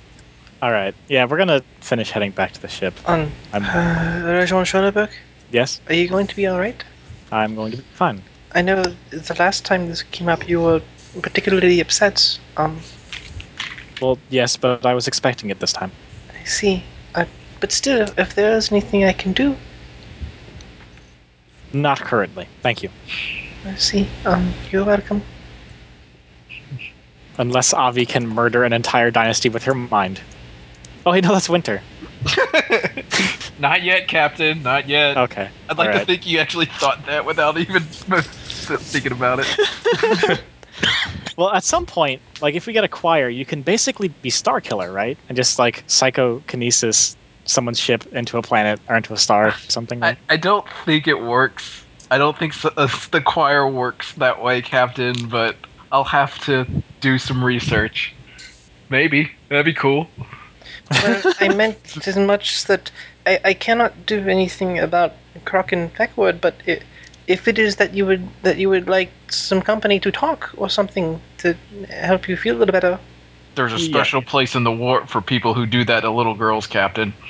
All right. Yeah, we're gonna finish heading back to the ship.
Um,
I'm.
uh, Rajon Shonabek,
yes,
are you going to be alright?
I'm going to be fine.
I know the last time this came up, you were particularly upset. Um,
Well, yes, but I was expecting it this time.
I see. Uh, but still, if there is anything I can do,
Not currently. Thank you.
I see. Um, you're welcome.
Unless Avi can murder an entire dynasty with her mind. Oh, hey, no, that's Winter.
Not yet, Captain. Not yet.
Okay.
I'd like to
Oh, alright.
think you actually thought that without even thinking about it.
Well, at some point, like if we get a choir, you can basically be Star Killer, right? And just like psychokinesis someone's ship into a planet or into a star, something.
I,
Like.
I don't think it works. I don't think so, uh, the choir works that way, Captain, but I'll have to do some research. Maybe. That'd be cool.
Well, I meant as much that I, I cannot do anything about Kraken Peckwood, but i if it is that you would that you would like some company to talk or something to help you feel a little better,
There's a
Yeah.
special place in the warp for people who do that to little girls, Captain.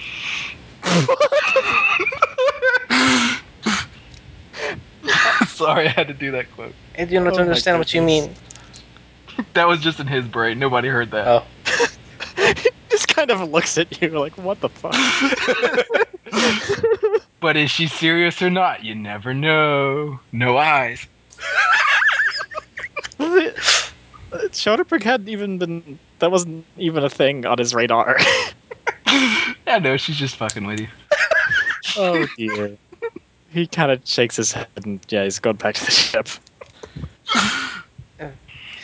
Sorry, I had to do that quote.
I do not
Oh my
understand what you
goodness.
mean.
That was just in his brain. Nobody heard that.
Oh.
just kind of looks at you like, what the fuck?
But is she serious or not? You never know. No eyes.
Schoenberg hadn't even been. That wasn't even a thing on his radar.
Yeah, no, she's just fucking with you.
oh dear. He kind of shakes his head and yeah, he's going back to the ship.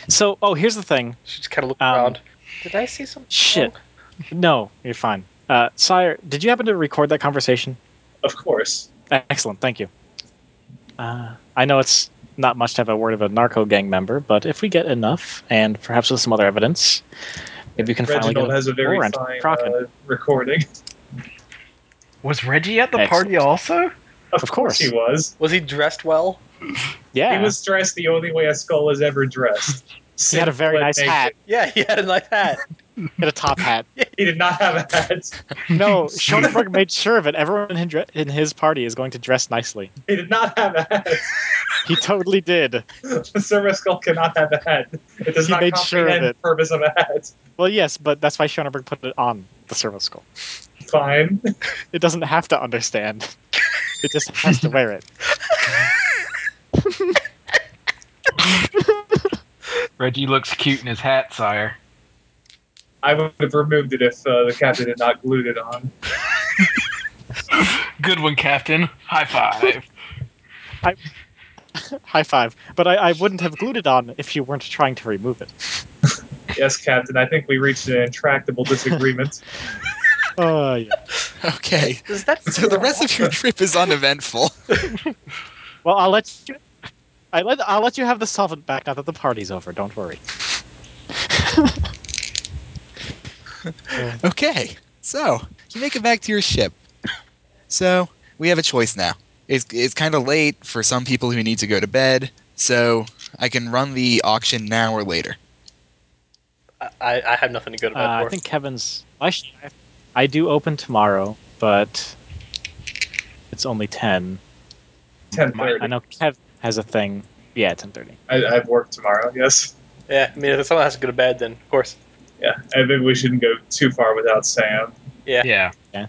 so, oh, here's the thing.
She just kind of looked
Um,
around.
Did I say something?
Shit.
wrong?
No, you're fine. Uh, Sire, did you happen to record that conversation?
Of course.
Excellent, thank you. Uh, I know it's not much to have a word of a narco gang member, but if we get enough, and perhaps with some other evidence, maybe we can finally
Reginald
get
has a very
more on
fine
Kraken.
uh, recording.
Was Reggie at the
Excellent.
party also?
Of,
Of
course.
course.
uh, he was.
Was he dressed well?
yeah,
He was dressed the only way a skull is ever dressed.
he had a very
But
nice
naked.
hat,
Yeah, he had a nice hat.
he had a top hat.
He did not have a hat.
No, Schoenberg made sure that everyone in, dre- in his party is going to dress nicely.
He did not have a hat.
He totally did.
The service skull cannot have a hat. It does
He
not
made sure of
comprehend the
it.
purpose of a hat.
Well, yes, but that's why Schoenberg put it on the servo skull.
Fine.
It doesn't have to understand. It just has to wear it.
Reggie looks cute in his hat, sire.
I would have removed it if uh, the captain had not glued it on.
Good one, Captain. High five.
High five. But I, I wouldn't have glued it on if you weren't trying to remove it.
Yes, captain. I think we reached an intractable disagreement.
Oh, yeah.
Okay.
Does that
So the rest of your trip is uneventful.
Well, I'll let you. I let, I'll let you have the solvent back now that the party's over. Don't worry.
Okay. So you make it back to your ship. So we have a choice now. It's it's kind of late for some people who need to go to bed. So I can run the auction now or later.
I, I I have nothing to go to bed
Uh,
for.
I think Kevin's. I, sh- I do open tomorrow, but it's only ten.
Ten
I
thirty.
know Kev has a thing. Yeah, ten thirty.
I, I have work tomorrow. Yes.
yeah, I mean, if someone has to go to bed, then of course.
Yeah. I think we shouldn't go too far without Sam.
Yeah.
Yeah.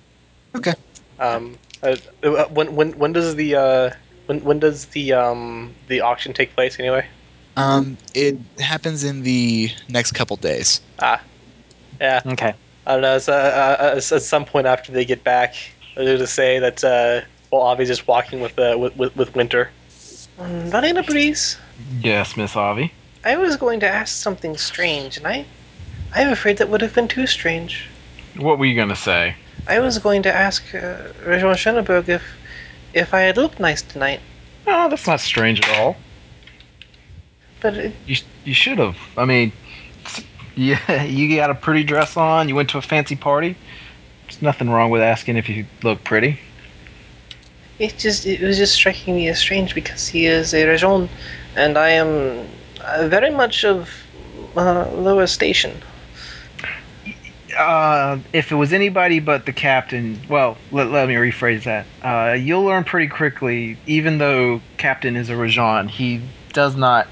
Okay.
Um, uh, uh, when when when does the uh, when when does the um, the auction take place anyway?
Um, it happens in the next couple days.
Yeah,
Okay.
I don't know. It's, uh, uh, it's at some point after they get back, they're to say that uh, well, Avi's just walking with uh, with, with with Winter. Um, Valena Breeze,
Yes, Miss Avi.
Mm, I was going to ask something strange, and I, I'm afraid that would have been too strange.
What were you gonna say?
I was going to ask uh, Regent Schoenberg if, if I had looked nice tonight,
Oh, that's not strange at all.
but it,
You you should have. I mean, yeah, you got a pretty dress on. You went to a fancy party. There's nothing wrong with asking if you look pretty.
it just it was just striking me as strange because he is a Regent, and I am uh, very much of uh, lower station.
Uh, if it was anybody but the captain, well, let, let me rephrase that. Uh, you'll learn pretty quickly. Even though captain is a Rajan, he does not.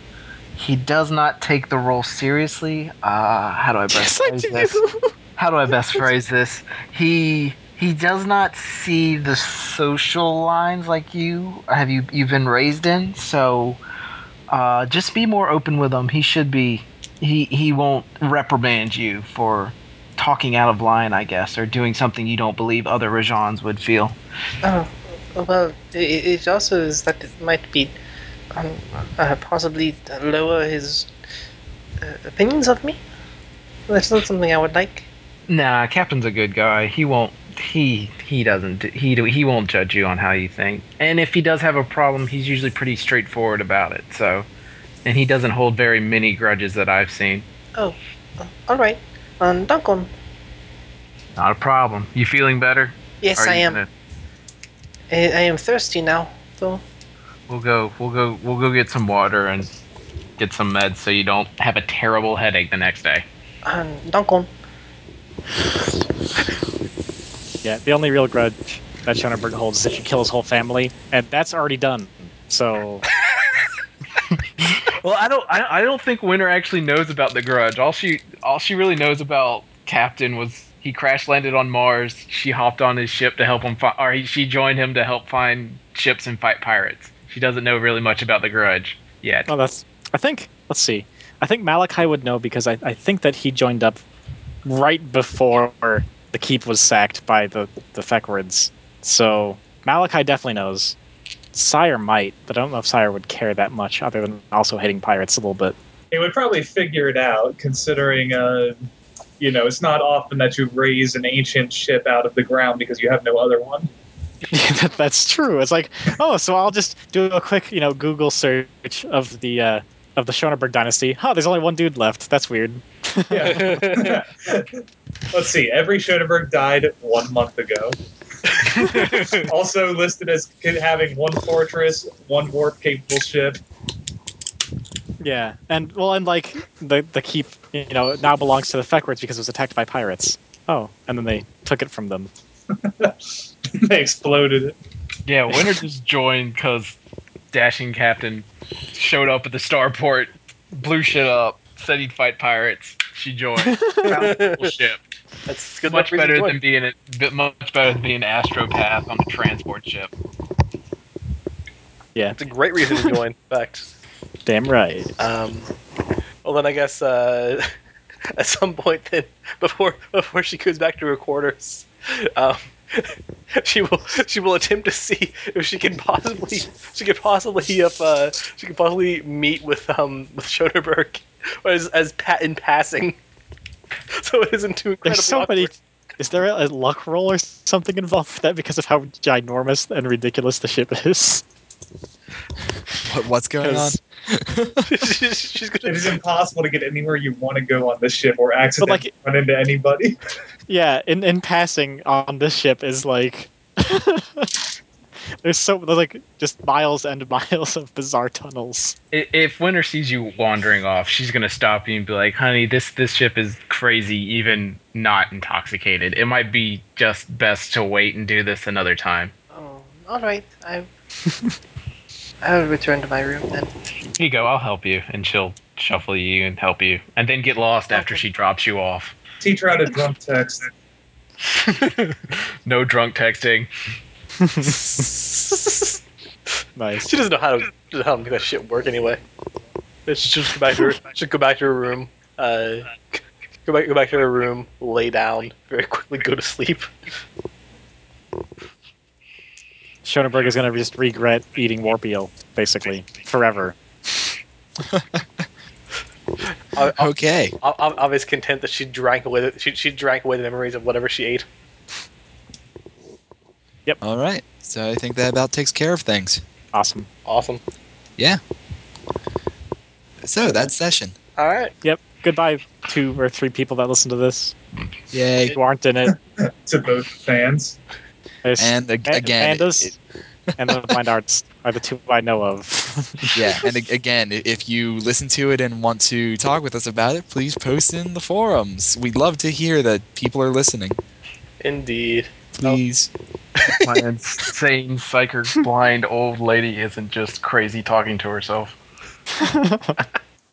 He does not take the role seriously. Uh, how do I best phrase this? How do I best phrase this? He he does not see the social lines like you have you you've been raised in. So uh, just be more open with him. He should be. He he won't reprimand you for talking out of line, I guess, or doing something you don't believe other Rajans would feel.
Oh, well, i- i- it also is that it might be um, uh, possibly lower his uh, opinions of me. That's not something I would like.
Nah, Captain's a good guy. He won't. He he doesn't. d- He do- he won't judge you on how you think. And if he does have a problem, he's usually pretty straightforward about it. So, and he doesn't hold very many grudges that I've seen.
All right, um, Duncan.
Not a problem. You feeling better?
Yes,
Are
I
you
am.
gonna-
I, I am thirsty now, though.
we'll go. We'll go. We'll go get some water and get some meds so you don't have a terrible headache the next day.
Um, Duncan.
Yeah, the only real grudge that Schoenberg holds is that you kill his whole family, and that's already done. So
Well, I don't. I, I don't think Winter actually knows about the Grudge. All she all she really knows about Captain was he crash landed on Mars. She hopped on his ship to help him find, or he, she joined him to help find ships and fight pirates. She doesn't know really much about the Grudge yet.
Well, that's. I think. Let's see. I think Malachi would know because I, I think that he joined up right before the keep was sacked by the the Feckwards. So Malachi definitely knows. Sire might, but I don't know if Sire would care that much, other than also hating pirates a little bit.
He would probably figure it out, considering, uh, you know, it's not often that you raise an ancient ship out of the ground because you have no other one.
Yeah, that, that's true. It's like, oh, so I'll just do a quick, you know, Google search of the uh, of the Schoenberg dynasty. Huh, there's only one dude left. That's weird.
Yeah. Let's see. Every Schoenberg died one month ago. also listed as having one fortress, one warp capable ship.
Yeah, and well, and like the the keep, you know, now belongs to the Feckwards because it was attacked by pirates. Oh, and then they took it from them.
they exploded it.
Yeah, Winter just joined because dashing Captain showed up at the starport, blew shit up, said he'd fight pirates. She joined. Found a cool ship.
That's good
much
enough reason
better
to
than being a, bit much better than being an astropath on the transport ship.
It's a great reason to join. in fact,
Damn right.
um, well then I guess uh, at some point then before before she goes back to her quarters, um, she will she will attempt to see if she can possibly she could possibly if uh, she could possibly meet with um with Schoenberg as as pat in passing. So it isn't too incredibly
There's so many.
awkward.
Is there a, a luck roll or something involved with that because of how ginormous and ridiculous the ship is?
What, what's going on?
'Cause-
she's, she's
It
gonna
is impossible to get anywhere you want to go on this ship or accidentally
like-
run into anybody.
yeah, in in passing on this ship is like. There's so there's like just miles and miles of bizarre tunnels.
I- If Winter sees you wandering off, she's gonna stop you and be like, "Honey, this this ship is crazy. Even not intoxicated, it might be just best to wait and do this another time."
Oh, all right. I I'll return to my room then.
Here you go. I'll help you, and she'll shuffle you and help you, and then get lost after she drops you off.
Teach her how to drunk text.
no drunk texting.
Nice.
She doesn't know how to, doesn't know how to make that shit work anyway. She'll just go back to her, she'll go back to her room. Uh, go back, go back to her room. Lay down very quickly. Go to sleep.
Schoenberg is going to just regret eating warp eel, basically, forever.
O- o-
Okay.
o- Avi's content that she drank away. The, she she drank away the memories of whatever she ate.
All right. So I think that about takes care of things.
Awesome.
Awesome.
So that's session.
All right.
Yep. Goodbye, two or three people that listen to this
Yay.
who aren't in it.
to both fans.
There's
And ag-
Pa-
again,
pandas
it-
and the blind arts are the two I know of.
yeah. And ag- again, i- if you listen to it and want to talk with us about it, please post in the forums. We'd love to hear that people are listening.
Indeed.
Please.
My insane psychic blind old lady isn't just crazy talking to herself.